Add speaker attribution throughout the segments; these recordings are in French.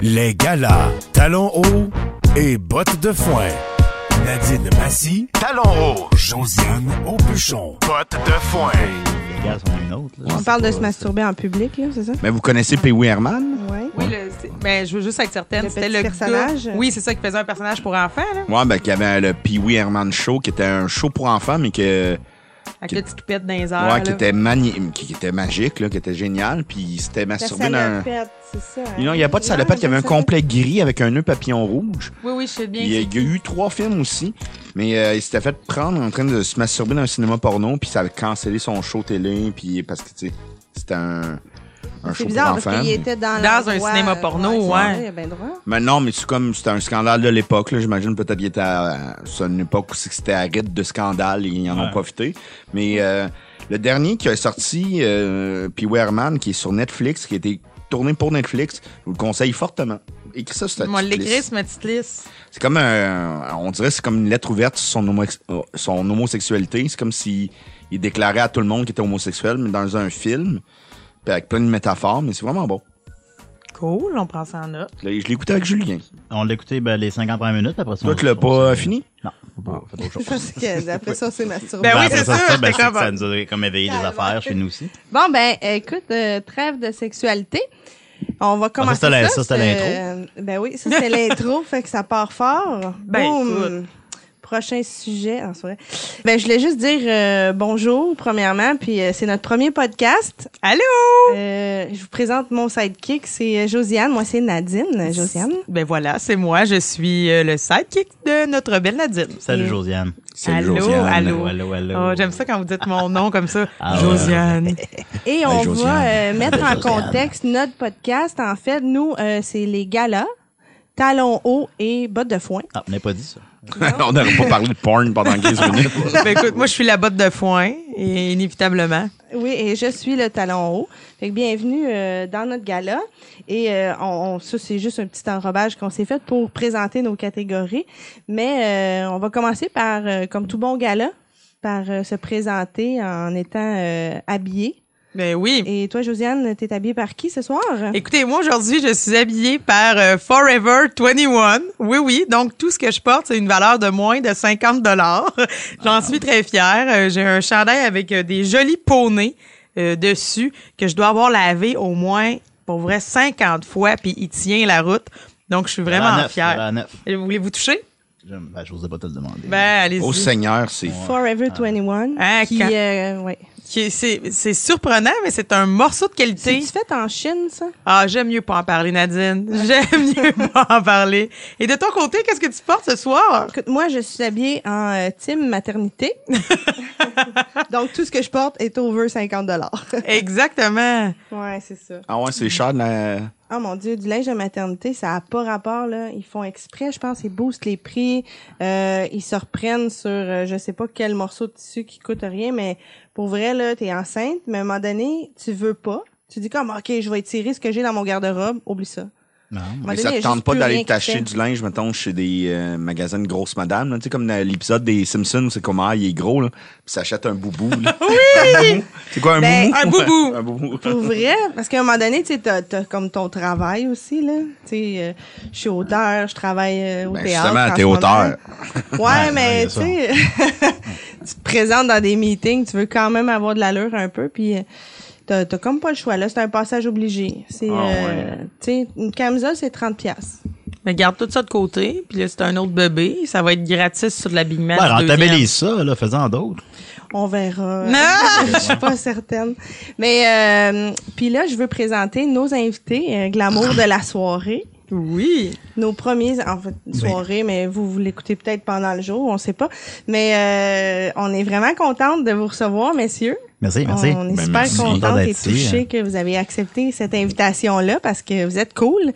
Speaker 1: Les galas, talons hauts et bottes de foin. Nadine Massy, talons hauts. Josiane Aubuchon, bottes de foin.
Speaker 2: Regarde, on a une autre. là.
Speaker 3: On parle de se masturber en public, là, c'est ça?
Speaker 4: Mais vous connaissez Pee Wee Herman?
Speaker 3: Ouais.
Speaker 5: Oui, le- c'est- mais je veux juste être certaine.
Speaker 3: Le
Speaker 5: C'était
Speaker 3: petit
Speaker 5: le
Speaker 3: personnage?
Speaker 5: gars- Oui, c'est ça qui faisait un personnage pour enfants, là,
Speaker 4: Ouais, ben, qui avait le Pee Wee Herman Show, qui était un show pour enfants, mais que,
Speaker 5: avec
Speaker 4: Qui-
Speaker 5: le petit toupette dans les
Speaker 3: Ah,
Speaker 5: airs.
Speaker 4: ouais, qui
Speaker 5: là.
Speaker 4: était mani- qui, qui était magique, là, qui était génial, puis il s'était
Speaker 3: La
Speaker 4: masturbé dans un...
Speaker 3: salopette, c'est ça. hein?
Speaker 4: Non, il n'y a pas de salopette, il y avait un complet gris avec un nœud papillon rouge.
Speaker 5: Oui, oui, je sais bien.
Speaker 4: Il y a-
Speaker 5: c'est-
Speaker 4: il y a eu trois films aussi, mais euh, il s'était fait prendre en train de se masturber dans un cinéma porno, puis ça avait cancellé son show télé, puis parce que, tu sais, c'était un, un show
Speaker 3: C'est bizarre
Speaker 4: pour
Speaker 3: parce
Speaker 4: enfants.
Speaker 3: qu'il était dans
Speaker 5: Dans un
Speaker 3: l'endroit,
Speaker 5: cinéma
Speaker 3: euh,
Speaker 5: porno,
Speaker 3: c'est
Speaker 5: ouais.
Speaker 3: vrai, Il a bien droit.
Speaker 4: Mais non, mais c'est comme c'était un scandale de l'époque. là. J'imagine peut-être qu'il était à, c'est une époque où c'est que c'était à rythme de scandale et ils en ont
Speaker 2: Ouais.
Speaker 4: profité. Mais euh, le dernier qui a sorti, euh, Pee Wee Herman, qui est sur Netflix, qui a été tourné pour Netflix, je vous le conseille fortement. Écris ça sur ta
Speaker 5: Moi,
Speaker 4: petite
Speaker 5: l'écrit,
Speaker 4: liste.
Speaker 5: c'est ma petite liste.
Speaker 4: C'est comme un, on dirait que c'est comme une lettre ouverte sur son, homo- son homosexualité. C'est comme si il déclarait à tout le monde qu'il était homosexuel, mais dans un film, puis avec plein de métaphores, mais c'est vraiment bon.
Speaker 5: Cool, on prend ça en note.
Speaker 4: Là, Je l'ai écouté avec Julien.
Speaker 2: On l'a écouté ben, les 50 premières minutes, puis après ça.
Speaker 4: Toi,
Speaker 2: on-
Speaker 4: tu l'as
Speaker 2: on
Speaker 4: pas
Speaker 2: s'est-
Speaker 4: fini?
Speaker 2: Non, on a pas- on a fait autre chose.
Speaker 3: Parce que après ça, Ben c'est masturbé.
Speaker 5: Ben oui,
Speaker 2: après
Speaker 5: c'est ça,
Speaker 2: ben,
Speaker 5: j'étais
Speaker 2: c'est que ça
Speaker 5: comme-
Speaker 2: nous a comme éveillé des
Speaker 3: Calvaire.
Speaker 2: affaires chez nous aussi.
Speaker 3: Bon, ben, écoute, euh, trêve de sexualité. On
Speaker 4: Ah,
Speaker 3: va commencer
Speaker 2: c'était la- ça,
Speaker 3: ça.
Speaker 2: c'était
Speaker 3: c'est- ben oui, ça, c'était l'intro, fait que ça part fort.
Speaker 5: Ben,
Speaker 3: Boum. Prochain sujet. Ah, c'est vrai. Ben, je voulais juste dire euh, bonjour, premièrement, puis euh, c'est notre premier podcast.
Speaker 5: Allô?
Speaker 3: Euh, je vous présente mon sidekick, c'est euh, Josiane. Moi, c'est Nadine. Euh, Josiane.
Speaker 5: Ben voilà, c'est moi. Je suis euh, le sidekick de notre belle Nadine.
Speaker 2: Salut,
Speaker 3: Et-
Speaker 2: Josiane.
Speaker 4: Salut,
Speaker 5: Allô,
Speaker 4: Josiane.
Speaker 5: allô.
Speaker 2: Allô, allô.
Speaker 5: Oh, J'aime ça quand vous dites mon nom comme ça.
Speaker 2: Ah ouais.
Speaker 5: Josiane.
Speaker 3: Et on
Speaker 4: Josiane.
Speaker 3: va euh, mettre en
Speaker 2: Josiane.
Speaker 3: contexte notre podcast. En fait, nous, euh, c'est les galas, talons hauts et bottes de foin.
Speaker 2: Ah, on n'a pas dit ça.
Speaker 4: on n'aurait pas parlé de porn pendant 15 minutes.
Speaker 5: ben écoute, moi, je suis la botte de foin, et inévitablement.
Speaker 3: Oui, et je suis le talon haut. Fait que bienvenue euh, dans notre gala. Et euh, on, on- ça, c'est juste un petit enrobage qu'on s'est fait pour présenter nos catégories. Mais euh, on va commencer par, euh, comme tout bon gala, par euh, se présenter en étant euh, habillé.
Speaker 5: Ben oui.
Speaker 3: Et toi, Josiane, t'es habillée par qui ce soir?
Speaker 5: Hein? Écoutez, moi aujourd'hui, je suis habillée par euh, Forever 21. Oui, oui. Donc, tout ce que je porte, c'est une valeur de moins de 50 dollars. J'en suis très fière. Euh, J'ai un chandail avec euh, des jolis poneys euh, dessus que je dois avoir lavé au moins, pour vrai, 50 fois, puis il tient la route. Donc, je suis
Speaker 2: Voilà,
Speaker 5: vraiment
Speaker 2: neuf,
Speaker 5: fière.
Speaker 2: voilà, neuf.
Speaker 5: Et Voulez-vous toucher?
Speaker 2: J'aime- Ben, je n'osais pas te le demander.
Speaker 5: Ben, allez-y.
Speaker 4: Au Seigneur, c'est
Speaker 3: Forever 21.
Speaker 5: Ah,
Speaker 3: qui,
Speaker 5: quand-
Speaker 3: euh, ouais.
Speaker 5: Qui- C'est c'est surprenant, mais c'est un morceau de qualité.
Speaker 3: C'est-tu fait en Chine, ça?
Speaker 5: Ah, j'aime mieux pas en parler, Nadine. J'aime mieux pas en parler. Et de ton côté, qu'est-ce que tu portes ce soir?
Speaker 3: Écoute, moi, je suis habillée en euh, team maternité. Donc, tout ce que je porte est over 50
Speaker 5: Exactement.
Speaker 3: Ouais, c'est ça.
Speaker 4: Ah ouais, c'est cher de la...
Speaker 3: Oh mon Dieu, du linge de maternité, ça n'a pas rapport, là. Ils font exprès, je pense, ils boostent les prix. Euh, ils se reprennent sur euh, je sais pas quel morceau de tissu qui coûte rien, mais pour vrai, là, t'es enceinte, mais à un moment donné, tu veux pas. Tu dis comme OK, je vais étirer ce que j'ai dans mon garde-robe, oublie ça.
Speaker 2: Non.
Speaker 3: À un moment
Speaker 4: Mais
Speaker 3: donné,
Speaker 4: ça
Speaker 3: il y
Speaker 4: te
Speaker 3: a
Speaker 4: tente
Speaker 3: juste
Speaker 4: pas
Speaker 3: plus rien
Speaker 4: d'aller
Speaker 3: qui
Speaker 4: t'acheter
Speaker 3: fait.
Speaker 4: du linge, mettons, chez des euh, magasins de grosses madames. là. Tu sais, comme dans l'épisode des Simpsons, c'est comment ah, il est gros, là, puis s'achète un boubou. Là. oui! C'est quoi, un
Speaker 3: Ben,
Speaker 4: boubou?
Speaker 5: un boubou.
Speaker 4: un boubou.
Speaker 3: Pour vrai, parce qu'à un moment donné, tu sais, t'as, t'as comme ton travail aussi, là. Tu sais, euh, je suis auteur, je travaille euh, au
Speaker 4: Ben,
Speaker 3: théâtre.
Speaker 4: justement,
Speaker 3: en
Speaker 4: t'es
Speaker 3: ce moment.
Speaker 4: auteur.
Speaker 3: Ouais,
Speaker 2: Ouais, ouais,
Speaker 3: mais tu
Speaker 2: c'est
Speaker 3: sais, tu te présentes dans des meetings, tu veux quand même avoir de l'allure un peu, puis euh, t'as, t'as comme pas le choix, là. C'est un passage obligé. C'est,
Speaker 4: Ah,
Speaker 3: euh, tu sais, une camisole, c'est 30$. piastres.
Speaker 5: Mais garde tout ça de côté, puis là, c'est un autre bébé. Ça va être gratis sur de l'habillement.
Speaker 2: Ben,
Speaker 5: du deuxième.
Speaker 2: rentabilise ça, là, faisant d'autres.
Speaker 3: On verra.
Speaker 5: Non!
Speaker 3: Je suis pas certaine. Mais, euh, puis là, je veux présenter nos invités, euh, glamour de la soirée.
Speaker 5: Oui.
Speaker 3: nos premiers en fait, soirées, mais vous, vous l'écoutez peut-être pendant le jour, on sait pas. Mais euh, on est vraiment contente de vous recevoir, messieurs.
Speaker 2: Merci, merci.
Speaker 3: On est
Speaker 4: Ben,
Speaker 3: super
Speaker 4: merci.
Speaker 3: contente
Speaker 2: Content
Speaker 3: et
Speaker 2: d'être ici, hein.
Speaker 3: touchée que vous avez accepté cette invitation-là parce que vous êtes cool.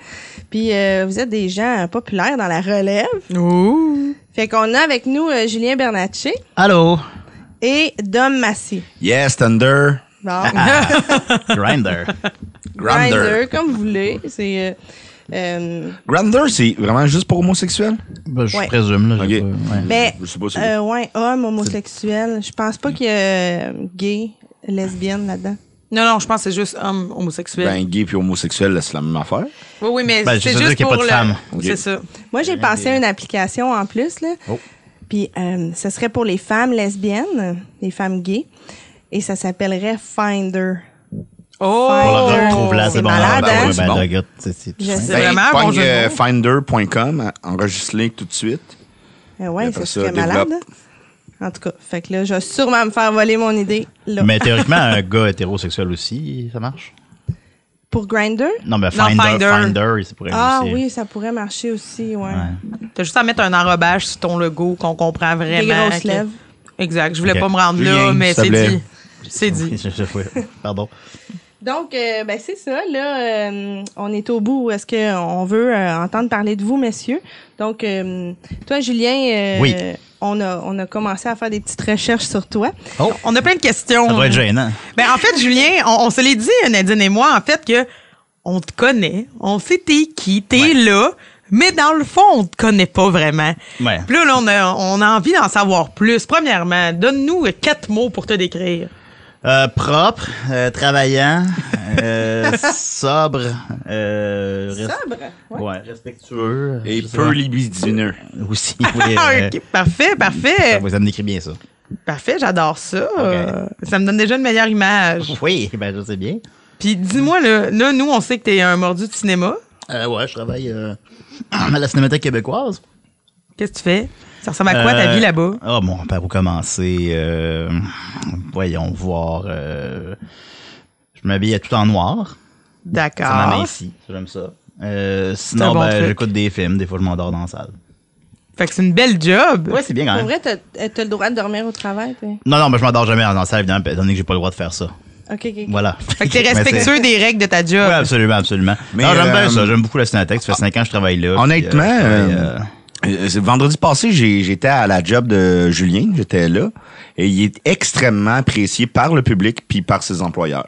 Speaker 3: Puis euh, vous êtes des gens euh, populaires dans la relève.
Speaker 5: Ouh.
Speaker 3: Fait qu'on a avec nous euh, Julien Bernatchez
Speaker 2: hein. Allô?
Speaker 3: et Dom Massy.
Speaker 4: Yes, Thunder.
Speaker 3: Bon,
Speaker 2: Ah, Grinder.
Speaker 4: Grinder.
Speaker 3: Grindr, comme vous voulez. C'est... euh, euh,
Speaker 4: Grinder, c'est vraiment juste pour homosexuels?
Speaker 2: Ben, je
Speaker 3: Ouais.
Speaker 2: présume, là. j'ai
Speaker 4: Ok.
Speaker 2: pas- ouais.
Speaker 3: Mais,
Speaker 4: Mm. Je sais pas si-
Speaker 3: euh, ouais, homme, homosexuel. Je pense pas qu'il y a euh, gay, lesbienne là-dedans.
Speaker 5: Non, non, je pense que c'est juste homme homosexuel.
Speaker 4: Ben, gay puis homosexuel, là, c'est la même affaire.
Speaker 5: oui, oui, mais
Speaker 2: Ben, je
Speaker 5: c'est
Speaker 2: veux dire
Speaker 5: juste
Speaker 2: qu'il y a
Speaker 5: pour
Speaker 2: pas de
Speaker 5: le...
Speaker 2: femme.
Speaker 5: C'est ça.
Speaker 3: Moi, j'ai pensé à une application en plus, là.
Speaker 2: Oh.
Speaker 3: Puis, euh, ce serait pour les femmes lesbiennes, les femmes gays. Et ça s'appellerait Finder.
Speaker 5: Oh!
Speaker 2: On
Speaker 3: Oh,
Speaker 2: la retrouve là,
Speaker 3: c'est
Speaker 2: c'est bon.
Speaker 3: malade,
Speaker 2: ben,
Speaker 4: hein?
Speaker 2: ouais, ben,
Speaker 4: Bon.
Speaker 2: le gars, c'est- c'est tout
Speaker 3: Je
Speaker 2: simple.
Speaker 3: sais.
Speaker 5: C'est vraiment un bon
Speaker 4: pogne,
Speaker 5: jeu de
Speaker 4: euh,
Speaker 5: mots.
Speaker 4: Finder.com, enregistrez tout de suite.
Speaker 3: Oui,
Speaker 4: Et
Speaker 3: ouais,
Speaker 4: Ben,
Speaker 3: ça
Speaker 4: après ça,
Speaker 3: serait
Speaker 4: développe.
Speaker 3: malade. En tout cas, fait que là, je vais sûrement me faire voler mon idée. Là.
Speaker 2: Mais théoriquement, un gars hétérosexuel aussi, ça marche?
Speaker 3: Pour Grinder?
Speaker 2: Non, mais
Speaker 5: Non,
Speaker 2: Finder, Finder,
Speaker 5: Finder.
Speaker 2: il pourrait
Speaker 3: Ah
Speaker 2: aussi.
Speaker 3: oui, ça pourrait marcher aussi, ouais.
Speaker 5: T'as juste à mettre un enrobage sur ton logo qu'on comprend vraiment.
Speaker 3: Des grosses
Speaker 5: que-
Speaker 3: lèvres.
Speaker 5: Exact. Je voulais
Speaker 2: Ok.
Speaker 5: pas me rendre
Speaker 4: Julien,
Speaker 5: là, mais
Speaker 4: s'il te
Speaker 5: c'est
Speaker 4: plaît.
Speaker 5: dit. C'est dit.
Speaker 2: Je- je- oui, Pardon.
Speaker 3: Donc, euh, ben c'est ça, là, euh, on est au bout. Est-ce qu'on veut euh, entendre parler de vous, messieurs? Donc, euh, toi, Julien, euh,
Speaker 2: Oui.
Speaker 3: on, a, on a commencé à faire des petites recherches sur toi.
Speaker 2: Oh,
Speaker 5: On a plein de questions.
Speaker 2: ça doit être gênant.
Speaker 5: Ben, en fait, Julien, on, on se l'est dit, Nadine et moi, en fait, que on te connaît, on sait t'es qui, t'es là, mais dans le fond, on te connaît pas vraiment.
Speaker 2: Ouais.
Speaker 5: Puis là, là, on a, on a envie d'en savoir plus. Premièrement, donne-nous euh, quatre mots pour te décrire.
Speaker 2: Euh, propre, euh, travaillant, euh, sobre, euh, res- ouais. respectueux. euh,
Speaker 4: Et
Speaker 2: je sais
Speaker 4: peu libidineux.
Speaker 2: pas. Aussi. oui, euh,
Speaker 5: Ah, Ok, parfait, parfait.
Speaker 2: ça, vous- ça me décrit bien ça.
Speaker 5: Parfait, j'adore ça. Euh, Ça me donne déjà une meilleure image.
Speaker 2: Oui, ben je sais bien.
Speaker 5: Puis dis-moi, là, là, nous, on sait que t'es un mordu de cinéma.
Speaker 2: Euh, ouais, je travaille euh, à la Cinémathèque québécoise.
Speaker 5: Qu'est-ce que tu fais? Ça ressemble à quoi ta
Speaker 2: Euh,
Speaker 5: vie là-bas?
Speaker 2: Ah bon, par où commencer? euh, voyons voir. euh, je m'habillais tout en noir. Ça
Speaker 5: D'accord.
Speaker 2: m'amincit. J'aime ça. Euh,
Speaker 5: Ah. C'est un
Speaker 2: sinon,
Speaker 5: bon
Speaker 2: ben,
Speaker 5: truc.
Speaker 2: j'écoute des films. Des fois, je m'endors dans la salle.
Speaker 5: Fait que c'est une belle job.
Speaker 2: Ouais, c'est bien quand
Speaker 3: Pour
Speaker 2: même.
Speaker 3: vrai, t'as euh, t'as le droit de dormir au travail, puis-
Speaker 2: Non, non, mais je m'endors jamais dans la salle, évidemment, étant donné que j'ai pas le droit de faire ça.
Speaker 3: OK, OK. OK.
Speaker 2: Voilà.
Speaker 5: Fait que t'es
Speaker 2: Mais c'est-
Speaker 5: respectueux des règles de ta job.
Speaker 2: Oui, absolument, absolument.
Speaker 4: Mais,
Speaker 2: non, j'aime
Speaker 4: euh,
Speaker 2: bien ça. J'aime beaucoup la Cinétech. Ça fait cinq ans que je travaille là.
Speaker 4: Honnêtement,
Speaker 2: puis, euh, je travaille,
Speaker 4: euh, euh, c'est- vendredi passé, j'ai- j'étais à la job de Julien, j'étais là, et il est extrêmement apprécié par le public puis par ses employeurs.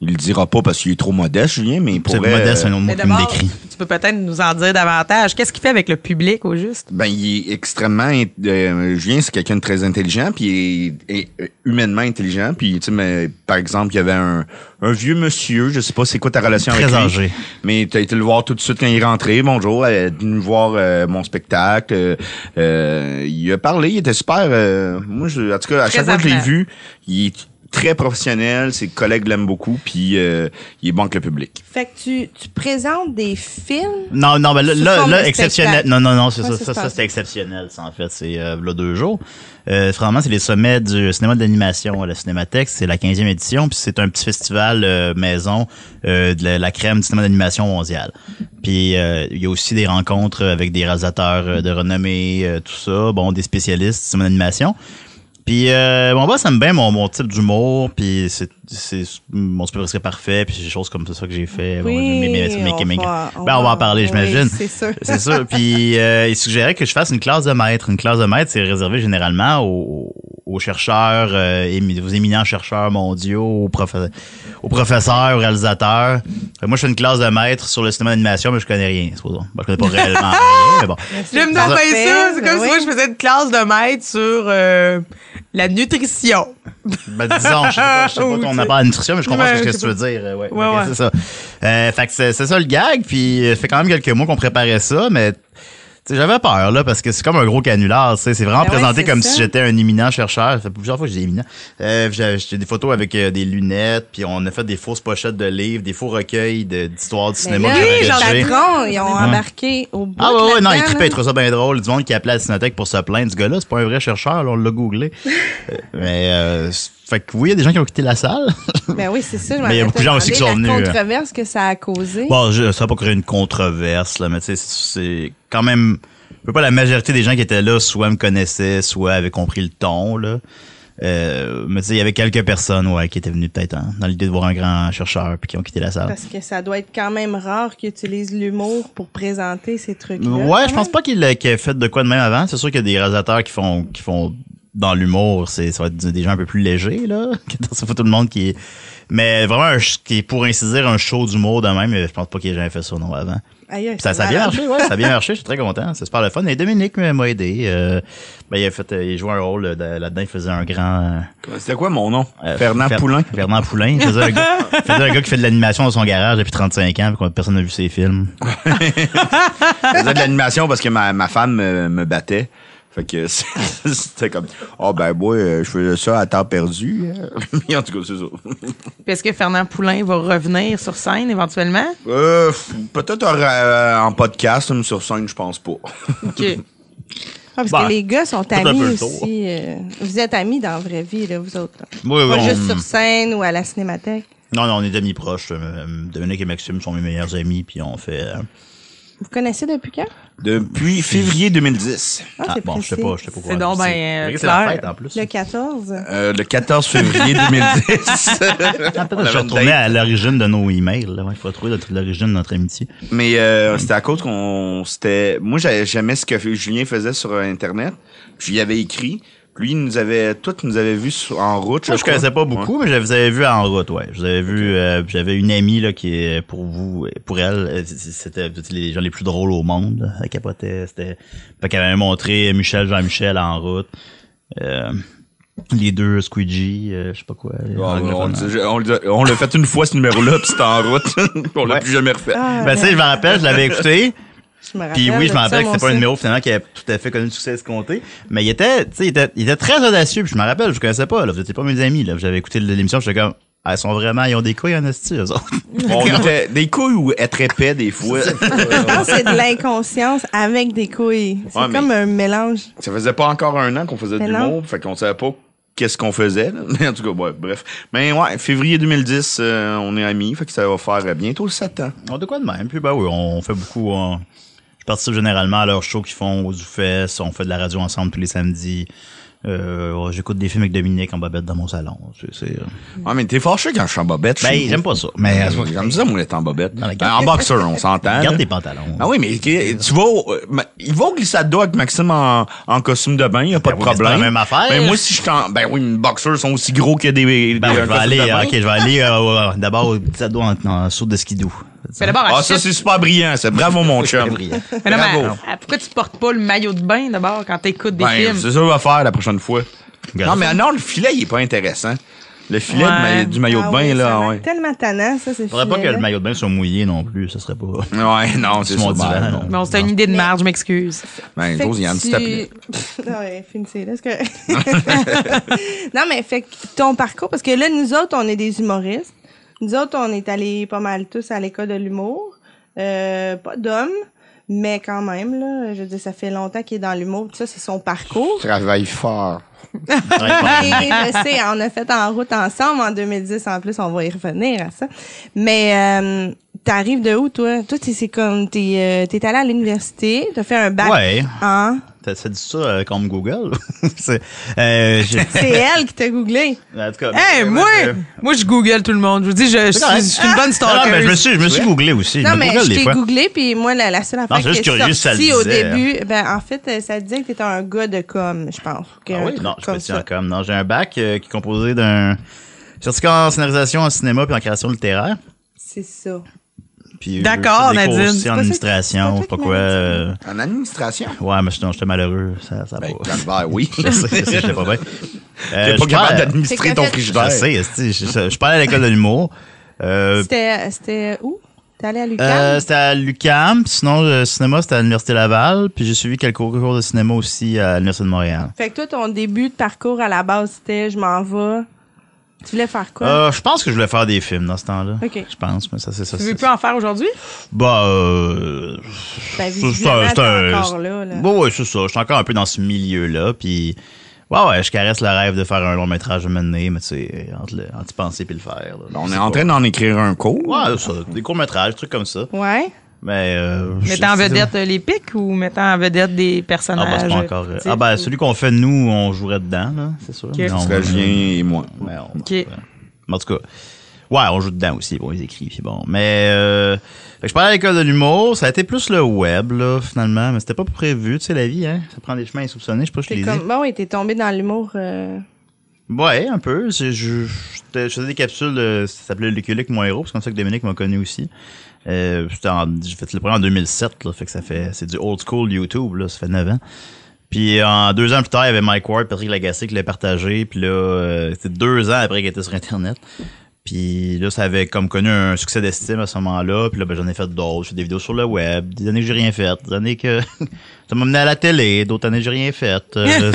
Speaker 4: Il le dira pas parce qu'il est trop modeste, Julien, mais il
Speaker 2: c'est
Speaker 4: pourrait.
Speaker 2: modeste, un
Speaker 4: euh,
Speaker 2: autre mot
Speaker 5: Mais
Speaker 2: qui me
Speaker 5: d'abord,
Speaker 2: décrit.
Speaker 5: tu peux peut-être nous en dire davantage. Qu'est-ce qu'il fait avec le public au juste?
Speaker 4: Ben, il est extrêmement. int- euh, Julien, c'est quelqu'un de très intelligent, puis il est, est humainement intelligent. Puis, tu sais, mais, par exemple, il y avait un, un vieux monsieur, je sais pas c'est quoi ta relation
Speaker 2: Très
Speaker 4: avec lui.
Speaker 2: âgé.
Speaker 4: Mais t'as été le voir tout de suite quand il est rentré. Bonjour, euh, est venu voir euh, mon spectacle. Euh, euh, il a parlé, il était super. euh, moi, je, en tout cas, à
Speaker 5: Très
Speaker 4: chaque fois que je l'ai
Speaker 5: avenant.
Speaker 4: vu, il est très professionnel. Ses collègues l'aiment beaucoup, puis euh, il est bon avec le public.
Speaker 3: Fait que tu, tu présentes des films.
Speaker 2: Non, non, mais là,
Speaker 3: Sous
Speaker 2: là,
Speaker 3: forme
Speaker 2: là,
Speaker 3: de
Speaker 2: exceptionnel.
Speaker 3: spectacle.
Speaker 2: Non, non, non, c'est
Speaker 3: Ouais,
Speaker 2: ça.
Speaker 3: ça
Speaker 2: Ça,
Speaker 3: se
Speaker 2: ça
Speaker 3: passe.
Speaker 2: c'était exceptionnel, ça, en fait. C'est euh, là, deux jours. Euh, franchement, c'est les sommets du cinéma d'animation à la Cinémathèque. C'est la 15e édition, puis c'est un petit festival euh, maison euh, de la, la crème du cinéma d'animation mondial. Puis euh, il y a aussi des rencontres avec des réalisateurs euh, de renommée, euh, tout ça. Bon, des spécialistes du cinéma d'animation. Puis euh, mon boss aime bien mon, mon type d'humour, puis c'est c'est mon superviseur parfait, puis des choses comme ça que j'ai fait. Bon,
Speaker 3: Oui,
Speaker 2: mes- mes- mes-
Speaker 3: on
Speaker 2: mes-
Speaker 3: va-
Speaker 2: ben, on va en parler,
Speaker 3: oui,
Speaker 2: j'imagine.
Speaker 3: c'est sûr.
Speaker 2: C'est sûr. Puis euh, il suggérait que je fasse une classe de maître. Une classe de maître, c'est réservé généralement aux, aux chercheurs, euh, émi- aux éminents chercheurs mondiaux, aux, profe- aux professeurs, aux réalisateurs. Fait que moi, je fais une classe de maître sur le cinéma d'animation, mais je connais rien. supposons. Ben, je connais pas réellement rien, mais bon.
Speaker 5: J'aime
Speaker 2: ça.
Speaker 5: donc bien ça. C'est
Speaker 3: Ben
Speaker 5: comme si
Speaker 3: oui.
Speaker 5: moi, je faisais une classe de maître sur euh, la nutrition.
Speaker 2: Ben, disons, je sais pas, je sais pas
Speaker 5: Ah, Ou,
Speaker 2: qu'on
Speaker 5: tu
Speaker 2: n'a
Speaker 5: sais.
Speaker 2: pas la nutrition, mais je comprends
Speaker 5: Ouais,
Speaker 2: ce que
Speaker 5: je
Speaker 2: tu
Speaker 5: sais
Speaker 2: veux dire. euh, Ouais,
Speaker 5: Ouais,
Speaker 2: Ok,
Speaker 5: ouais.
Speaker 2: c'est ça. Euh, fait que c'est c'est ça le gag, puis euh, ça fait quand même quelques mois qu'on préparait ça, mais tu sais, j'avais peur, là, parce que c'est comme un gros canular, tu sais. C'est vraiment
Speaker 3: Ben ouais,
Speaker 2: présenté
Speaker 3: c'est
Speaker 2: comme
Speaker 3: ça.
Speaker 2: si j'étais un éminent chercheur. Ça fait plusieurs fois que j'ai dit éminent. Euh, j'ai j'ai des photos avec euh, des lunettes, puis on a fait des fausses pochettes de livres, des faux recueils de- d'histoires
Speaker 5: Ben
Speaker 2: du cinéma.
Speaker 3: Mais là,
Speaker 2: que j'avais
Speaker 3: les
Speaker 2: rédigés.
Speaker 3: patrons, ils ont embarqué au bout.
Speaker 2: Ah ouais, ouais, non, il
Speaker 3: là-dedans,
Speaker 2: trippait, il
Speaker 3: là.
Speaker 2: trouvait ça bien drôle. Du monde qui appelait à la Cinéthèque pour se plaindre. Ce gars-là, c'est pas un vrai chercheur, là, on l'a googlé. Euh, mais, euh, c'est- fait que oui, il y a des gens qui ont quitté la salle.
Speaker 3: Ben oui, c'est ça. je m'en
Speaker 2: Mais il y a
Speaker 3: étais
Speaker 2: beaucoup de gens aussi qui
Speaker 3: demandé
Speaker 2: sont venus, euh.
Speaker 3: La controverse que ça a causé.
Speaker 2: bon, je, ça n'a pas créé une controverse, là, mais tu sais, c'est quand même, je veux pas la majorité des gens qui étaient là, soit me connaissaient, soit avaient compris le ton, là. Euh, mais tu sais, il y avait quelques personnes, ouais, qui étaient venues peut-être hein, dans l'idée de voir un grand chercheur puis qui ont quitté la salle.
Speaker 3: Parce que ça doit être quand même rare qu'ils utilisent l'humour pour présenter ces trucs-là.
Speaker 2: Ouais, je pense pas qu'il a- qu'il ait fait de quoi de même avant. C'est sûr qu'il y a des réalisateurs qui font qui font dans l'humour, c'est ça va être du- des gens un peu plus légers là. C'est pas tout le monde qui est... mais vraiment un ch- qui est pour ainsi dire un show d'humour de même. Je pense pas qu'il ait jamais fait ça non avant.
Speaker 3: Ah, Aïe, aïe,
Speaker 2: Puis ça, ça a
Speaker 3: c'est
Speaker 2: bien
Speaker 3: malade.
Speaker 2: marché, ouais, ça a bien marché, je suis très content. C'est super le fun. Et Dominique euh, m'a aidé. euh, ben, il a fait, euh, il jouait un rôle euh, de- là-dedans, il faisait un grand.
Speaker 4: C'était quoi mon nom?
Speaker 2: euh,
Speaker 4: Fernand
Speaker 2: Fer-
Speaker 4: Poulain.
Speaker 2: Fernand Poulain. Il faisait un gars, il faisait un gars qui fait de l'animation dans son garage depuis 35 ans, puis qu'on- personne n'a vu ses films.
Speaker 4: Je faisais de l'animation parce que ma, ma femme me, me battait. Fait que c'est- c'était comme, oh ben moi, euh, je faisais ça à temps perdu. hein. Mais en tout cas, c'est ça.
Speaker 5: Puis Est-ce que Fernand Poulain va revenir sur scène éventuellement?
Speaker 4: Euh, f- Peut-être en ra- en podcast, mais sur scène, je pense pas.
Speaker 5: OK.
Speaker 3: Ah, parce
Speaker 2: Ben,
Speaker 3: que les gars sont
Speaker 2: un peu
Speaker 3: amis
Speaker 2: le tour.
Speaker 3: aussi. euh, vous êtes amis dans la vraie vie, là, vous autres. là.
Speaker 2: Oui,
Speaker 3: Pas
Speaker 2: oui,
Speaker 3: juste
Speaker 2: on-
Speaker 3: sur scène ou à la cinémathèque.
Speaker 2: Non, non, on est amis proches. euh, Dominique et Maxime sont mes meilleurs amis, puis on fait. euh,
Speaker 3: Vous connaissez depuis quand?
Speaker 4: Depuis février 2010.
Speaker 3: Ah, c'est
Speaker 2: bon, je sais
Speaker 3: précis.
Speaker 2: pas, je sais pas quoi.
Speaker 5: C'est donc ben,
Speaker 2: C'est-
Speaker 5: euh,
Speaker 2: c'est la
Speaker 5: clair.
Speaker 2: fête en plus.
Speaker 3: Le 14.
Speaker 4: Euh, le 14 février 2010.
Speaker 2: Ah, peut-être que
Speaker 4: On
Speaker 2: je
Speaker 4: avait
Speaker 2: suis
Speaker 4: une
Speaker 2: retourné
Speaker 4: date.
Speaker 2: à l'origine de nos emails. Là. Ouais, il faut trouver notre- l'origine de notre amitié.
Speaker 4: Mais euh, c'était à cause qu'on c'était moi j'a- j'aimais ce que Julien faisait sur euh, internet. Puis il avait écrit, Puis lui il nous avait tout nous avait vu sur- en route.
Speaker 2: Moi, je
Speaker 4: crois.
Speaker 2: connaissais pas beaucoup, mais je les avais vus en route, ouais. Je les avais vus, euh, j'avais une amie, là, qui est, pour vous, pour elle, euh, c- c- c'était les gens les plus drôles au monde, là. Elle capotait, c'était, fait qu'elle avait montré Michel, Jean-Michel en route, euh, les deux Squeegee, euh, je sais pas quoi. les
Speaker 4: Ouais, ouais, Ah, on,
Speaker 2: anglophones.
Speaker 4: le- on le- on l'a fait une fois ce numéro-là, puis c'était en route. on l'a plus jamais refait.
Speaker 3: Ah,
Speaker 2: Ben, tu sais, je
Speaker 3: ben,
Speaker 2: me rappelle, je l'avais écouté.
Speaker 3: je me rappelle.
Speaker 2: Puis oui, je me
Speaker 3: de ça,
Speaker 2: rappelle que
Speaker 3: moi
Speaker 2: c'était pas un
Speaker 3: aussi.
Speaker 2: numéro finalement qui a tout à fait connu le succès escompté, mais il était, tu sais, il était, il était très audacieux. Puis je me rappelle, je vous connaissais pas, là, vous étiez pas mes amis, là. J'avais écouté l'émission, j'étais comme, ah, ils sont vraiment, ils ont des couilles en esti, eux autres.
Speaker 4: On était des couilles ou être épais des fois.
Speaker 3: Je pense que c'est de l'inconscience avec des couilles. C'est
Speaker 4: Ouais, mais-
Speaker 3: comme un mélange.
Speaker 4: Ça faisait pas encore un an qu'on faisait de
Speaker 3: Mais non.
Speaker 4: l'humour, fait qu'on savait pas qu'est-ce qu'on faisait. là. Mais en tout cas, ouais, bref. Mais ouais, février 2010, euh, on est amis, fait que ça va faire euh, bientôt 7 ans.
Speaker 3: Mm.
Speaker 2: On de quoi de même. Puis bah oui, on fait beaucoup. on- Je participe généralement à leurs shows qu'ils font aux Zoufest. On fait de la radio ensemble tous les samedis. Euh, ouais, J'écoute des films avec Dominique en babette dans mon salon. C'est- c'est- euh,
Speaker 4: Ah, mais t'es fâché quand je suis en bobette.
Speaker 2: Ben,
Speaker 4: chez vous.
Speaker 2: j'aime pas ça. Mais euh,
Speaker 4: J'aime ça, moi, être en bobette.
Speaker 2: Non, mais
Speaker 4: Ben,
Speaker 2: garde-
Speaker 4: en boxer, on s'entend.
Speaker 2: garde
Speaker 4: là.
Speaker 2: tes pantalons.
Speaker 4: Ah oui, mais que- tu vas, au- euh, ma- il va au glissade d'eau avec Maxime en, en costume de bain, y a pas
Speaker 2: Ben
Speaker 4: de
Speaker 2: oui, mais c'est
Speaker 4: problème.
Speaker 2: pas la même affaire.
Speaker 4: Ben moi, si je t'en, ben oui, mes boxeurs sont aussi gros que des, des
Speaker 2: Ben,
Speaker 4: un
Speaker 2: je vais
Speaker 4: costume
Speaker 2: aller,
Speaker 4: de
Speaker 2: euh,
Speaker 4: bain.
Speaker 2: ok, je vais aller euh, ouais, ouais, d'abord au petit ado en, en saut de skidoo.
Speaker 5: Mais d'abord,
Speaker 4: Ah, ça,
Speaker 5: achète-
Speaker 4: c'est super brillant, c'est bravo, mon chum.
Speaker 2: brillant.
Speaker 5: Mais non, mais,
Speaker 4: Bravo.
Speaker 5: ah, pourquoi tu portes pas le maillot de bain d'abord quand t'écoutes des
Speaker 4: Ben,
Speaker 5: films?
Speaker 4: c'est ça qu'on va faire la prochaine fois.
Speaker 2: Regarde.
Speaker 4: Non, mais non, le filet, il est pas intéressant. Le filet
Speaker 5: Ouais.
Speaker 4: du maillot- du maillot
Speaker 3: Ah
Speaker 4: de bain,
Speaker 3: oui, ça
Speaker 4: là,
Speaker 3: va
Speaker 4: ouais.
Speaker 3: être tellement tannant, ça, c'est
Speaker 2: Faudrait pas que
Speaker 3: filet-là.
Speaker 2: le maillot de bain soit mouillé non plus, ça serait pas.
Speaker 4: Ouais, non, c'est
Speaker 2: Sur mon
Speaker 4: ça.
Speaker 2: divan,
Speaker 4: Ben,
Speaker 2: non.
Speaker 4: non.
Speaker 5: Bon, c'était une idée de marge, je m'excuse.
Speaker 4: Ben,
Speaker 3: Fait que
Speaker 4: Josiane, s'il te plaît.
Speaker 3: tu- non, mais finissez, là. c'est correct. non, mais fait que ton parcours, parce que là, nous autres, on est des humoristes. Nous autres, on est allés pas mal tous à l'école de l'humour. Euh, pas d'hommes, mais quand même, là. Je veux dire, ça fait longtemps qu'il est dans l'humour. Tout ça, c'est son parcours.
Speaker 4: Travaille fort.
Speaker 2: Ouais, pas-
Speaker 3: Et je sais, on a fait en route ensemble en 2010 en plus, on va y revenir à ça. Mais euh, t'arrives de où toi Toi t'es- c'est comme t'es euh, t'es allé à l'université, t'as fait un bac
Speaker 2: Ouais.
Speaker 3: en.
Speaker 2: T'as t'as dit ça euh, comme Google? C'est- euh, j'ai-
Speaker 3: C'est elle qui t'a googlé.
Speaker 2: en tout cas,
Speaker 5: Hey,
Speaker 2: ouais,
Speaker 5: moi,
Speaker 2: euh,
Speaker 5: moi, je google tout le monde. Je vous dis, je, je suis,
Speaker 2: correct. Ah,
Speaker 5: je suis une bonne
Speaker 2: Non,
Speaker 5: stalker.
Speaker 2: mais je me suis, je me suis googlé aussi.
Speaker 3: Non
Speaker 2: je me
Speaker 3: mais
Speaker 2: google
Speaker 3: je
Speaker 2: des
Speaker 3: t'ai
Speaker 2: fois.
Speaker 3: googlé puis moi la, la seule affaire
Speaker 2: c'est juste
Speaker 3: qui est
Speaker 2: curieux si ça le
Speaker 3: sortie au
Speaker 2: disait, hein.
Speaker 3: début, ben en fait euh, ça disait que t'étais un gars de com, je pense. Que
Speaker 2: Ah
Speaker 3: un
Speaker 2: oui?
Speaker 3: truc
Speaker 2: Non, je
Speaker 3: comme
Speaker 2: me suis
Speaker 3: ça.
Speaker 2: en com. Non, j'ai un bac euh, qui est composé d'un certificat en scénarisation, en cinéma puis en création littéraire.
Speaker 3: C'est ça.
Speaker 2: Puis euh,
Speaker 5: D'accord,
Speaker 2: j'ai fait des cours
Speaker 5: Nadine.
Speaker 2: aussi
Speaker 5: C'est
Speaker 2: en
Speaker 3: pas ça-
Speaker 2: administration, je
Speaker 3: c'est
Speaker 2: sais
Speaker 3: pas
Speaker 2: pas
Speaker 3: toi
Speaker 2: quoi.
Speaker 3: qui
Speaker 2: euh,
Speaker 4: En administration?
Speaker 2: ouais, mais j'étais non, j'étais malheureux. Ça, ça
Speaker 4: Ben,
Speaker 2: va.
Speaker 4: calvaire, oui.
Speaker 2: je sais, je sais, j'étais pas bien. Euh,
Speaker 4: T'es
Speaker 2: je
Speaker 4: pas capable
Speaker 2: parlais-
Speaker 3: C'est
Speaker 4: d'administrer
Speaker 3: que
Speaker 4: ton
Speaker 3: t'as fait-
Speaker 4: frigidaire.
Speaker 2: Je sais, esti, je, je, je parlais à l'école de l'humour. Euh,
Speaker 3: C'était c'était où T'es allé à l'UQAM
Speaker 2: euh, c'était à l'UCAM, puis sinon le cinéma c'était à l'Université Laval, puis j'ai suivi quelques cours de cinéma aussi à l'Université de Montréal.
Speaker 3: Fait que toi, ton début de parcours à la base, c'était je m'en vais. Tu voulais faire quoi?
Speaker 2: Euh, je pense que je voulais faire des films dans ce temps-là.
Speaker 3: Ok.
Speaker 2: Je pense, mais ça c'est ça.
Speaker 5: Tu
Speaker 2: c'est-
Speaker 5: veux plus en faire aujourd'hui?
Speaker 2: Bah, euh,
Speaker 3: Ben,
Speaker 2: c'est- c'est
Speaker 3: visiblement,
Speaker 2: un- c'est
Speaker 3: t'es
Speaker 2: un-
Speaker 3: encore là, là.
Speaker 2: Bon, ouais, c'est ça. Je suis encore un peu dans ce milieu-là, puis ouais, ouais, je caresse le rêve de faire un long métrage de mener, mais tu sais, entre, le- entre y penser puis le faire. là.
Speaker 4: Ben, On
Speaker 2: Je
Speaker 4: est
Speaker 2: sais
Speaker 4: en
Speaker 2: pas.
Speaker 4: train d'en écrire un cours.
Speaker 2: Ouais, ça, des courts métrages, trucs comme ça.
Speaker 3: Ouais.
Speaker 2: Mais euh, je-
Speaker 5: Mettant en
Speaker 2: c'est-
Speaker 5: vedette euh, les pics ou mettant en vedette des
Speaker 2: Ah, bah,
Speaker 5: personnages?
Speaker 2: c'est pas encore. euh,
Speaker 5: euh,
Speaker 2: Ah, bah, celui qu'on fait, nous, on jouerait dedans, là, c'est sûr. Mais on-
Speaker 4: Julien et moi.
Speaker 2: mais on-
Speaker 5: Ok.
Speaker 2: Mais En tout cas. Ouais, on joue dedans aussi. Bon, ils écrivent, puis bon. Mais euh, fait que je parlais à l'école de l'humour, ça a été plus le web, là, finalement. Mais c'était pas prévu, tu sais, la vie, hein. Ça prend des chemins insoupçonnés, je sais pas si je
Speaker 3: C'est
Speaker 2: les
Speaker 3: comme, bon, il était tombé dans l'humour. euh,
Speaker 2: Ouais, un peu. C'est- Je, je, je faisais des capsules, de, ça s'appelait Luculique, mon héros, c'est comme ça que Dominique m'a connu aussi. Euh, j'étais en- j'ai fait le premier en 2007, là, fait que ça fait, c'est du old school YouTube, là, ça fait 9 ans. Puis en deux ans plus tard, il y avait Mike Ward, Patrick Lagacé qui l'a partagé, puis là, euh, c'était deux ans après qu'il était sur Internet. Puis là, ça avait comme connu un succès d'estime à ce moment-là. Puis là, ben, j'en ai fait d'autres. J'ai fait des vidéos sur le web. Des années que j'ai rien fait. Des années que ça m'a mené à la télé. D'autres années que j'ai rien fait.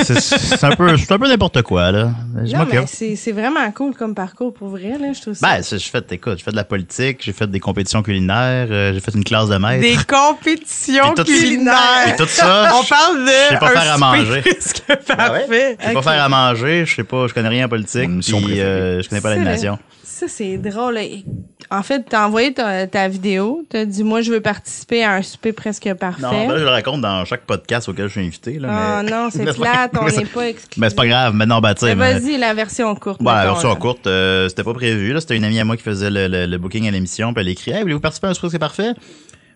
Speaker 2: Euh, c'est- c'est un peu, c'est un peu n'importe quoi, là. Je
Speaker 3: Non,
Speaker 2: m'occupe.
Speaker 3: mais c'est c'est vraiment cool comme parcours pour vrai, là, je trouve ça.
Speaker 2: Ben, c'est- je fais, écoute, je fais de la politique, j'ai fait des compétitions culinaires, euh, j'ai fait une classe de maître.
Speaker 5: Des compétitions
Speaker 2: Et tout-
Speaker 5: culinaires.
Speaker 2: et tout ça,
Speaker 5: On
Speaker 2: je-
Speaker 5: parle de.
Speaker 2: je sais pas
Speaker 5: un
Speaker 2: faire à
Speaker 5: souper
Speaker 2: manger. Ben
Speaker 5: presque
Speaker 2: ouais?
Speaker 5: parfait. Ah,
Speaker 2: Je sais pas faire à manger, je sais pas, je connais rien en politique,
Speaker 4: mission
Speaker 2: puis
Speaker 4: préférée.
Speaker 2: euh, je connais pas
Speaker 3: C'est
Speaker 2: l'animation.
Speaker 3: Ça, c'est drôle. Et- En fait, t'as envoyé ta, ta vidéo, t'as dit, moi, je veux participer à un souper presque
Speaker 2: Non,
Speaker 3: parfait.
Speaker 2: ben là, je le raconte dans chaque podcast auquel je suis invité. Là,
Speaker 3: Ah
Speaker 2: mais-
Speaker 3: non, c'est
Speaker 2: Mais
Speaker 3: plate, on
Speaker 2: mais ça-
Speaker 3: n'est pas exclu.
Speaker 2: Ben, c'est pas grave, maintenant, bah, tu sais,
Speaker 3: Mais
Speaker 2: mais-
Speaker 3: Vas-y, la version courte.
Speaker 2: Bah,
Speaker 3: mettons,
Speaker 2: alors, ça,
Speaker 3: là.
Speaker 2: en courte, euh, c'était pas prévu. Là, c'était une amie à moi qui faisait le, le- le booking à l'émission, puis elle écrit Hey, voulez-vous participer à un truc c'est parfait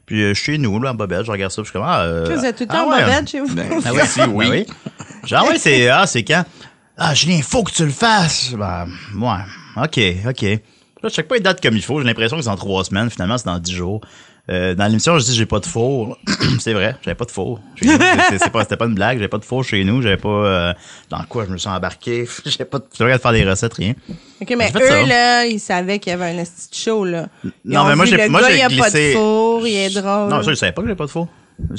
Speaker 2: Puis euh, chez nous, là, en bobette, je regarde ça, puis je suis comme Ah, euh,
Speaker 3: Vous êtes tout le
Speaker 2: ah,
Speaker 3: temps en
Speaker 2: ouais.
Speaker 3: bobette chez vous.
Speaker 4: Ben,
Speaker 2: Ah ouais,
Speaker 4: si,
Speaker 2: ah,
Speaker 4: oui.
Speaker 2: oui. Genre, ouais, c'est ah, c'est quand Ah, Julien, faut que tu le fasses. Bah, ouais. OK, OK. Là, je check pas les dates comme il faut. J'ai l'impression que c'est dans trois semaines. Finalement, c'est dans dix jours. Euh, dans l'émission, je dis j'ai pas de four. c'est vrai, j'avais pas de four. chez nous. C'est- c'est pas- C'était pas, une blague, j'avais pas de four chez nous. J'avais pas euh, dans quoi je me suis embarqué. J'avais pas de. J'étais pas capable de faire des recettes, rien.
Speaker 3: OK, mais
Speaker 2: J'ai
Speaker 3: eux,
Speaker 2: fait ça.
Speaker 3: là, ils savaient qu'il y avait un esti de show, là. Ils
Speaker 2: Non,
Speaker 3: ont
Speaker 2: mais moi,
Speaker 3: vu,
Speaker 2: j'ai
Speaker 3: le
Speaker 2: moi,
Speaker 3: gars,
Speaker 2: j'ai
Speaker 3: il a pas de
Speaker 2: glissé-
Speaker 3: four, il est drôle.
Speaker 2: Non, ça, je savais pas que j'avais pas de four.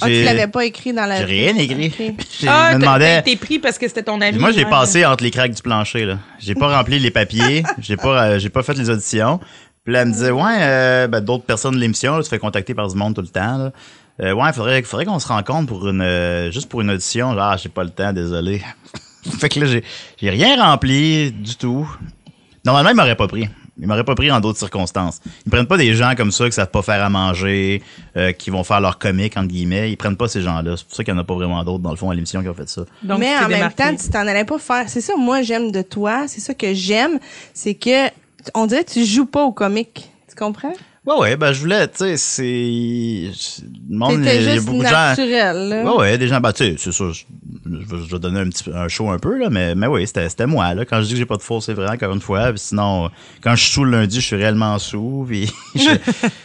Speaker 3: Ah, tu
Speaker 2: J'ai-
Speaker 3: l'avais pas écrit dans la...
Speaker 2: J'ai rien écrit.
Speaker 3: Ok.
Speaker 2: Je
Speaker 5: Ah,
Speaker 2: me
Speaker 5: t'as-
Speaker 2: demandais.
Speaker 5: t'as été pris parce que c'était ton ami.
Speaker 2: Moi, j'ai
Speaker 5: hein.
Speaker 2: passé entre les craques du plancher, là. J'ai pas rempli les papiers, j'ai pas, euh, j'ai pas fait les auditions. Puis là, elle me disait, ouais, euh, ben, d'autres personnes de l'émission, là, tu te fais contacter par du monde tout le temps, là. Euh, ouais, faudrait, faudrait qu'on se rencontre pour une, euh, juste pour une audition. Genre, ah, j'ai pas le temps, désolé. fait que là, j'ai, j'ai rien rempli du tout. Normalement, ils m'auraient pas pris. Ils m'auraient pas pris en d'autres circonstances. Ils prennent pas des gens comme ça qui savent pas faire à manger, euh, qui vont faire leur comique, entre guillemets. Ils prennent pas ces gens-là. C'est pour ça qu'il y en a pas vraiment d'autres, dans le fond, à l'émission qui ont fait ça.
Speaker 5: Donc,
Speaker 3: mais
Speaker 5: tu t'es
Speaker 3: en même
Speaker 5: démarqué.
Speaker 3: temps, tu t'en allais pas faire. C'est ça, moi, j'aime de toi. C'est ça que j'aime. C'est que, on dirait que tu joues pas au comique. Tu comprends?
Speaker 2: Ouais, ouais, ben je voulais, tu sais, c'est. Le monde,
Speaker 3: T'étais
Speaker 2: il y a
Speaker 3: juste
Speaker 2: beaucoup de gens.
Speaker 3: naturel, là.
Speaker 2: Ouais, ouais, des gens, bah, tu sais, c'est sûr, je, je, vais- je vais donner un petit un show un peu, là, mais, mais oui, c'était c'était moi, là. Quand je dis que j'ai pas de faux, c'est vrai, encore une fois. Puis sinon, quand je suis sous le lundi, je suis réellement sous, puis je,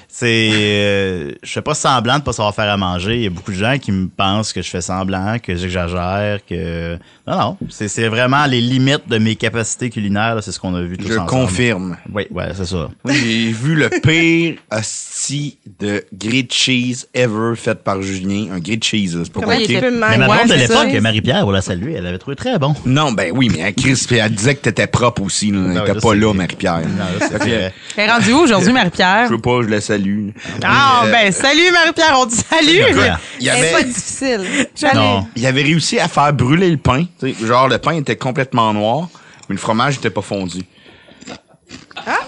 Speaker 2: c'est, euh, je fais pas semblant de pas savoir faire à manger. Il y a beaucoup de gens qui me pensent que je fais semblant, que j'exagère, que. Non, non, c'est c'est vraiment les limites de mes capacités culinaires, là, c'est ce qu'on a vu tous
Speaker 4: Je
Speaker 2: ensemble.
Speaker 4: confirme.
Speaker 2: Oui, ouais, c'est ça.
Speaker 4: J'ai vu le pire hostie de grilled cheese ever fait par Julien. Un grilled cheese, là, c'est pas
Speaker 3: Comment il
Speaker 4: compliqué.
Speaker 3: était peu
Speaker 2: Mais ma
Speaker 3: mal.
Speaker 2: blonde de
Speaker 3: c'est ça.
Speaker 2: l'époque, Marie-Pierre, on la salue, elle avait trouvé très bon.
Speaker 4: Non, ben oui, mais elle, Chris, puis elle disait que t'étais propre aussi. là. Elle
Speaker 2: ouais,
Speaker 4: était
Speaker 2: là,
Speaker 4: pas
Speaker 2: c'est-
Speaker 4: là, Marie-Pierre.
Speaker 2: Non, là, c'est
Speaker 4: Fait que,
Speaker 2: vrai.
Speaker 5: T'es rendu où aujourd'hui, Marie-Pierre?
Speaker 4: Je veux pas, je la salue.
Speaker 5: Ah,
Speaker 4: Mais, euh,
Speaker 5: ben, salut, Marie-Pierre, on dit salut!
Speaker 2: Ouais.
Speaker 4: Il y
Speaker 3: C'est
Speaker 4: avait,
Speaker 3: pas difficile.
Speaker 2: Non.
Speaker 4: il avait réussi à faire brûler le pain. tu sais. Genre, le pain était complètement noir, mais le fromage était pas fondu.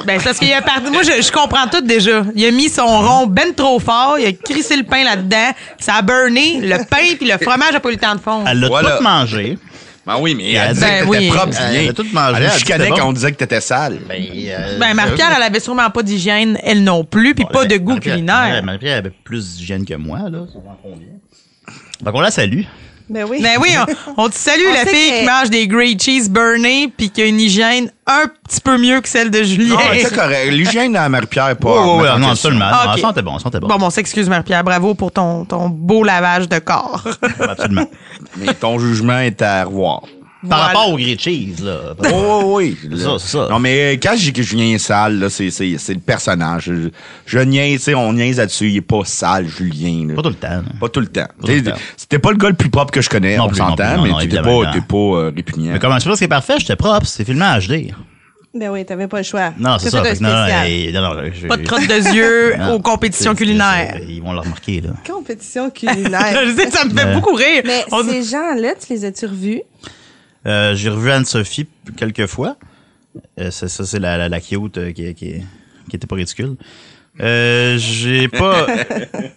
Speaker 5: Ben, c'est parce qu'il a parti. Moi, je, je comprends tout déjà. Il a mis son rond ben trop fort, il a crissé le pain là-dedans, ça a burné, le pain puis le fromage a pas eu le temps de fondre. Ben,
Speaker 2: Elle l'a
Speaker 4: Voilà.
Speaker 2: tout mangé.
Speaker 4: Ben oui, mais
Speaker 2: Ben
Speaker 4: elle disait que t'étais
Speaker 5: oui.
Speaker 4: propre,
Speaker 2: Elle
Speaker 4: Julien.
Speaker 2: a tout mangé,
Speaker 4: Elle
Speaker 2: elle a dit
Speaker 4: chicanait
Speaker 2: que c'était
Speaker 4: quand
Speaker 2: bon.
Speaker 4: on disait que t'étais sale.
Speaker 5: Ben, Marie-Pierre, elle avait sûrement pas d'hygiène, elle non plus, puis pas de goût culinaire.
Speaker 2: ben, Marie-Pierre avait plus d'hygiène que moi, là. Ça va combien? Donc, on la salue.
Speaker 3: Ben oui.
Speaker 5: Ben oui, on, on te salue,
Speaker 3: On
Speaker 5: la
Speaker 3: sait
Speaker 5: fille
Speaker 3: que-
Speaker 5: qui mange des grey cheese burnés puis qui a une hygiène un petit peu mieux que celle de Julien.
Speaker 4: Non, mais Ah, c'est correct. L'hygiène de la Marie-Pierre, est pas. à
Speaker 2: Ouais, ouais,
Speaker 4: remettre en
Speaker 2: Ah, non,
Speaker 4: question.
Speaker 2: absolument.
Speaker 5: Ah,
Speaker 2: Non,
Speaker 5: ok.
Speaker 2: Ça, on était bon, ça, on était bon.
Speaker 5: Bon, bon, on s'excuse, Marie-Pierre. Bravo pour ton, ton beau lavage de corps.
Speaker 2: Absolument.
Speaker 4: Mais ton jugement est à revoir.
Speaker 2: Par
Speaker 5: Voilà.
Speaker 2: rapport au grilled cheese, là.
Speaker 4: Oui, oui, oui.
Speaker 2: ça, c'est ça.
Speaker 4: Non, mais euh, quand je dis que Julien est sale, là, c'est, c'est, c'est le personnage. Je, je niaise, tu sais, on niaise là-dessus. Il est pas sale, Julien. là.
Speaker 2: Pas tout le temps. là.
Speaker 4: Pas tout le temps.
Speaker 2: tout le
Speaker 4: T'sais,
Speaker 2: temps.
Speaker 4: C'était pas le gars le plus propre que je connais,
Speaker 2: Non
Speaker 4: on
Speaker 2: plus, non plus,
Speaker 4: s'entend,
Speaker 2: non,
Speaker 4: mais
Speaker 2: non,
Speaker 4: t'étais
Speaker 2: évidemment,
Speaker 4: pas, t'es pas euh, répugnant.
Speaker 2: Mais comment je pense que c'est parfait, j'étais propre, c'est filmé en HD.
Speaker 3: Ben oui, t'avais pas le choix.
Speaker 2: Non, c'est
Speaker 3: T'as
Speaker 2: ça.
Speaker 3: fait un
Speaker 2: fait que non, non,
Speaker 3: spécial.
Speaker 2: hey, non, non, je-
Speaker 5: Pas de crotte de yeux
Speaker 2: Non.
Speaker 5: aux compétitions
Speaker 2: C'est- c'est-
Speaker 5: culinaires.
Speaker 2: c'est- Ils vont le remarquer, là.
Speaker 3: Compétition
Speaker 5: Je
Speaker 3: culinaire.
Speaker 5: sais, ça me fait
Speaker 2: Mais-
Speaker 5: beaucoup rire.
Speaker 3: Mais
Speaker 5: On-
Speaker 3: ces gens-là, tu les as-tu revus?
Speaker 2: Euh, j'ai revu Anne-Sophie quelques fois. Euh, ça, ça, c'est la, la, la cute euh, qui, qui, qui était pas ridicule. Euh, j'ai pas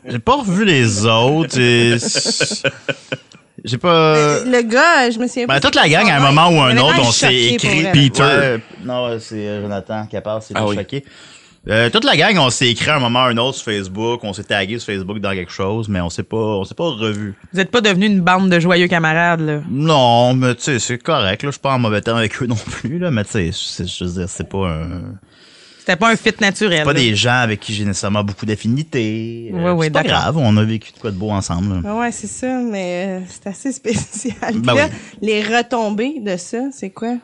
Speaker 2: j'ai pas revu les autres. et- J'ai pas.
Speaker 3: Le gars, je me souviens
Speaker 2: Euh, Ben,
Speaker 3: pas.
Speaker 2: toute la gang, à
Speaker 3: Ah
Speaker 2: un moment ou un
Speaker 3: Mais
Speaker 2: autre,
Speaker 3: maintenant,
Speaker 2: on
Speaker 3: je suis
Speaker 2: s'est
Speaker 3: choquée pour
Speaker 2: écrit.
Speaker 3: vrai.
Speaker 4: Peter.
Speaker 2: Ouais, non, euh, c'est euh, Jonathan qui parle, c'est
Speaker 4: Ah
Speaker 2: le
Speaker 4: oui.
Speaker 2: choqué. Euh, toute la gang, on s'est écrit à un moment ou un autre sur Facebook, on s'est tagué sur Facebook dans quelque chose, mais on s'est pas, on s'est pas revu.
Speaker 5: Vous êtes pas devenus une bande de joyeux camarades, là.
Speaker 2: Non, mais tu sais, c'est correct, là. Je suis pas en mauvais temps avec eux non plus, là. Mais tu sais, c'est- je veux dire, c'est pas un,
Speaker 5: C'était pas un fit naturel.
Speaker 2: pas
Speaker 5: là.
Speaker 2: des gens avec qui j'ai nécessairement beaucoup d'affinité. Euh,
Speaker 5: Ouais, ouais,
Speaker 2: c'est pas
Speaker 5: d'accord.
Speaker 2: grave, on a vécu de quoi de beau ensemble. là.
Speaker 3: Ah ouais, c'est ça, mais euh, c'est assez spécial.
Speaker 2: Ben
Speaker 3: Puis là,
Speaker 2: oui.
Speaker 3: Les retombées de ça, c'est quoi?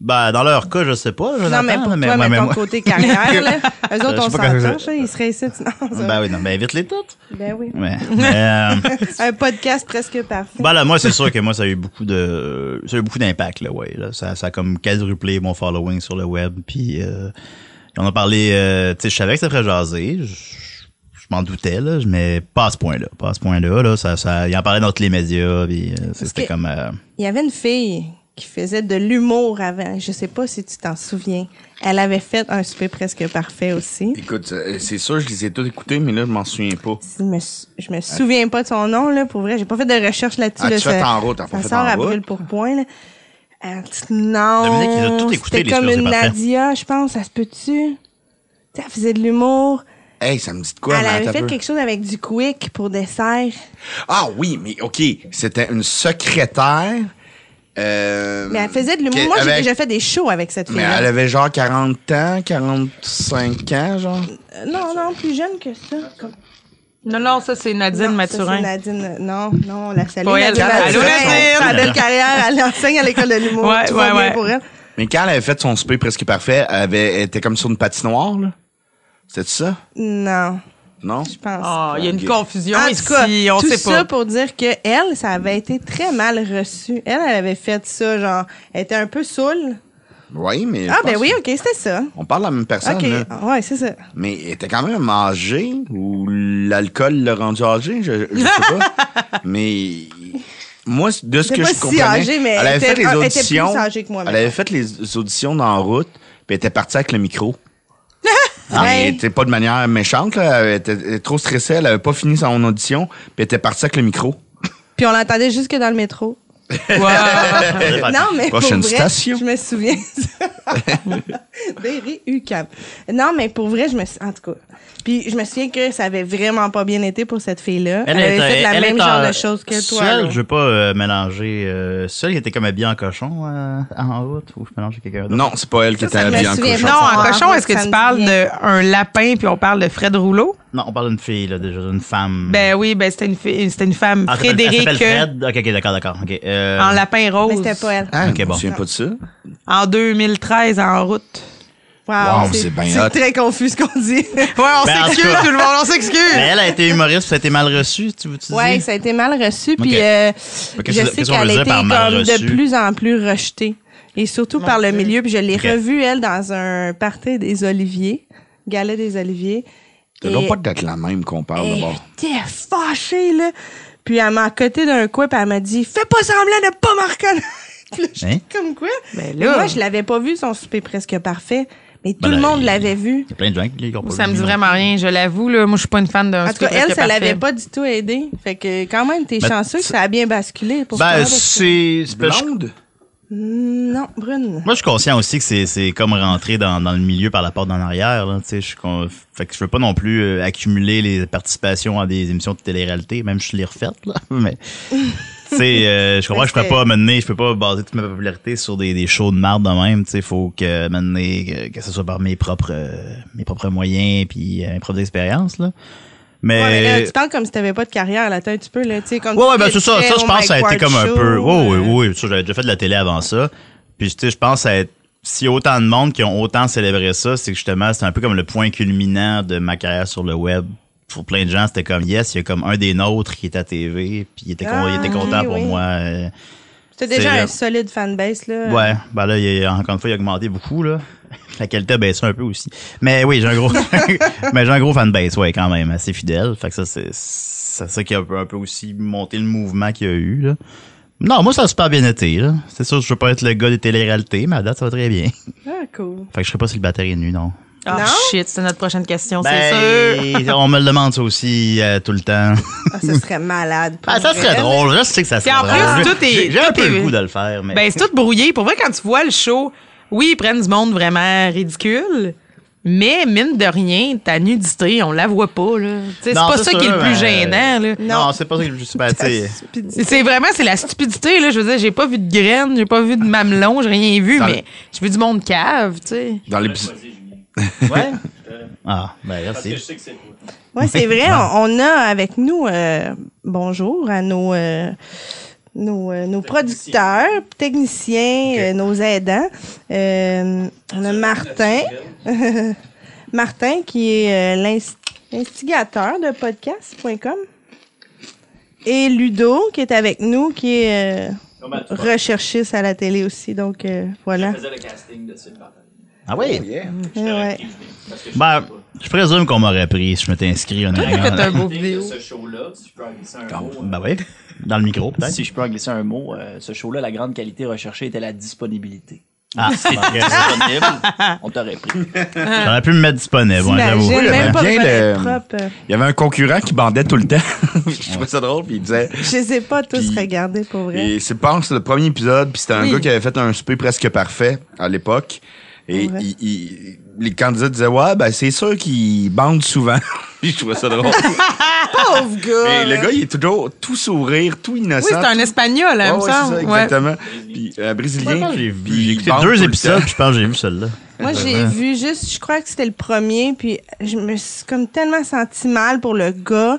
Speaker 2: Ben, dans leur cas, je sais pas, Jonathan,
Speaker 3: non, mais pour
Speaker 2: là,
Speaker 3: toi,
Speaker 2: ouais,
Speaker 3: mais
Speaker 2: mais
Speaker 3: ton
Speaker 2: moi-
Speaker 3: côté carrière, là, eux autres,
Speaker 2: Je
Speaker 3: on
Speaker 2: sais pas comment
Speaker 3: s'entend,
Speaker 2: ça-
Speaker 3: ça, ils seraient ici. Non, ça-
Speaker 2: Ben oui, non, ben, vite les toutes.
Speaker 3: ben oui.
Speaker 2: Ouais. Mais, euh,
Speaker 3: Un podcast presque parfait.
Speaker 2: Ben là, moi, c'est sûr que moi, ça a eu beaucoup de, ça a eu beaucoup d'impact, là, ouais. Là. Ça, ça a comme quadruplé mon following sur le web. Puis, euh, on a parlé, euh, tu sais, je savais que ça ferait jaser. Je, je m'en doutais, là, mais pas à ce point-là. Pas à ce point-là, là. Ça, ça, il en parlait dans tous les médias. Puis, euh, c'était
Speaker 3: que-
Speaker 2: comme, euh,
Speaker 3: Il y avait une fille qui faisait de l'humour avant. Je sais pas si tu t'en souviens. Elle avait fait un souper presque parfait aussi.
Speaker 4: Écoute, euh, c'est sûr, je les ai tous écoutés, mais là, je m'en souviens pas.
Speaker 3: Je me, sou- je me souviens pas de son nom, là, pour vrai. J'ai pas fait de recherche là-dessus.
Speaker 4: Ah,
Speaker 3: là,
Speaker 4: tu fais
Speaker 3: ça-
Speaker 4: en route, t'as pas
Speaker 3: ça
Speaker 4: fait
Speaker 3: sort
Speaker 4: en
Speaker 3: à
Speaker 4: route.
Speaker 3: brûle pour point, là. Euh, tu- non.
Speaker 2: Dominique, il a tout écouté,
Speaker 3: C'était
Speaker 2: les
Speaker 3: comme
Speaker 2: Super
Speaker 3: une
Speaker 2: C'est parfait.
Speaker 3: Nadia, je pense. Ça se peut-tu? Tu sais, Elle faisait de l'humour.
Speaker 4: Hey, ça me dit de quoi,
Speaker 3: elle
Speaker 4: mais
Speaker 3: avait
Speaker 4: attends un
Speaker 3: fait
Speaker 4: peu.
Speaker 3: quelque chose avec du quick pour dessert.
Speaker 4: Ah oui, mais OK, c'était une secrétaire. euh,
Speaker 3: Mais elle faisait de l'humour.
Speaker 4: que-
Speaker 3: Moi, j'ai
Speaker 4: avec-
Speaker 3: déjà fait des shows avec cette
Speaker 4: Mais elle
Speaker 3: fille-là.
Speaker 4: avait genre 40 ans, 45 ans, genre.
Speaker 3: Euh, Non, non, plus jeune que ça. Comme-
Speaker 5: Non, non, ça, c'est Nadine
Speaker 3: Non, ça,
Speaker 5: Mathurin.
Speaker 3: c'est Nadine, euh, non, non, on la salue.
Speaker 5: Pas elle,
Speaker 3: Nadine
Speaker 5: Nadine.
Speaker 3: Mathurin,
Speaker 5: Allô, Nadine!
Speaker 3: sa belle carrière, elle enseigne à l'école de l'humour.
Speaker 5: Ouais,
Speaker 3: Tout
Speaker 5: ouais,
Speaker 3: va bien
Speaker 5: ouais.
Speaker 3: pour elle.
Speaker 4: Mais quand elle avait fait son souper presque parfait, elle, avait, elle était comme sur une patinoire, là. C'était ça?
Speaker 3: Non,
Speaker 4: Non?
Speaker 3: je pense.
Speaker 5: Ah, il y a une confusion
Speaker 3: en
Speaker 5: ici,
Speaker 3: tout cas,
Speaker 5: on
Speaker 3: tout
Speaker 5: sait
Speaker 3: ça
Speaker 5: pas.
Speaker 3: pour dire que elle, ça avait été très mal reçu. Elle, elle avait fait ça, genre, elle était un peu saoule.
Speaker 4: Oui, mais.
Speaker 3: Ah
Speaker 4: je
Speaker 3: ben
Speaker 4: pense
Speaker 3: oui,
Speaker 4: que-
Speaker 3: ok, c'était ça.
Speaker 4: On parle de la même personne,
Speaker 3: Ok,
Speaker 4: là.
Speaker 3: ouais, c'est ça.
Speaker 4: Mais elle était quand même âgée, ou l'alcool l'a rendu âgée, je, je sais pas. mais moi, c- de ce
Speaker 3: C'est
Speaker 4: que
Speaker 3: pas
Speaker 4: je
Speaker 3: si
Speaker 4: comprenais,
Speaker 3: âgée, mais
Speaker 4: elle
Speaker 3: elle
Speaker 4: avait
Speaker 3: était-
Speaker 4: fait les
Speaker 3: elle était plus
Speaker 4: auditions.
Speaker 3: âgée que moi,
Speaker 4: elle
Speaker 3: mettons.
Speaker 4: avait fait les auditions dans la route, puis elle était partie avec le micro. Ah,
Speaker 3: Ouais.
Speaker 4: Mais c'était pas de manière méchante, là. Elle était, elle était trop stressée, elle avait pas fini son audition, puis elle était partie avec le micro.
Speaker 3: Puis on l'entendait jusque dans le métro.
Speaker 5: Ouais.
Speaker 3: Non, mais pour
Speaker 4: Prochaine
Speaker 3: vrai,
Speaker 4: station.
Speaker 3: je me souviens. Berry UCAM. Non, mais pour vrai, je me sou- en tout cas. Puis je me souviens que ça avait vraiment pas bien été pour cette fille-là. Elle, avait
Speaker 2: est-
Speaker 3: fait la
Speaker 2: elle
Speaker 3: même
Speaker 2: est en-
Speaker 3: genre de choses que toi.
Speaker 2: Seule,
Speaker 3: là.
Speaker 2: je veux pas euh, mélanger. Euh, seule, il était comme habillé en cochon euh, en route ou je mélangeais quelqu'un d'autre.
Speaker 4: Non, c'est pas elle qui
Speaker 3: Ça,
Speaker 4: était
Speaker 3: ça me
Speaker 4: habillée en
Speaker 3: souvient
Speaker 4: cochon.
Speaker 5: Non,
Speaker 3: Ah,
Speaker 5: en cochon, est-ce
Speaker 3: ça
Speaker 5: que
Speaker 3: me
Speaker 5: tu parles
Speaker 3: dit
Speaker 5: d'un lapin puis on parle de Fred Rouleau?
Speaker 2: Non, on parle d'une fille, là, déjà, d'une femme.
Speaker 5: Ben oui, ben c'était une, fi- c'était une femme,
Speaker 2: Ah, elle s'appelle-
Speaker 5: Frédéric,
Speaker 2: Elle s'appelle Fred. Ok, ok, d'accord, d'accord. ok. Euh,
Speaker 5: euh, en lapin
Speaker 3: Mais
Speaker 5: rose.
Speaker 3: c'était pas elle.
Speaker 4: Ah,
Speaker 2: Ok,
Speaker 4: je me
Speaker 2: bon.
Speaker 4: souviens pas de ça.
Speaker 5: En 2013, en route.
Speaker 3: Wow,
Speaker 4: Wow, c'est bien
Speaker 3: c'est
Speaker 4: hot.
Speaker 3: très confus ce qu'on dit.
Speaker 5: Ouais, on
Speaker 2: Ben, en
Speaker 5: s'excuse,
Speaker 2: tout cas.
Speaker 5: tout le monde, on s'excuse.
Speaker 2: Mais elle a été humoriste, ça a été mal reçu, tu veux tu
Speaker 3: ouais,
Speaker 2: dis?
Speaker 3: ça a été mal reçu. Puis
Speaker 2: Ok.
Speaker 3: euh, je
Speaker 2: qu'est-ce-
Speaker 3: sais
Speaker 2: qu'est-ce qu'on veut
Speaker 3: qu'elle a
Speaker 2: dire
Speaker 3: été
Speaker 2: par
Speaker 3: comme
Speaker 2: mal reçu?
Speaker 3: de plus en plus rejetée. Et surtout par le milieu. Puis je l'ai
Speaker 2: Ok.
Speaker 3: revue, elle, dans un party des Oliviers. Gala des Oliviers.
Speaker 4: Ça
Speaker 3: Et-
Speaker 4: doit pas être la même qu'on parle
Speaker 3: Elle
Speaker 4: d'abord.
Speaker 3: était fâchée, là. Puis elle m'a accoté d'un coin, puis elle m'a dit Fais pas semblant de pas me reconnaître. Puis là, j'étais
Speaker 2: Hein?
Speaker 3: comme quoi
Speaker 5: Ben là.
Speaker 3: Moi, je l'avais pas vu, son souper presque parfait. Mais tout
Speaker 2: Ben
Speaker 3: le
Speaker 2: là,
Speaker 3: monde
Speaker 2: il-
Speaker 3: l'avait vu.
Speaker 2: Il y a plein de gens qui l'ont pas
Speaker 5: Ça
Speaker 2: vu,
Speaker 5: me dit
Speaker 2: non.
Speaker 5: vraiment rien, je l'avoue, là. Moi, je suis pas une fan d'un
Speaker 3: En tout
Speaker 5: souper
Speaker 3: cas, elle,
Speaker 5: presque
Speaker 3: ça l'avait
Speaker 5: parfait.
Speaker 3: pas du tout aidé. Fait que quand même, t'es
Speaker 2: Ben,
Speaker 3: chanceux que ça a bien basculé pour toi,
Speaker 2: Ben,
Speaker 3: parce que-
Speaker 2: c'est. c'est parce que-
Speaker 4: Blonde?
Speaker 3: Non, brune.
Speaker 2: Moi, je suis conscient aussi que c'est, c'est comme rentrer dans, dans le milieu par la porte d'en arrière. Là, tu sais, je suis con- fait que je veux pas non plus euh, accumuler les participations à des émissions de télé-réalité, même si je les refaites. Là, mais, tu sais, euh, je comprends que je pourrais pas mener, je peux pas baser toute ma popularité sur des, des shows de marde de même. Tu sais, faut que mener que, que ce soit par mes propres euh, mes propres moyens puis euh, mes propres expériences. Là. Mais,
Speaker 3: Ouais, mais là, tu parles comme si t'avais pas de carrière là-dedans un petit peu, là, tu sais, comme
Speaker 2: Ouais,
Speaker 3: tu oh
Speaker 2: ouais, ben c'est ça.
Speaker 3: pitchais
Speaker 2: Ça, je
Speaker 3: au
Speaker 2: pense que ça a
Speaker 3: Mike
Speaker 2: été
Speaker 3: Ward
Speaker 2: comme un
Speaker 3: Show,
Speaker 2: peu. Oui,
Speaker 3: euh,
Speaker 2: oui, oui. Ça, j'avais déjà fait de la télé avant ça. Puis, tu sais, je pense à être. S'il y a autant de monde qui ont autant célébré ça, c'est que justement, c'est un peu comme le point culminant de ma carrière sur le web. Pour plein de gens, c'était comme yes, il y a comme un des nôtres qui était à TV, puis il était, con-
Speaker 3: Ah,
Speaker 2: il était content
Speaker 3: ok,
Speaker 2: pour
Speaker 3: oui.
Speaker 2: moi. euh,
Speaker 3: T'as déjà
Speaker 2: C'est- euh,
Speaker 3: un solide fanbase, là.
Speaker 2: Ouais, ben là, il, a- encore une fois, il a augmenté beaucoup, là. La qualité a baissé un peu aussi. Mais oui, j'ai un gros, mais j'ai un gros fanbase, ouais, quand même, assez fidèle. Fait que ça, c'est, c'est ça qui a un peu, un peu aussi monté le mouvement qu'il y a eu, là. Non, moi, ça a super bien été, là. C'est sûr, je veux pas être le gars des télé-réalités, mais à date, ça va très bien.
Speaker 3: Ah, cool.
Speaker 2: Fait que je serais pas célibataire et nu, non.
Speaker 5: Ah,
Speaker 3: Non?
Speaker 5: shit, c'est notre prochaine question, c'est sûr.
Speaker 2: Ben, on me le demande ça aussi euh, tout le temps.
Speaker 3: Ah, ça serait malade. pour
Speaker 2: Ah, ça serait
Speaker 3: vrai.
Speaker 2: drôle. Je sais que ça serait
Speaker 5: en
Speaker 2: drôle.
Speaker 5: plus,
Speaker 2: J'ai-
Speaker 5: tout est-
Speaker 2: J'ai un
Speaker 5: tout
Speaker 2: peu
Speaker 5: est-
Speaker 2: le goût de le faire, mais.
Speaker 5: Ben, c'est tout brouillé. Pour vrai, quand tu vois le show, oui, ils prennent du monde vraiment ridicule, mais mine de rien, ta nudité, on la voit pas, là. Tu sais, C'est
Speaker 2: Non,
Speaker 5: pas
Speaker 2: c'est
Speaker 5: ça qui est
Speaker 2: sûr, euh,
Speaker 5: le plus
Speaker 2: mais-
Speaker 5: gênant, là.
Speaker 2: Non, c'est pas ça que je suis pas attiré.
Speaker 5: C'est- C'est vraiment, c'est la stupidité, là. Je veux dire, j'ai pas vu de graines, j'ai pas vu de mamelon, j'ai rien vu,
Speaker 4: Dans le-
Speaker 5: mais j'ai vu du monde cave, tu sais.
Speaker 4: Dans l'épisode.
Speaker 2: Ouais? Ah, ben, merci.
Speaker 3: Ouais, c'est vrai. On, on a avec nous, euh, bonjour à nos, euh, nos, euh, nos producteurs, techniciens, euh, nos aidants. Euh, on a Martin. Martin qui est euh, l'ins- l'instigateur de podcast.com. Et Ludo qui est avec nous, qui est euh, recherchiste à la télé aussi. Donc euh, voilà.
Speaker 2: Ah oui?
Speaker 3: Ouais.
Speaker 6: Bah,
Speaker 2: Ben, je présume qu'on m'aurait pris si je m'étais inscrit,
Speaker 5: Faites un
Speaker 2: honnêtement.
Speaker 5: beau vidéo.
Speaker 6: Ce show-là, si je peux en glisser un mot. euh,
Speaker 2: Ben oui. Dans le micro, peut-être.
Speaker 6: si je peux en glisser un mot, euh, ce show-là, la grande qualité recherchée était la disponibilité.
Speaker 2: Ah, c'est vrai.
Speaker 6: Disponible,
Speaker 3: Ah.
Speaker 6: on t'aurait pris.
Speaker 2: J'aurais pu me mettre disponible, ouais, j'avoue.
Speaker 3: T'imagines, même pas
Speaker 4: Bien
Speaker 3: besoin d'être
Speaker 4: le-
Speaker 3: propre.
Speaker 4: Il y avait un concurrent qui bandait tout le temps. je trouvais ça drôle, puis il disait.
Speaker 3: Je les ai pas tous
Speaker 4: Puis-
Speaker 3: regardés pour vrai.
Speaker 4: Et c'est, je pense, le premier épisode, puis c'était un
Speaker 5: Oui.
Speaker 4: gars qui avait fait un souper presque parfait à l'époque. Et
Speaker 3: Ouais.
Speaker 4: il- il- les candidats disaient, ouais, ben c'est sûr qu'ils bandent souvent. puis je trouvais ça drôle.
Speaker 5: Pauvre gars!
Speaker 4: Et le gars, il est toujours tout sourire, tout innocent.
Speaker 5: Oui, c'est un espagnol, là,
Speaker 4: Ouais,
Speaker 5: il me
Speaker 4: ouais,
Speaker 5: semble.
Speaker 4: c'est ça,
Speaker 5: Ouais.
Speaker 4: exactement. Puis un
Speaker 2: Ouais, je
Speaker 4: brésilien.
Speaker 2: pense que J'ai
Speaker 4: puis
Speaker 2: vu-
Speaker 4: il
Speaker 2: j'ai écouté
Speaker 4: bande tout
Speaker 2: deux
Speaker 4: le
Speaker 2: épisodes,
Speaker 4: temps.
Speaker 2: puis je pense que j'ai vu celui-là.
Speaker 3: Moi, j'ai
Speaker 2: Ouais.
Speaker 3: vu juste, je crois que c'était le premier, puis je me suis comme tellement senti mal pour le gars.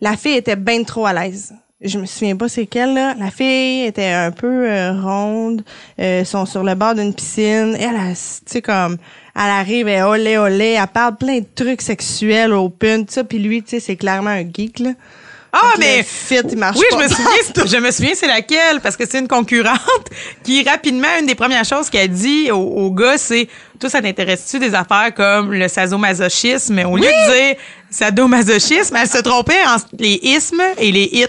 Speaker 3: La fille était bien trop à l'aise. Je me souviens pas c'est quelle, là. La fille était un peu euh, ronde, euh, sont sur le bord d'une piscine. Elle, elle, tu sais, comme, elle arrive, elle olé, olé, elle parle plein de trucs sexuels, open, tout ça, puis lui, tu sais, c'est clairement un geek, là.
Speaker 5: Ah,
Speaker 3: Fait que
Speaker 5: mais.
Speaker 3: le fit, il marche
Speaker 5: Oui,
Speaker 3: pas.
Speaker 5: je me souviens, c'est- je me souviens c'est laquelle, parce que c'est une concurrente qui, rapidement, une des premières choses qu'elle dit au, au gars, c'est Toi, ça t'intéresse-tu des affaires comme le sadomasochisme? Au lieu de dire sadomasochisme, elle se trompait en les ismes et les hits.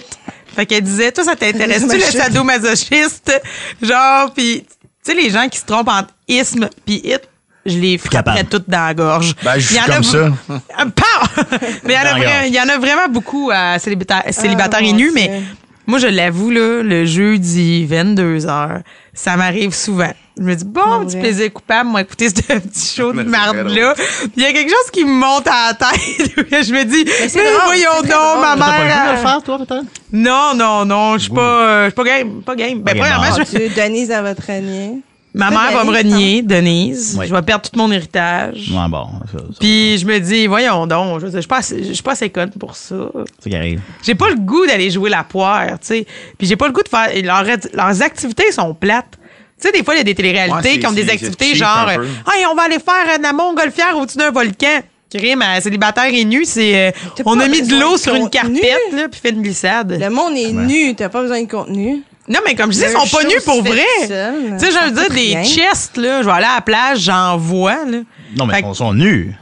Speaker 5: Fait qu'elle disait Toi, ça t'intéresse-tu le
Speaker 3: Sadomasochiste.
Speaker 5: sadomasochiste? Genre, pis tu sais, les gens qui se trompent entre isme pis hit, je les frapperais
Speaker 2: Capable.
Speaker 5: toutes dans la gorge.
Speaker 4: Ben, je
Speaker 5: Il y
Speaker 4: suis
Speaker 5: en a
Speaker 4: comme ça.
Speaker 5: Ah, pow! Mais il y en a
Speaker 2: Dans la
Speaker 5: vra-
Speaker 2: gorge.
Speaker 5: il y, en a vraiment beaucoup à célibataire, célibataire et
Speaker 3: Ah, mon
Speaker 5: nu,
Speaker 3: Dieu.
Speaker 5: mais moi, je l'avoue, là, le jeudi, 22h, ça m'arrive souvent. Je me dis, bon,
Speaker 3: Mon
Speaker 5: petit
Speaker 3: vrai.
Speaker 5: plaisir coupable, moi, écouter ce petit show de
Speaker 4: Mais c'est
Speaker 5: marde-là. Il y a quelque chose qui me monte à la tête. je me dis, mais
Speaker 3: c'est drôle,
Speaker 5: voyons
Speaker 3: c'est très
Speaker 5: donc, ma
Speaker 2: T'as
Speaker 3: drôle.
Speaker 2: pas le goût de
Speaker 3: euh,
Speaker 2: le
Speaker 5: mère.
Speaker 2: faire, toi, peut-être?
Speaker 5: elle- Non, non, non, je suis pas, euh, je suis pas game, pas game. Ben,
Speaker 2: Pas game,
Speaker 5: premièrement,
Speaker 2: non.
Speaker 5: je-
Speaker 3: Dieu, Denise à votre année.
Speaker 5: ma mère va me
Speaker 3: Denise,
Speaker 5: renier, Denise.
Speaker 2: Oui.
Speaker 5: Je vais perdre tout mon héritage.
Speaker 2: Ouais, bon. ça- ça-
Speaker 5: Puis je me dis, voyons donc, je veux dire, je suis pas assez- je suis pas assez conne pour ça.
Speaker 2: C'est qui arrive.
Speaker 5: J'ai pas le goût d'aller jouer la poire, tu sais. Puis j'ai pas le goût de faire. et Leurs, leurs activités sont plates. Tu sais, des fois, il y a des téléréalités
Speaker 4: Ouais,
Speaker 5: qui ont
Speaker 4: c'est-
Speaker 5: des
Speaker 4: c'est-
Speaker 5: activités
Speaker 4: c'est cheap
Speaker 5: genre.
Speaker 4: un peu.
Speaker 5: euh, Hey, on va aller faire un amont golfière au-dessus d'un volcan. Crime, euh, célibataire et nu, c'est. euh,
Speaker 3: T'as
Speaker 5: on
Speaker 3: pas
Speaker 5: a mis de
Speaker 3: besoin
Speaker 5: l'eau
Speaker 3: de
Speaker 5: sur une
Speaker 3: contenu.
Speaker 5: carpette, là, puis fait une glissade.
Speaker 3: Le monde est nu, t'as pas besoin de contenu.
Speaker 5: Non, mais comme je dis, ils
Speaker 3: Le
Speaker 5: sont pas
Speaker 3: show
Speaker 5: nus
Speaker 3: se
Speaker 5: pour
Speaker 3: fait
Speaker 5: vrai.
Speaker 3: tout
Speaker 5: Tu
Speaker 3: seul. Ça
Speaker 5: sais, je veux
Speaker 3: coûte
Speaker 5: dire, des
Speaker 3: rien.
Speaker 5: chests, là, je vais aller à la plage, j'en vois, là.
Speaker 2: Non, mais
Speaker 5: Fait
Speaker 2: ils
Speaker 5: que-
Speaker 2: sont- sont nus.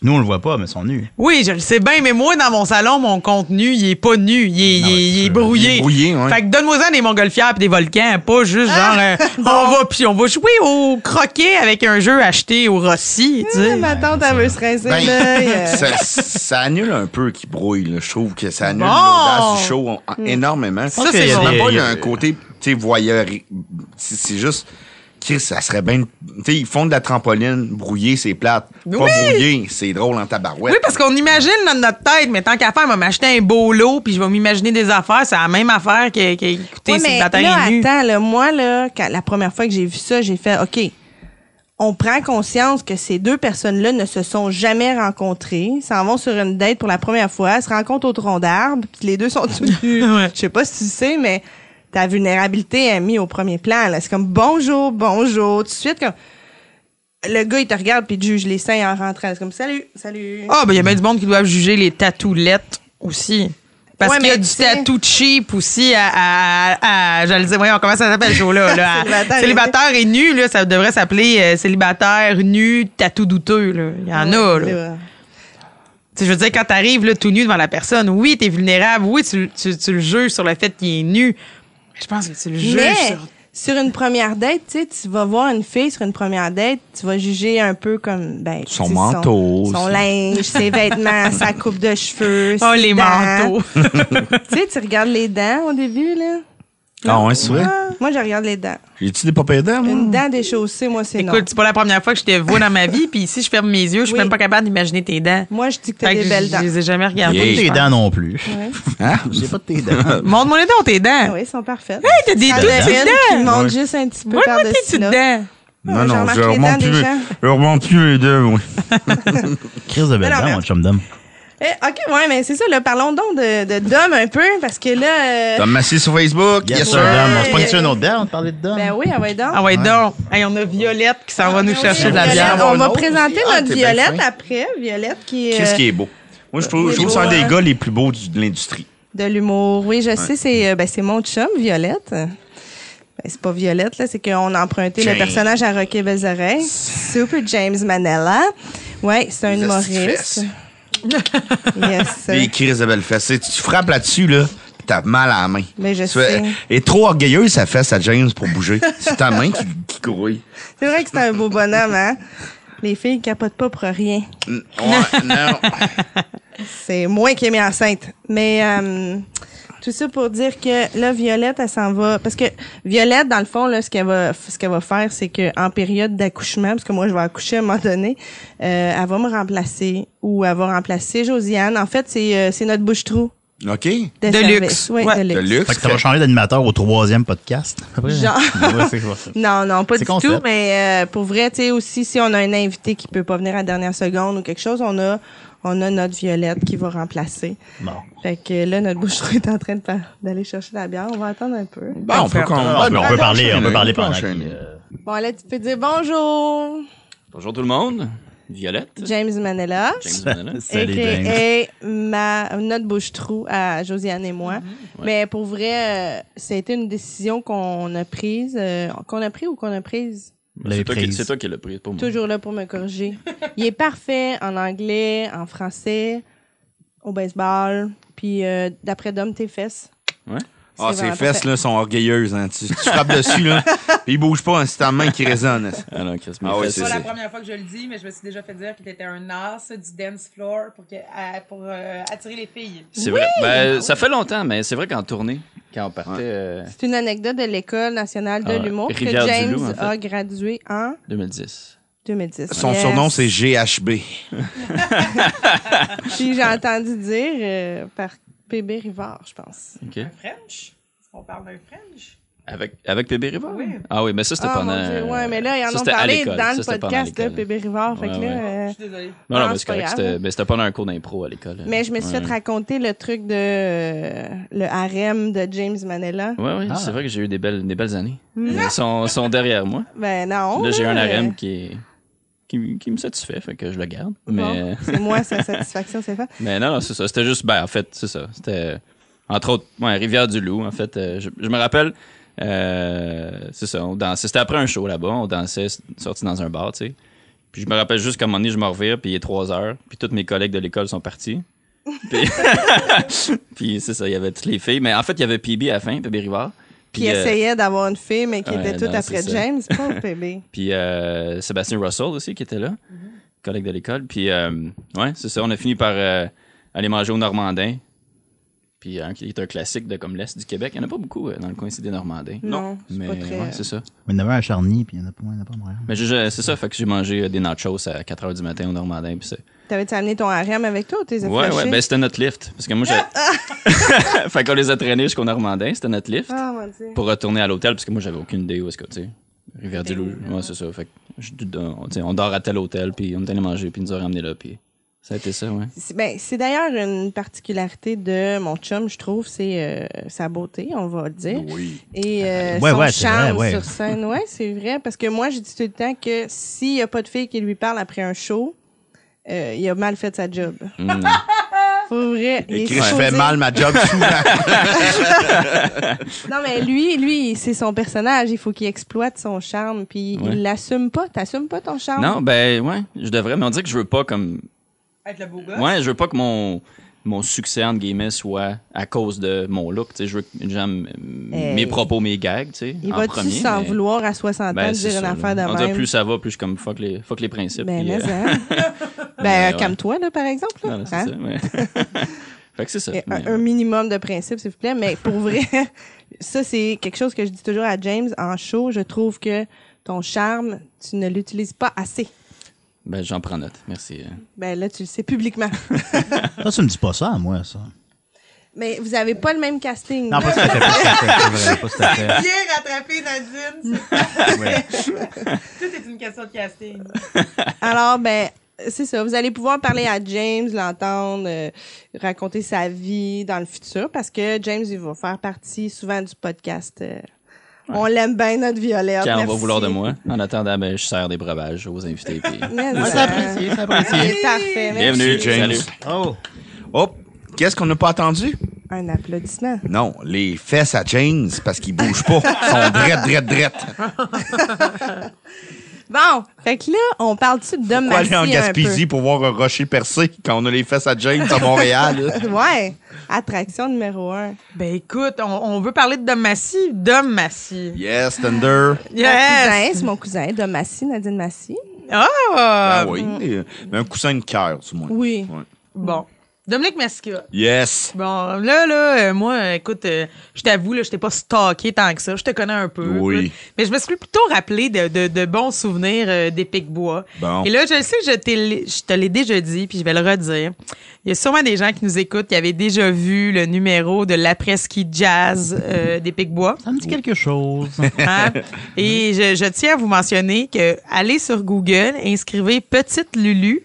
Speaker 2: Nous, on le voit pas, mais ils sont nus.
Speaker 5: Oui, je le sais bien, mais moi, dans mon salon, mon contenu, il est pas nu, il est,
Speaker 2: Non,
Speaker 5: il est- il est
Speaker 2: c'est-
Speaker 5: brouillé.
Speaker 4: il est brouillé, ouais.
Speaker 5: Fait que donne-moi-en des montgolfières pis des volcans, pas juste genre,
Speaker 3: Ah!
Speaker 5: euh, on va puis on va jouer au croquet avec un jeu acheté au Rossi, tu sais.
Speaker 3: Ah, ma tante, elle veut se rincer
Speaker 4: Ben,
Speaker 3: l'œil. euh.
Speaker 4: ça, ça annule un peu qui brouille, là. je trouve que ça annule
Speaker 5: Bon.
Speaker 4: l'audace du show en- en- énormément.
Speaker 5: Ça, c'est
Speaker 4: C'est
Speaker 5: bon.
Speaker 4: même pas
Speaker 2: Il y a-
Speaker 4: un côté, tu sais, voyeur. C'est c'est juste, Chris, ça serait bien. Tu sais, ils font de la trampoline, brouiller, c'est plate.
Speaker 5: Oui.
Speaker 4: Pas brouiller, c'est drôle en tabarouette.
Speaker 5: Oui, parce qu'on imagine dans notre tête, mais tant qu'à faire, m'a m'acheter un beau lot puis je vais m'imaginer des affaires, c'est la même affaire que, que écoutez,
Speaker 3: Ouais,
Speaker 5: c'est
Speaker 3: mais
Speaker 5: le
Speaker 3: là,
Speaker 5: bataille nu.
Speaker 3: attends, là, moi, là, quand- la première fois que j'ai vu ça, j'ai fait, OK, on prend conscience que ces deux personnes-là ne se sont jamais rencontrées, s'en vont sur une date pour la première fois, se rencontrent au tronc d'arbre, puis les deux sont tout nus.
Speaker 5: Ouais.
Speaker 3: Je sais pas si tu sais, mais ta vulnérabilité est mise au premier plan. là. C'est comme bonjour, bonjour, tout de suite comme le gars il te regarde puis il te juge les seins en rentrant. C'est comme salut, salut.
Speaker 5: Ah, ben, il y a bien du monde qui doivent juger les tatoulettes aussi. Parce
Speaker 3: Ouais,
Speaker 5: qu'il y a
Speaker 3: mais
Speaker 5: du
Speaker 3: tu sais-
Speaker 5: tatou cheap aussi à, à, à- je le dis, voyons, comment ça s'appelle, show là, là? à-
Speaker 3: Célibataire et
Speaker 5: célibataire et nu, là, ça devrait s'appeler euh, célibataire, nu, tatou douteux, là. Il y en a, Oh, là.
Speaker 3: C'est
Speaker 5: Tu
Speaker 3: vrai.
Speaker 5: sais, je veux dire, quand t'arrives, là, tout nu devant la personne, oui, t'es vulnérable, oui, tu, tu, tu le juges sur le fait qu'il est nu. Mais Je pense que tu le juges
Speaker 3: Mais
Speaker 5: sur
Speaker 3: sur une première date, tu sais, tu vas voir une fille sur une première date, tu vas juger un peu comme ben
Speaker 4: Son
Speaker 3: tu sais,
Speaker 4: manteau,
Speaker 3: son, son
Speaker 4: son-
Speaker 3: linge, ses vêtements, sa coupe de cheveux,
Speaker 5: Oh,
Speaker 3: ses
Speaker 5: les
Speaker 3: dents.
Speaker 5: manteaux.
Speaker 3: tu sais, tu regardes les dents au début là.
Speaker 4: Ah ouais, c'est vrai?
Speaker 3: Moi, je regarde les dents.
Speaker 4: J'ai-tu des papiers d'air, moi?
Speaker 3: Une dent déchaussée, moi, c'est non.
Speaker 5: Ah. Écoute, c'est pas la première fois que je te vois dans ma vie, puis si je ferme mes yeux, je suis
Speaker 3: Oui.
Speaker 5: même pas capable d'imaginer tes dents.
Speaker 3: Moi, je dis que t'as
Speaker 5: Fait que
Speaker 3: des
Speaker 5: je-
Speaker 3: belles dents.
Speaker 5: Je les ai jamais regardées.
Speaker 4: Yeah.
Speaker 2: Pas de tes
Speaker 5: je pense.
Speaker 2: dents non plus.
Speaker 3: Ouais.
Speaker 4: Hein?
Speaker 2: J'ai pas de tes dents.
Speaker 5: Montre-moi les dents, tes
Speaker 3: Ah
Speaker 5: dents.
Speaker 3: oui, elles sont parfaites.
Speaker 5: T'as des
Speaker 3: Ça
Speaker 5: tout
Speaker 3: devrait
Speaker 5: petites
Speaker 3: être
Speaker 5: dents.
Speaker 3: qu'ils montent juste un petit peu
Speaker 5: Moi, moi, tes
Speaker 3: par-dessus
Speaker 5: petites
Speaker 3: là.
Speaker 5: dents.
Speaker 3: Ouais,
Speaker 4: Non, non,
Speaker 3: je remarque les
Speaker 4: je
Speaker 3: dents
Speaker 4: remonte
Speaker 3: des
Speaker 4: plus.
Speaker 3: gens.
Speaker 4: Je remonte plus les deux, oui.
Speaker 2: Crise de belle
Speaker 3: Mais non,
Speaker 2: dent,
Speaker 3: mais-
Speaker 2: mon chum d'homme.
Speaker 3: Eh, OK, ouais, mais c'est ça, là, parlons donc de, de Dom un peu, parce que là... euh,
Speaker 4: T'as massé sur Facebook?
Speaker 2: Yes, sir, Euh,
Speaker 3: sir.
Speaker 2: dame. On se pointe sur une autre dent, on te parlait de dent.
Speaker 3: Ben oui, ah ouais, donc.
Speaker 5: Ah ouais, Ah, donc. Hey, on a Violette qui s'en va nous chercher de la
Speaker 3: Ah, Violette,
Speaker 5: bière.
Speaker 3: On va
Speaker 4: Bon,
Speaker 3: présenter
Speaker 4: ah,
Speaker 3: notre
Speaker 4: t'es bien
Speaker 3: Violette
Speaker 4: fin.
Speaker 3: après. Violette qui est
Speaker 4: Qu'est-ce
Speaker 3: euh,
Speaker 4: qui est beau? Moi, je trouve,
Speaker 3: Oui,
Speaker 4: je trouve
Speaker 3: beau,
Speaker 4: c'est un des
Speaker 3: hein.
Speaker 4: gars les plus beaux du- de l'industrie.
Speaker 3: euh, de l'humour. Oui, je sais, c'est euh, ben, c'est mon chum, Violette. Ben, c'est pas Violette, là, c'est qu'on a emprunté le
Speaker 4: James.
Speaker 3: personnage à Rocky Bezeray. Super James Manella. Oui, c'est un
Speaker 4: Les
Speaker 3: humoriste.
Speaker 4: astuces.
Speaker 3: yes.
Speaker 4: Les crises de belles fesses. Tu tu frappes là-dessus, là, pis t'as mal à la main.
Speaker 3: Mais je
Speaker 4: Tu
Speaker 3: sais.
Speaker 4: fais- Elle est trop orgueilleuse, sa fesse à James pour bouger. C'est ta main qui, qui grouille.
Speaker 3: C'est vrai que c'est un beau bonhomme, hein? Les filles capotent pas pour rien.
Speaker 4: N- Ouais, non.
Speaker 3: C'est moi qui ai mis enceinte. Mais euh, tout ça pour dire que là, Violette, elle s'en va. Parce que Violette, dans le fond, là, ce qu'elle va, ce qu'elle va faire, c'est qu'en période d'accouchement, parce que moi, je vais accoucher à un moment donné, euh, elle va me remplacer ou elle va remplacer Josiane. En fait, c'est euh, c'est notre bouche-trou.
Speaker 4: OK.
Speaker 3: De,
Speaker 5: De
Speaker 3: service.
Speaker 5: luxe.
Speaker 3: Oui,
Speaker 5: Ouais.
Speaker 3: de
Speaker 4: Le
Speaker 3: luxe.
Speaker 4: luxe.
Speaker 2: Fait que ça va changer d'animateur au troisième podcast. à peu près.
Speaker 3: Genre.
Speaker 2: Ouais, c'est quoi ça?
Speaker 3: Non, non, pas
Speaker 2: C'est
Speaker 3: du
Speaker 2: concept.
Speaker 3: tout, mais euh, pour vrai, tu sais, aussi, si on a un invité qui peut pas venir à la dernière seconde ou quelque chose, on a, on a notre Violette qui va remplacer.
Speaker 2: Bon.
Speaker 3: Fait que là, notre boucheron est en train de par- d'aller chercher la bière. On va attendre un peu.
Speaker 4: Bon, on peut,
Speaker 5: Parfait.
Speaker 4: qu'on-
Speaker 2: Ah, mais on peut
Speaker 4: enchaîner,
Speaker 2: parler, on peut parler pendant que,
Speaker 4: enchaîner.
Speaker 2: euh,
Speaker 3: Bon, là, tu peux dire bonjour,
Speaker 6: Bonjour tout le monde. Violette.
Speaker 3: James Manella.
Speaker 6: James Manella.
Speaker 2: Salut,
Speaker 3: AKA,
Speaker 2: James.
Speaker 3: ma, notre bouche-trou à Josiane et moi. Mais pour vrai, euh, ça a été une décision qu'on a prise, euh, qu'on a pris ou qu'on a prise
Speaker 2: L'avez
Speaker 6: C'est toi, qui-
Speaker 2: prise.
Speaker 6: c'est toi qui l'as pris, pas moi.
Speaker 3: toujours là pour me corriger. Il est parfait en anglais, en français, au baseball, puis euh, d'après Dom, tes fesses.
Speaker 6: Ouais.
Speaker 4: Ah,
Speaker 3: C'est
Speaker 4: ces
Speaker 3: vraiment
Speaker 4: fesses,
Speaker 3: parfait.
Speaker 4: là, sont orgueilleuses, hein. Tu, tu frappes dessus, là, pis ils bougent pas, hein, c'est ta main qui résonne.
Speaker 6: Ah non, Chris, mes
Speaker 4: Ah ouais,
Speaker 6: fesses,
Speaker 4: c'est ça.
Speaker 5: première fois que je le dis, mais je me suis déjà fait dire que t'étais un as du dance floor pour, euh, attirer les filles.
Speaker 6: C'est vrai. Ben, ça fait longtemps, mais c'est vrai qu'en tournée, quand on partait euh,
Speaker 3: C'est une anecdote de l'École nationale de
Speaker 6: Ah,
Speaker 3: l'humour que
Speaker 6: Rivière-du-Loup,
Speaker 3: James
Speaker 6: en fait.
Speaker 3: a gradué en
Speaker 6: 2010.
Speaker 3: 2010.
Speaker 4: Son
Speaker 3: Yes.
Speaker 4: surnom, c'est GHB.
Speaker 3: Puis j'ai entendu dire euh, par PB Rivard, je pense.
Speaker 6: OK.
Speaker 5: French? On parle d'un French?
Speaker 6: Avec, avec Bébé Rivard? Ah oui, mais ça, c'était
Speaker 3: Ah
Speaker 6: pendant.
Speaker 3: mon Dieu, ouais, mais là, ils
Speaker 6: ça,
Speaker 3: en ont
Speaker 6: c'était à
Speaker 3: parlé
Speaker 6: l'école.
Speaker 3: dans
Speaker 6: Ça,
Speaker 3: le
Speaker 6: c'était pendant
Speaker 3: podcast de
Speaker 6: l'école.
Speaker 3: PB Rivard. fait que
Speaker 6: Ouais,
Speaker 3: là, euh,
Speaker 5: désolée.
Speaker 3: Non,
Speaker 6: Non, non, mais
Speaker 3: c'est
Speaker 6: c'est
Speaker 3: pas
Speaker 6: correct.
Speaker 3: grave.
Speaker 6: C'était ben, c'était pendant un cours d'impro à l'école.
Speaker 3: mais je me suis
Speaker 6: Ouais.
Speaker 3: fait raconter le truc de euh, le harem de James Manella.
Speaker 6: Ouais, ouais, c'est vrai que j'ai eu des belles, des belles années.
Speaker 3: Mm.
Speaker 6: Ils sont, sont derrière moi.
Speaker 3: Ben non.
Speaker 6: là, j'ai un
Speaker 3: là.
Speaker 6: harem qui, est- qui, qui me satisfait, fait que je le garde.
Speaker 3: Bon,
Speaker 6: Mais,
Speaker 3: C'est moi, sa satisfaction, c'est fait.
Speaker 6: mais non, non, c'est ça. C'était juste, ben, en fait, c'est ça. C'était, entre autres, ouais, Rivière-du-Loup, en fait. euh, je, je me rappelle, euh, c'est ça, on dansait. C'était après un show là-bas, on dansait, sorti dans un bar, tu sais. Puis je me rappelle juste qu'à un moment donné, je me revire, puis il est 3 heures, puis tous mes collègues de l'école sont partis. Puis, puis c'est ça, il y avait toutes les filles. Mais en fait, il y avait PB à la fin, PB Rivard.
Speaker 3: Puis
Speaker 6: Puis, euh,
Speaker 3: essayait d'avoir une fille, mais qui
Speaker 6: ouais,
Speaker 3: était tout
Speaker 6: non,
Speaker 3: après
Speaker 6: c'est ça.
Speaker 3: James, pas PB.
Speaker 6: puis euh, Sébastien Russell aussi qui était là,
Speaker 3: Mm-hmm.
Speaker 6: collègue de l'école. Puis euh, ouais, c'est ça, on a fini par euh, aller manger au Normandin. Puis hein, qui est un classique de comme l'Est du Québec. Il n'y en a pas beaucoup euh, dans le coin ici des Normandins.
Speaker 3: Non, c'est
Speaker 6: Mais
Speaker 3: pas très- euh,
Speaker 6: ouais, c'est ça.
Speaker 2: Il y en avait un à Charny, puis il y en a pas, il y en a pas à Montréal.
Speaker 6: Mais je- je- c'est ça, fait que j'ai mangé euh, des nachos à 4 h du matin au Normandin. Puis c'est-
Speaker 3: T'avais-tu amené ton harem avec toi ou t'es
Speaker 6: ouais,
Speaker 3: flashé?
Speaker 6: ouais, ben c'était notre lift. Parce que moi, j'ai. fait qu'on les a traînés jusqu'au Normandin, c'était notre lift.
Speaker 3: Ah, mon Dieu.
Speaker 6: Pour retourner à l'hôtel, parce que moi, j'avais aucune idée où est-ce que, tu sais.
Speaker 3: Ben
Speaker 6: Rivière-du-Loup, ouais, c'est ça. Fait que je- on, tu sais, on dort à tel hôtel, puis on est allé manger, puis ils nous ont ramenés là, puis ça a été ça, ouais.
Speaker 3: C'est- Ben, c'est d'ailleurs une particularité de mon chum, je trouve, c'est euh, sa beauté, on va le dire.
Speaker 4: Oui.
Speaker 3: Et
Speaker 2: Ouais,
Speaker 3: euh, son
Speaker 2: ouais, c'est vrai,
Speaker 3: charme
Speaker 2: ouais.
Speaker 3: sur scène. Ouais, c'est vrai. Parce que moi, je dis tout le temps que s'il n'y a pas de fille qui lui parle après un show, euh, il a mal fait sa job.
Speaker 6: Mm.
Speaker 3: Pour vrai. il est
Speaker 4: Hmm. Et Chris, je
Speaker 3: supposé-
Speaker 4: fais mal ma job souvent.
Speaker 3: Non, mais lui, lui, c'est son personnage. Il faut qu'il exploite son charme. Puis
Speaker 6: Ouais.
Speaker 3: il l'assume pas. T'assumes pas ton charme?
Speaker 6: Non, ben, ouais, je devrais, mais on dirait que je veux pas comme.
Speaker 5: Être le beau gars?
Speaker 6: Ouais, je veux pas que mon. mon succès, entre guillemets, soit à cause de mon look. Tu sais, je veux que les gens m- m-
Speaker 3: Hey.
Speaker 6: mes propos, mes gags, tu sais,
Speaker 3: Il
Speaker 6: en
Speaker 3: va-tu
Speaker 6: premier.
Speaker 3: s'en
Speaker 6: mais-
Speaker 3: vouloir à 60 ans
Speaker 6: Ben,
Speaker 3: de
Speaker 6: c'est
Speaker 3: dire une
Speaker 6: ça,
Speaker 3: affaire de
Speaker 6: là. On dirait
Speaker 3: même?
Speaker 6: plus ça va, plus je suis comme fuck les, fuck les principes.
Speaker 3: ben,
Speaker 6: puis, euh,
Speaker 3: mais hein.
Speaker 6: mais
Speaker 3: ben,
Speaker 6: ouais.
Speaker 3: calme-toi, là, par exemple. là.
Speaker 6: non, non, c'est
Speaker 3: Hein?
Speaker 6: ça, mais- fait que c'est ça.
Speaker 3: Et
Speaker 6: mais,
Speaker 3: un, un minimum de principe, s'il vous plaît. Mais pour vrai, ça, c'est quelque chose que je dis toujours à James en show. Je trouve que ton charme, tu ne l'utilises pas assez.
Speaker 6: ben, j'en prends note. Merci. euh.
Speaker 3: Ben là, tu le sais publiquement.
Speaker 2: Ça, tu me dis pas ça, à moi, ça.
Speaker 3: Mais vous avez pas le même casting.
Speaker 2: Non, pas tout à fait. Pas tout à fait, c'est vrai, pas tout à fait.
Speaker 5: Bien rattrapé, Nadine.
Speaker 2: Ouais.
Speaker 5: Tout est une question de casting.
Speaker 3: Alors, ben, c'est ça. Vous allez pouvoir parler à James, l'entendre, euh, raconter sa vie dans le futur, parce que James, il va faire partie souvent du podcast. euh, On l'aime bien, notre
Speaker 4: Ah,
Speaker 3: Violette.
Speaker 6: Car on va
Speaker 3: Merci.
Speaker 6: vouloir de moi. En attendant, ben, je sers des breuvages aux invités. puis-
Speaker 3: Mais,
Speaker 2: Ah,
Speaker 3: euh,
Speaker 2: C'est apprécié, c'est apprécié.
Speaker 3: Parfait. merci.
Speaker 6: Bienvenue,
Speaker 4: James.
Speaker 6: Salut.
Speaker 2: Oh!
Speaker 4: Hop! Qu'est-ce qu'on n'a pas attendu?
Speaker 3: Un applaudissement.
Speaker 4: Non, les fesses à James, parce qu'ils bougent pas. Ils sont drettes, drettes, drettes.
Speaker 3: Bon, fait que là, on parle-tu de
Speaker 4: Pourquoi
Speaker 3: Massy
Speaker 4: aller en
Speaker 3: un
Speaker 4: Gaspésie
Speaker 3: peu?
Speaker 4: pour voir un rocher percé quand on a les fesses à James à Montréal? là?
Speaker 3: Ouais, attraction numéro un.
Speaker 5: Ben écoute, on, on veut parler de Dom Massy. Dom Massy.
Speaker 4: yes, Thunder.
Speaker 3: Mon cousin,
Speaker 5: Yes!
Speaker 3: c'est mon cousin, de Massy, Nadine Massy.
Speaker 5: Ah!
Speaker 4: Ah oui, euh, mais un coussin de cœur, du moins.
Speaker 3: Oui.
Speaker 4: Ouais.
Speaker 5: Bon. Dominique Masca.
Speaker 4: Yes.
Speaker 5: Bon, là, là, euh, moi, euh, écoute, euh, je t'avoue, là, je t'ai pas stalké tant que ça. Je te connais un peu.
Speaker 4: Oui.
Speaker 5: écoute. Mais je me suis plutôt rappelé de, de- de bons souvenirs euh, des Pic-Bois.
Speaker 4: Bon.
Speaker 5: Et là, je sais que je, t'ai l'ai- je te l'ai déjà dit, puis je vais le redire. Il y a sûrement des gens qui nous écoutent qui avaient déjà vu le numéro de l'après-ski jazz euh, des Pic-Bois.
Speaker 2: Ça me dit quelque chose.
Speaker 5: Hein? Et je, je tiens à vous mentionner que allez sur Google, inscrivez Petite Lulu,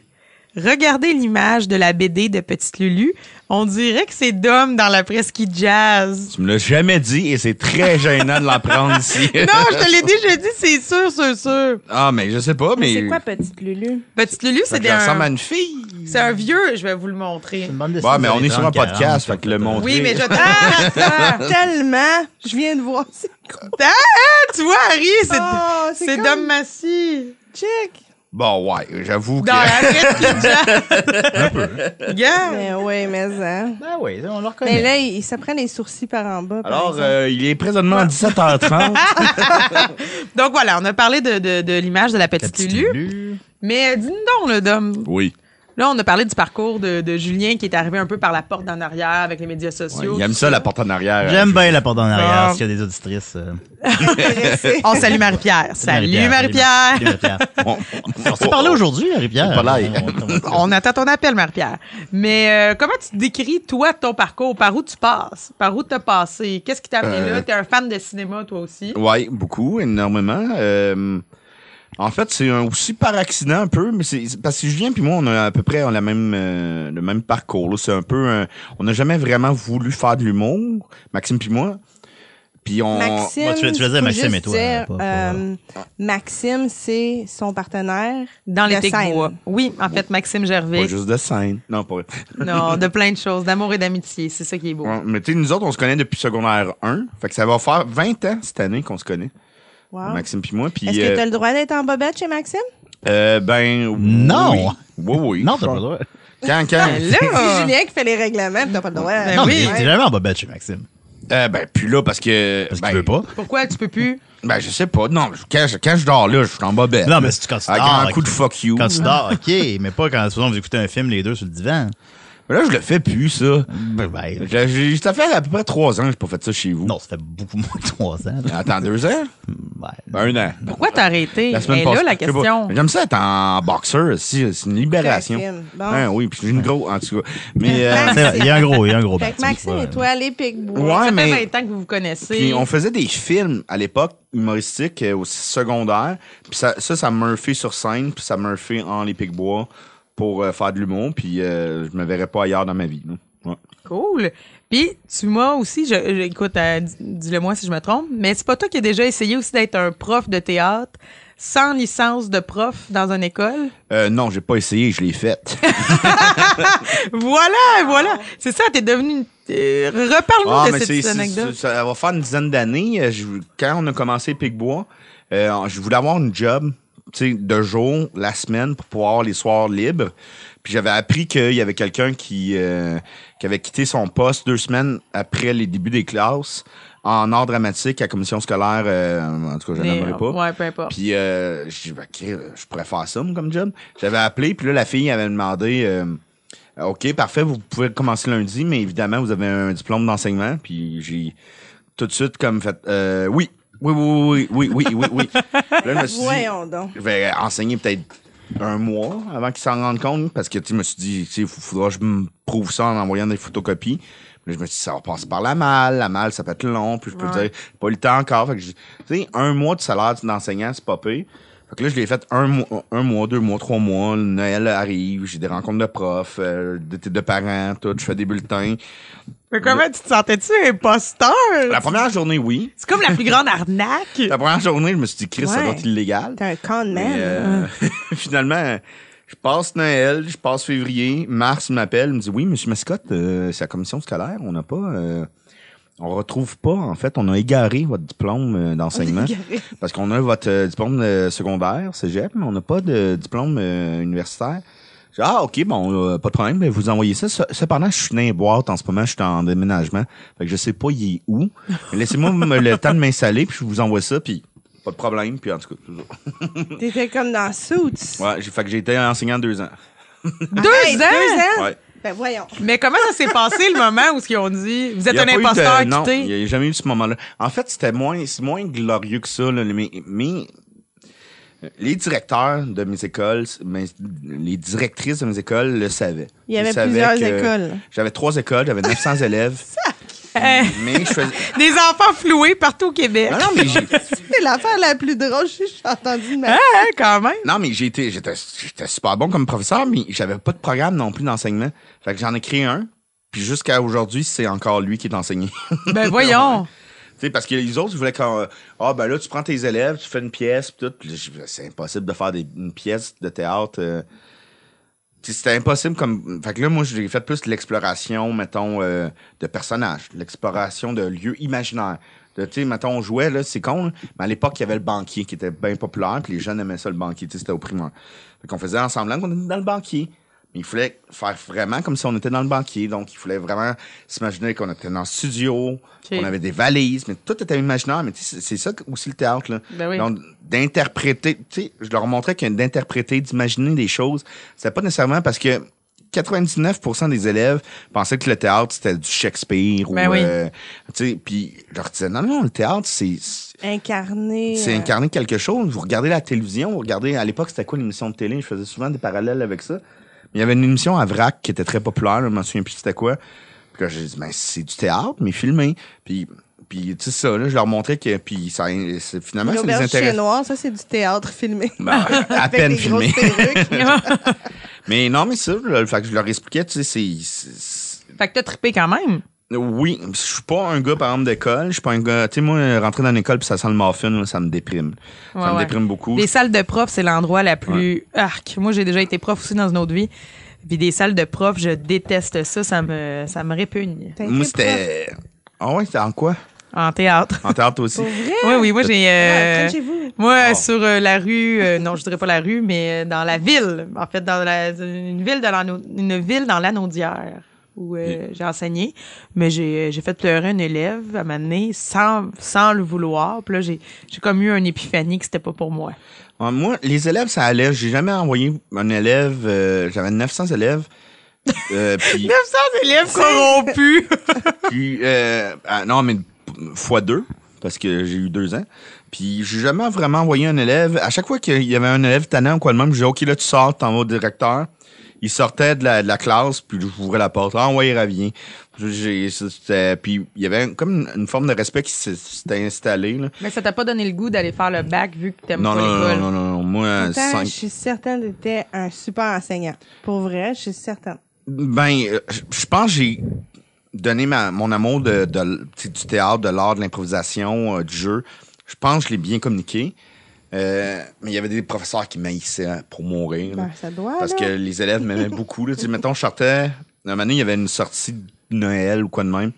Speaker 5: regardez l'image de la BD de Petite Lulu. On dirait que c'est Dom dans la presqu'île jazz.
Speaker 4: Tu me l'as jamais dit et c'est très gênant de l'en prendre ici.
Speaker 5: Non, je te l'ai déjà dit, c'est sûr, sûr, sûr.
Speaker 4: Ah, mais je sais pas, mais.
Speaker 3: Mais c'est quoi, petite Lulu?
Speaker 5: Petite Lulu,
Speaker 4: Fait
Speaker 5: c'est
Speaker 4: que
Speaker 5: des-
Speaker 4: ça ressemble à
Speaker 5: un,
Speaker 4: une fille.
Speaker 5: c'est un vieux, je vais vous le montrer.
Speaker 4: Bon, mais on est sur un podcast, fait que le monde.
Speaker 5: Oui, mais je... Ah,
Speaker 3: Ah, tellement! Je viens de voir. C'est quoi?
Speaker 5: ah, tu vois, Harry, c'est
Speaker 3: Oh,
Speaker 5: c'est
Speaker 3: comme-
Speaker 5: Dom Massy.
Speaker 3: Check!
Speaker 4: Bon, ouais, j'avoue que.
Speaker 5: Dans la presqu'île jazz. Regarde.
Speaker 3: Mais Eh oui, mais hein.
Speaker 2: Ah oui, on le
Speaker 3: Mais
Speaker 2: reconnaît.
Speaker 3: là, il, il se prend les sourcils par en bas. par
Speaker 4: Alors,
Speaker 3: exemple.
Speaker 4: euh, il est présentement 17h30.
Speaker 5: Donc voilà, on a parlé de, de, de l'image de la petite, Lulu. Mais euh, dis-nous donc, le Dom.
Speaker 4: oui.
Speaker 5: Là, on a parlé du parcours de, de Julien qui est arrivé un peu par la porte d'en arrière avec les médias sociaux.
Speaker 4: il aime ça, la porte en arrière. euh,
Speaker 2: J'aime bien la porte en
Speaker 5: Bon.
Speaker 2: arrière, s'il y a des auditrices. euh,
Speaker 5: On salue Marie-Pierre. Salut Marie-Pierre.
Speaker 2: Marie-Pierre.
Speaker 4: On,
Speaker 2: On s'est parlé aujourd'hui, Marie-Pierre.
Speaker 4: C'est pas l'air.
Speaker 2: On- on-
Speaker 5: On attend ton appel, Marie-Pierre. Mais euh, comment tu décris, toi, ton parcours? Par où tu passes? Par où t'as passé? Qu'est-ce qui t'a amené
Speaker 4: Euh,
Speaker 5: là? T'es un fan de cinéma, toi aussi.
Speaker 4: Oui, beaucoup, énormément. Euh, en fait, c'est un- aussi par accident un peu, mais c'est c'est parce que Julien puis moi, on a à peu près on a la même euh, le même parcours. là. C'est un peu, un- on n'a jamais vraiment voulu faire de l'humour, Maxime puis moi. Puis on,
Speaker 3: Maxime,
Speaker 2: Moi, tu veux- tu veux dire
Speaker 3: faut
Speaker 2: Maxime
Speaker 3: juste
Speaker 2: et toi,
Speaker 3: dire,
Speaker 2: hein, pas- pas-
Speaker 3: euh, Maxime, c'est son partenaire
Speaker 5: Dans les
Speaker 3: de scène.
Speaker 5: Pic-Bois. Oui, en fait, Maxime Gervais.
Speaker 4: pas juste de scène. Non, pas vrai.
Speaker 5: Non, de plein de choses, d'amour et d'amitié. C'est ça qui est beau.
Speaker 4: Ouais, mais tu sais, nous autres, on se connaît depuis secondaire 1. Fait que ça va faire 20 ans cette année qu'on se connaît,
Speaker 3: Wow.
Speaker 4: Maxime puis moi. Puis
Speaker 3: Est-ce que
Speaker 4: euh,
Speaker 3: tu as le droit d'être en bobette chez Maxime?
Speaker 4: euh, ben
Speaker 2: Non.
Speaker 4: oui. oui, oui.
Speaker 2: Non, t'as pas le droit.
Speaker 4: Quand, quand.
Speaker 5: Ben là,
Speaker 3: C'est Julien qui fait les règlements, tu n'as pas le droit.
Speaker 5: Ben
Speaker 2: Non, mais
Speaker 5: oui.
Speaker 2: t'es jamais en bobette chez Maxime.
Speaker 4: Euh, ben puis là parce que
Speaker 2: Parce
Speaker 4: ben,
Speaker 2: qu'il veut pas.
Speaker 5: pourquoi tu peux plus?
Speaker 4: Ben, je sais pas. Non, je- quand, je- quand je dors là, je suis en bobette.
Speaker 2: Non, mais c'est quand tu
Speaker 4: Avec
Speaker 2: dors,
Speaker 4: un coup de
Speaker 2: ok.
Speaker 4: fuck you.
Speaker 2: Quand tu dors, OK, mais pas quand souvent vous écoutez un film les deux sur le divan.
Speaker 4: Mais là, je le fais plus, ça.
Speaker 2: Ben, ben,
Speaker 4: Je- je- ça fait à peu près trois ans que j'ai pas fait ça chez vous.
Speaker 2: non, ça fait beaucoup moins de trois ans. là.
Speaker 4: Attends, deux ans?
Speaker 2: Ben,
Speaker 4: Un an.
Speaker 5: Pourquoi t'as arrêté?
Speaker 4: La semaine
Speaker 5: Et
Speaker 4: passée.
Speaker 5: là, la
Speaker 4: Je sais pas.
Speaker 5: question.
Speaker 4: J'aime ça être en boxeur, si, c'est une libération.
Speaker 3: Très fine. Bon.
Speaker 4: Hein, oui, puis j'ai une grosse, en tout cas. Mais, euh,
Speaker 3: Max-
Speaker 2: c'est vrai, Il y a un gros, il y a un gros
Speaker 3: Fait
Speaker 2: bâtiment,
Speaker 3: que Maxime
Speaker 2: ouais.
Speaker 3: et toi, les Pic-Bois.
Speaker 4: Ouais,
Speaker 5: ça
Speaker 4: mais-
Speaker 5: fait 20 ans que vous vous connaissez.
Speaker 4: puis on faisait des films à l'époque humoristiques euh, aussi secondaires. Puis ça, ça, ça murphait sur scène, puis ça murphait en les bois pour euh, faire de l'humour. Puis euh, je me verrais pas ailleurs dans ma vie. là. Ouais.
Speaker 5: Cool. Puis tu m'as aussi, je, je- écoute, euh, dis- dis-le moi si je me trompe, mais c'est pas toi qui as déjà essayé aussi d'être un prof de théâtre sans licence de prof dans une école?
Speaker 4: Euh, non, j'ai pas essayé, je l'ai fait.
Speaker 5: Voilà, voilà. C'est ça, t'es devenu... une- euh, Reparle-nous
Speaker 4: Ah,
Speaker 5: de
Speaker 4: mais
Speaker 5: cette
Speaker 4: c'est,
Speaker 5: petite
Speaker 4: c'est-
Speaker 5: anecdote.
Speaker 4: c'est- ça va faire une dizaine d'années. euh, je- Quand on a commencé Picbois, euh, je voulais avoir une job tu sais, de jour, la semaine, pour pouvoir avoir les soirs libres. Puis j'avais appris qu'il y avait quelqu'un qui, euh, qui avait quitté son poste deux semaines après les débuts des classes en art dramatique à commission scolaire. euh, en tout cas, je
Speaker 5: Mais,
Speaker 4: n'aimerais pas.
Speaker 5: Ouais, peu importe.
Speaker 4: Puis euh, j'ai dit, Ben, ok, euh, je pourrais faire ça, moi, comme job. J'avais appelé, puis là, la fille avait demandé, euh, OK, parfait, vous pouvez commencer lundi, mais évidemment, vous avez un diplôme d'enseignement. Puis j'ai tout de suite comme fait, euh, oui, oui, oui, oui, oui, oui, oui, oui. Puis là, je me suis dit,
Speaker 3: Voyons donc.
Speaker 4: je vais enseigner peut-être un mois avant qu'ils s'en rendent compte, parce que, tu sais, je me suis dit, tu sais, il faudra que je me prouve ça en envoyant des photocopies. Puis là, je me suis dit, ça va passer par la malle, la malle, ça peut être long, puis je peux dire, j'ai pas eu le temps encore. Fait que, j'ai- tu sais, un mois de salaire d'enseignant, c'est pas pire. Fait que là, je l'ai fait un mois, un mois, deux mois, trois mois. Le Noël arrive, j'ai des rencontres de profs, euh, de, de parents, tout. Je fais des bulletins.
Speaker 5: Mais comment tu te sentais-tu imposteur?
Speaker 4: La première journée, oui.
Speaker 5: C'est comme la plus grande arnaque.
Speaker 4: La première journée, je me suis dit, Chris, ça
Speaker 3: Ouais.
Speaker 4: doit être illégal.
Speaker 3: T'es un con man.
Speaker 4: Mais, euh, finalement, je passe Noël, je passe février, mars il m'appelle, il me dit oui, monsieur Mascotte, euh, c'est la commission scolaire, on n'a pas, euh, on retrouve pas en fait, on a égaré votre diplôme euh, d'enseignement parce qu'on a votre euh, diplôme de secondaire, cégep, mais on n'a pas de diplôme euh, universitaire. Je dis, Ah, OK, bon, euh, pas de problème, ben, vous envoyez ça. Ce- Cependant, je suis dans les boîtes en ce moment, je suis en déménagement. Fait que je sais pas il est où. Mais Laissez-moi me- le temps de m'installer, puis je vous envoie ça, puis pas de problème, puis en tout cas.
Speaker 3: T'étais comme dans Suits.
Speaker 4: Ouais, j'ai fait que j'ai été enseignant deux ans.
Speaker 5: Deux
Speaker 3: Hey,
Speaker 5: ans?
Speaker 3: Deux ans?
Speaker 4: Ouais.
Speaker 3: Ben voyons.
Speaker 5: Mais comment ça s'est passé le moment où ils ont dit Vous êtes
Speaker 4: Il y a
Speaker 5: un
Speaker 4: pas eu de- euh,
Speaker 5: imposteur
Speaker 4: Non, il
Speaker 5: quitté?
Speaker 4: n'y a jamais eu ce moment-là. En fait, c'était moins, c'est moins glorieux que ça. là, mais, mais les directeurs de mes écoles, mes- les directrices de mes écoles le savaient.
Speaker 3: Il y
Speaker 4: Ils
Speaker 3: avait
Speaker 4: savaient
Speaker 3: plusieurs
Speaker 4: que
Speaker 3: écoles.
Speaker 4: J'avais trois écoles, j'avais 900 élèves. mais je faisais...
Speaker 5: Des enfants floués partout au Québec.
Speaker 4: Non, non, mais j'ai...
Speaker 3: C'est l'affaire la plus drôle que j'ai entendue de ma
Speaker 5: Hein, hein, quand même.
Speaker 4: Non, mais j'ai été, j'étais, j'étais super bon comme professeur, mais j'avais pas de programme non plus d'enseignement. Fait que j'en ai créé un, puis jusqu'à aujourd'hui, c'est encore lui qui est enseigné.
Speaker 5: Ben voyons.
Speaker 4: Tu sais, parce que les autres, ils voulaient quand. Ah, ben là, tu prends tes élèves, tu fais une pièce, pis tout. Puis là, j'ai dit, C'est impossible de faire des- une pièce de théâtre. euh. Tu sais, C'était impossible comme. Fait que là, moi, j'ai fait plus l'exploration, mettons, euh, de personnages, l'exploration de lieux imaginaires. De, Tu sais, mettons, on jouait, là, c'est con, là, mais à l'époque, il y avait le banquier qui était bien populaire, puis les jeunes aimaient ça, le banquier, tu sais, c'était au primaire. Fait qu'on faisait ensemble qu'on était dans le banquier. Mais il fallait faire vraiment comme si on était dans le banquier. Donc, il fallait vraiment s'imaginer qu'on était dans le studio, qu'on avait des valises, mais tout était imaginaire. Mais tu sais, c'est c'est ça que- aussi le théâtre. Là.
Speaker 5: Ben oui.
Speaker 4: Donc, d'interpréter, tu sais, je leur montrais que d'interpréter, d'imaginer des choses, c'est pas nécessairement parce que 99% des élèves pensaient que le théâtre, c'était du Shakespeare
Speaker 5: Ben
Speaker 4: ou...
Speaker 5: oui.
Speaker 4: euh, tu sais, puis je leur disais, non, non, le théâtre, c'est...
Speaker 3: Incarné.
Speaker 4: C'est
Speaker 3: euh,
Speaker 4: incarner quelque chose. Vous regardez la télévision, vous regardez, à l'époque, c'était quoi l'émission de télé? Je faisais souvent des parallèles avec ça. Mais il y avait une émission à VRAC qui était très populaire, je m'en souviens plus c'était quoi. Puis là, j'ai dit, ben, c'est du théâtre, mais filmé. Puis, puis tu sais, ça, là, je leur montrais que, puis ça, c'est- finalement, ça les
Speaker 3: L'auberge chez
Speaker 4: intéresse.
Speaker 3: Noir, ça, c'est du théâtre filmé.
Speaker 4: Ben, à
Speaker 3: Avec
Speaker 4: peine
Speaker 3: des grosses
Speaker 4: filmé.
Speaker 3: perruques.
Speaker 4: mais non, mais ça, là, fait que je leur expliquais, tu sais, c'est- c'est,
Speaker 5: Fait que t'as trippé quand même.
Speaker 4: Oui, je suis pas un gars, par exemple, d'école. Je suis pas un gars. Tu sais, moi, rentrer dans l'école puis ça sent le morphine, là, ça me déprime.
Speaker 5: Ouais,
Speaker 4: ça me
Speaker 5: ouais.
Speaker 4: déprime beaucoup.
Speaker 5: Les salles de prof, c'est l'endroit la plus arc. Moi, j'ai déjà été prof aussi dans une autre vie. Puis des salles de prof, je déteste ça, ça me ça me répugne.
Speaker 3: T'as été
Speaker 4: Moi,
Speaker 3: prof.
Speaker 4: c'était. Ah ouais, c'était en quoi?
Speaker 5: En théâtre.
Speaker 4: En théâtre aussi.
Speaker 5: Oui, oui, moi j'ai euh,
Speaker 3: Ouais, vous
Speaker 5: Moi,
Speaker 4: Oh.
Speaker 5: sur euh, la rue, euh, non, je dirais pas la rue, mais euh, dans la ville. En fait, dans la, une ville de l'Anneau- une ville dans l'Anaudière où euh, j'ai enseigné. Mais j'ai, euh, j'ai fait pleurer un élève à m'amener sans, sans le vouloir. Puis là, j'ai, j'ai comme eu une épiphanie que c'était pas pour moi.
Speaker 4: Ah, Moi, les élèves, ça allait. J'ai jamais envoyé un élève. euh, J'avais 900 élèves. Euh, puis,
Speaker 5: 900 élèves corrompus!
Speaker 4: puis, euh, ah, non, mais fois deux, parce que j'ai eu deux ans. Puis, j'ai jamais vraiment envoyé un élève. À chaque fois qu'il y avait un élève tannant ou quoi de même, je disais, OK, là, tu sors, t'en vas au directeur. Il sortait de la, de la classe, puis j'ouvrais la porte. Ah, ouais, il revient. J'ai- c'était- Puis, il y avait comme une forme de respect qui s'est- s'était installée. là.
Speaker 5: mais ça t'a pas donné le goût d'aller faire le bac vu que t'aimes
Speaker 4: Non,
Speaker 5: pas
Speaker 4: non, non,
Speaker 5: l'école.
Speaker 4: non, non, non, non. Moi,
Speaker 3: Pourtant,
Speaker 4: cinq-
Speaker 3: je suis certaine que t'étais un super enseignant. Pour vrai, je suis certaine.
Speaker 4: Ben, euh, je je pense que j'ai donné ma, mon amour de, de l- tu sais, du théâtre, de l'art, de l'improvisation, euh, du jeu. Je pense que je l'ai bien communiqué. Euh, mais il y avait des professeurs qui m'haïssaient pour mourir. là.
Speaker 3: Ben, ça doit,
Speaker 4: parce
Speaker 3: là.
Speaker 4: que les élèves m'aimaient beaucoup. Là. Tu sais, mettons, je sortais. Un moment donné, il y avait une sortie de Noël ou quoi de même.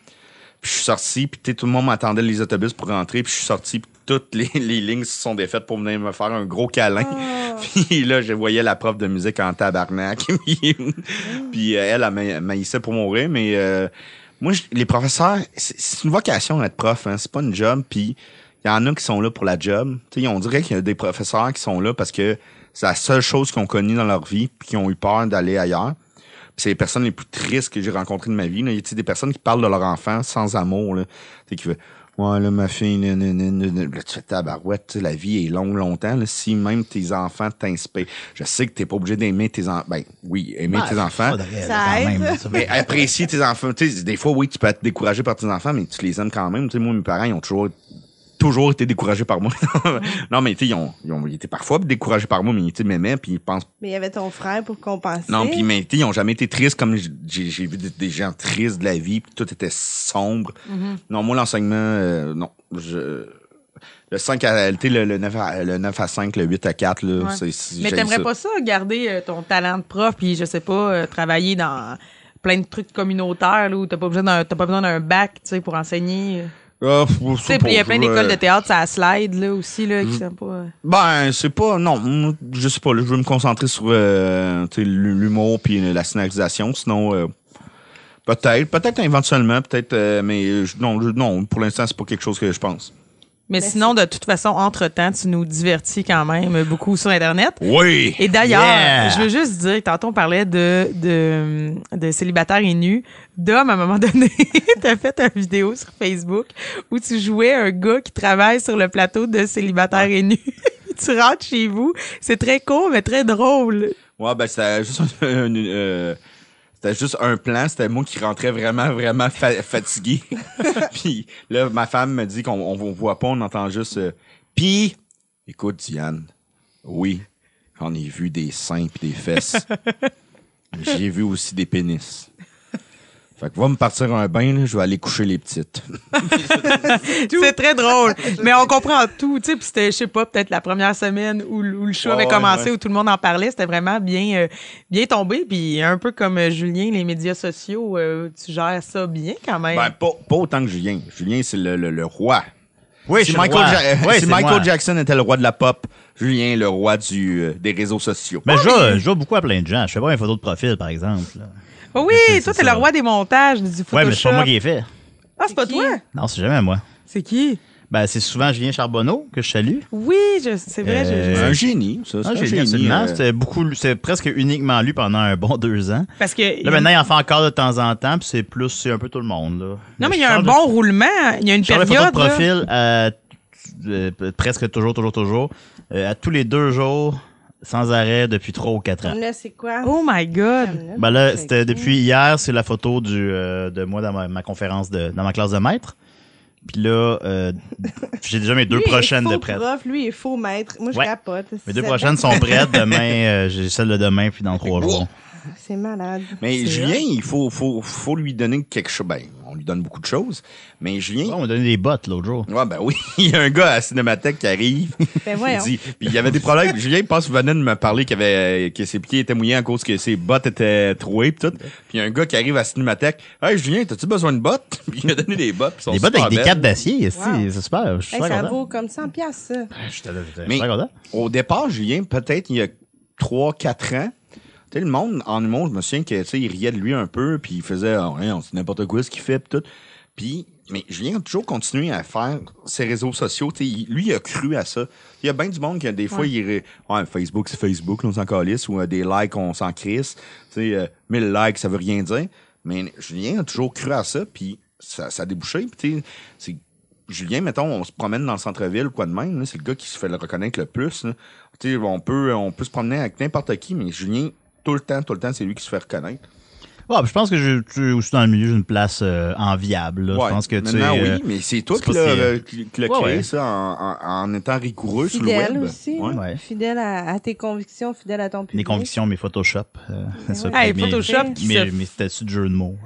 Speaker 4: Puis je suis sorti, puis tu sais, tout le monde m'attendait les autobus pour rentrer. Puis je suis sorti, puis toutes les, les lignes se sont défaites pour venir me faire un gros câlin. Puis là, je voyais la prof de musique en tabarnak. Puis- Puis euh, elle, elle m'a- maïssait pour mourir. Mais euh, moi, je- les professeurs, c'est c'est une vocation être prof. Hein, c'est pas une job. Puis il y en a qui sont là pour la job. Tu sais, on dirait qu'il y a des professeurs qui sont là parce que c'est la seule chose qu'ils ont connue dans leur vie puis qui ont eu peur d'aller ailleurs. Puis c'est les personnes les plus tristes que j'ai rencontrées de ma vie. Là. Il y a tu sais, des personnes qui parlent de leur enfant sans amour. Là. Tu sais, qui fait Ouais, là, ma fille, là, là, là, là, là. Là, tu fais tabarouette, tu sais, la vie est longue, longtemps. Là, si même tes enfants t'inspirent. Je sais que t'es pas obligé d'aimer tes enfants. Ben oui, aimer
Speaker 2: Ouais,
Speaker 4: tes enfants.
Speaker 2: faudrait,
Speaker 3: Ça
Speaker 2: là, quand
Speaker 3: aide.
Speaker 2: même, là, ça
Speaker 4: Mais
Speaker 2: fait-
Speaker 4: apprécier tes enfants. Tu sais, des fois, oui, tu peux être découragé par tes enfants, mais tu les aimes quand même. Tu sais, moi, mes parents, ils ont toujours toujours été découragés par moi. non, mais tu sais, ils ont, ils ont ils étaient parfois découragés par moi, mais tu sais, ils m'aimaient, puis ils pensent
Speaker 3: Mais il y avait ton frère pour compenser.
Speaker 4: non, puis mais tu sais, ils ont jamais été tristes comme j- j'ai j'ai vu des, des gens tristes de la vie, puis tout était sombre.
Speaker 5: Mm-hmm.
Speaker 4: Non, moi l'enseignement euh, non, je le 5 à LT, le, le 9 à, le 9 à 5, le 8 à 4 là,
Speaker 5: Ouais.
Speaker 4: c'est- c'est
Speaker 5: Mais
Speaker 4: j'haïs
Speaker 5: t'aimerais
Speaker 4: ça.
Speaker 5: pas ça, garder euh, ton talent de prof, puis je sais pas, euh, travailler dans plein de trucs communautaires là, où t'as pas besoin d'un t'as pas besoin d'un bac tu sais, pour enseigner.
Speaker 4: Ah, pff,
Speaker 5: Tu sais,
Speaker 4: c'est
Speaker 5: puis il y a
Speaker 4: pas-
Speaker 5: plein d'écoles de
Speaker 4: euh,
Speaker 5: théâtre, ça slide là aussi là,
Speaker 4: Mm.
Speaker 5: qui sont pas. euh,
Speaker 4: Ben, c'est pas non, mm, je sais pas, là, je veux me concentrer sur euh, tu sais, l'humour puis euh, la scénarisation, sinon euh, peut-être, peut-être éventuellement, peut-être euh, mais euh, je- non, je- non, pour l'instant, c'est pas quelque chose que je pense.
Speaker 5: Mais sinon, de toute façon, entre-temps, tu nous divertis quand même beaucoup sur Internet.
Speaker 4: Oui.
Speaker 5: Et d'ailleurs,
Speaker 2: Yeah!
Speaker 5: je veux juste dire, tantôt on parlait de, de, de célibataire et nu. Dom, à un moment donné, t'as fait une vidéo sur Facebook où tu jouais un gars qui travaille sur le plateau de célibataire et nu. tu rentres chez vous. C'est très court, mais très drôle.
Speaker 4: Ouais, ben c'était juste un, un- euh, c'était juste un plan, c'était moi qui rentrais vraiment vraiment fa- fatigué. puis là ma femme me dit qu'on on, on voit pas, on entend juste euh, puis écoute Diane. Oui, j'en ai vu des seins puis des fesses. J'ai vu aussi des pénis. Fait que va me partir un bain là, je vais aller coucher les petites.
Speaker 5: C'est très drôle. mais on comprend tout. Tu sais, puis c'était, je sais pas, peut-être la première semaine où, l- où le show
Speaker 4: Ouais,
Speaker 5: avait
Speaker 4: ouais,
Speaker 5: commencé,
Speaker 4: ouais.
Speaker 5: où tout le monde en parlait. C'était vraiment bien, euh, bien tombé. Puis un peu comme euh, Julien, les médias sociaux, euh, tu gères ça bien quand même.
Speaker 4: Ben pas, pas autant que Julien. Julien c'est le, le- le roi.
Speaker 2: Oui, je
Speaker 4: si
Speaker 2: suis
Speaker 4: Michael,
Speaker 2: roi.
Speaker 4: Ja-
Speaker 2: Oui,
Speaker 4: si
Speaker 2: c'est
Speaker 4: Michael
Speaker 2: moi.
Speaker 4: Jackson était le roi de la pop, Julien le roi du euh, des réseaux sociaux.
Speaker 2: Mais je vois- je vois beaucoup à plein de gens. Je fais pas mes photos de profil, par exemple. là.
Speaker 5: Ah Oui,
Speaker 2: C'est-
Speaker 5: toi,
Speaker 2: c'est
Speaker 5: t'es
Speaker 2: ça.
Speaker 5: le roi des montages, du Photoshop.
Speaker 2: Ouais, mais c'est pas moi qui ai fait.
Speaker 5: Ah, c'est pas
Speaker 3: C'est
Speaker 5: toi?
Speaker 3: qui?
Speaker 2: Non, c'est jamais moi.
Speaker 5: C'est qui?
Speaker 2: Ben, c'est souvent Julien Charbonneau que je salue.
Speaker 5: Oui, je- c'est vrai. je-
Speaker 2: Euh,
Speaker 5: je-
Speaker 4: C'est un génie, ça. C'est
Speaker 2: Ah,
Speaker 4: un
Speaker 2: j'ai
Speaker 4: génie.
Speaker 2: lu absolument.
Speaker 4: euh,
Speaker 2: C'était beaucoup, c'est presque uniquement lu pendant un bon deux ans.
Speaker 5: parce que.
Speaker 2: Là, maintenant, il en fait encore de temps en temps, puis c'est plus, c'est un peu tout le monde, là.
Speaker 5: non, mais il y
Speaker 2: je
Speaker 5: a
Speaker 2: parle
Speaker 5: un
Speaker 2: de-
Speaker 5: bon roulement. Il y a une
Speaker 2: je parle de
Speaker 5: période.
Speaker 2: photos de
Speaker 5: là.
Speaker 2: profil euh, euh, presque toujours, toujours, toujours. euh, à tous les deux jours, sans arrêt, depuis trois ou quatre ans.
Speaker 3: Là, c'est quoi?
Speaker 5: Oh my God.
Speaker 3: Là,
Speaker 2: Ben là,
Speaker 3: c'est
Speaker 2: c'était
Speaker 3: qui?
Speaker 2: depuis hier, c'est la photo du euh, de moi dans ma, ma conférence de dans ma classe de maître. Puis là, euh, j'ai déjà mes deux
Speaker 3: Lui, il est
Speaker 2: prochaines de
Speaker 3: faux
Speaker 2: prêtes.
Speaker 3: prof, lui, il est faux maître. Moi, je
Speaker 2: Ouais.
Speaker 3: capote.
Speaker 2: Mes deux prochaines sont prêtes. Demain, euh, j'ai celle de demain, puis dans trois jours.
Speaker 3: C'est malade.
Speaker 4: Mais
Speaker 5: C'est
Speaker 4: Julien, il faut, faut, faut lui donner quelque chose. Ben, on lui donne beaucoup de choses. Mais
Speaker 2: Ouais,
Speaker 4: Julien.
Speaker 2: on m'a donné des bottes l'autre jour.
Speaker 4: Ouais, ben oui, il y a un gars à la Cinémathèque qui arrive.
Speaker 3: Ben
Speaker 4: il
Speaker 3: voyons.
Speaker 4: dit, puis il y avait des problèmes. Julien, il pense, venait de me parler qu'il avait, euh, que ses pieds étaient mouillés à cause que ses bottes étaient trouées pis tout. Puis il y a un gars qui arrive à la Cinémathèque. Hey, Julien, t'as-tu besoin de bottes? Puis il a donné des bottes. puis sont
Speaker 2: Des bottes
Speaker 4: super
Speaker 2: avec des
Speaker 4: belles.
Speaker 2: capes d'acier, esti,
Speaker 3: Wow.
Speaker 2: c'est super. Je suis
Speaker 3: Hey,
Speaker 2: super
Speaker 3: ça
Speaker 2: content.
Speaker 3: vaut comme 100 piastres, ça.
Speaker 2: Je suis je suis
Speaker 4: Mais-
Speaker 2: super content.
Speaker 4: Au départ, Julien, peut-être il y a 3-4 ans, tu sais, le monde, en humour, je me souviens que, tu sais, il riait de lui un peu, puis il faisait, Ah, ouais, on sait n'importe quoi ce qu'il fait, puis tout. Puis, mais Julien a toujours continué à faire ses réseaux sociaux, tu sais, il- lui, il a cru à ça. Il y a bien du monde qui, des fois, il rit, ouais, Facebook, c'est Facebook, là, on s'en calisse, ou euh, des likes, on s'en crisse, tu sais, euh, 1000 likes, ça veut rien dire. Mais Julien a toujours cru à ça, puis ça, ça a débouché, puis tu sais, c'est Julien, mettons, on se promène dans le centre-ville ou quoi de même, là, c'est le gars qui se fait le reconnaître le plus. là. Tu sais, on peut, on peut se promener avec n'importe qui, mais Julien, tout le temps, tout le temps, c'est lui qui se fait reconnaître.
Speaker 2: Ouais, puis je pense que je tu- aussi dans le milieu j'ai une place euh, enviable. là.
Speaker 4: Ouais.
Speaker 2: Je pense que tu es.
Speaker 4: Maintenant,
Speaker 2: euh,
Speaker 4: oui, mais c'est toi
Speaker 2: c'est
Speaker 4: qui
Speaker 2: pas
Speaker 4: l'as
Speaker 2: si,
Speaker 4: euh,
Speaker 2: euh,
Speaker 4: qui- qui l'as
Speaker 2: ouais,
Speaker 4: créé,
Speaker 2: ouais.
Speaker 4: ça, en, en- en étant rigoureux sur
Speaker 3: Fidèle
Speaker 4: le web.
Speaker 3: aussi.
Speaker 4: Ouais.
Speaker 2: Ouais.
Speaker 3: Fidèle à, à tes convictions, fidèle à ton public.
Speaker 2: Mes convictions, mes Photoshop. euh,
Speaker 3: Mais
Speaker 2: ça,
Speaker 3: ouais.
Speaker 2: puis
Speaker 5: Hey,
Speaker 2: mes-
Speaker 5: Photoshop qui
Speaker 2: mes,
Speaker 5: se-
Speaker 2: mes statuts de jeu de mots.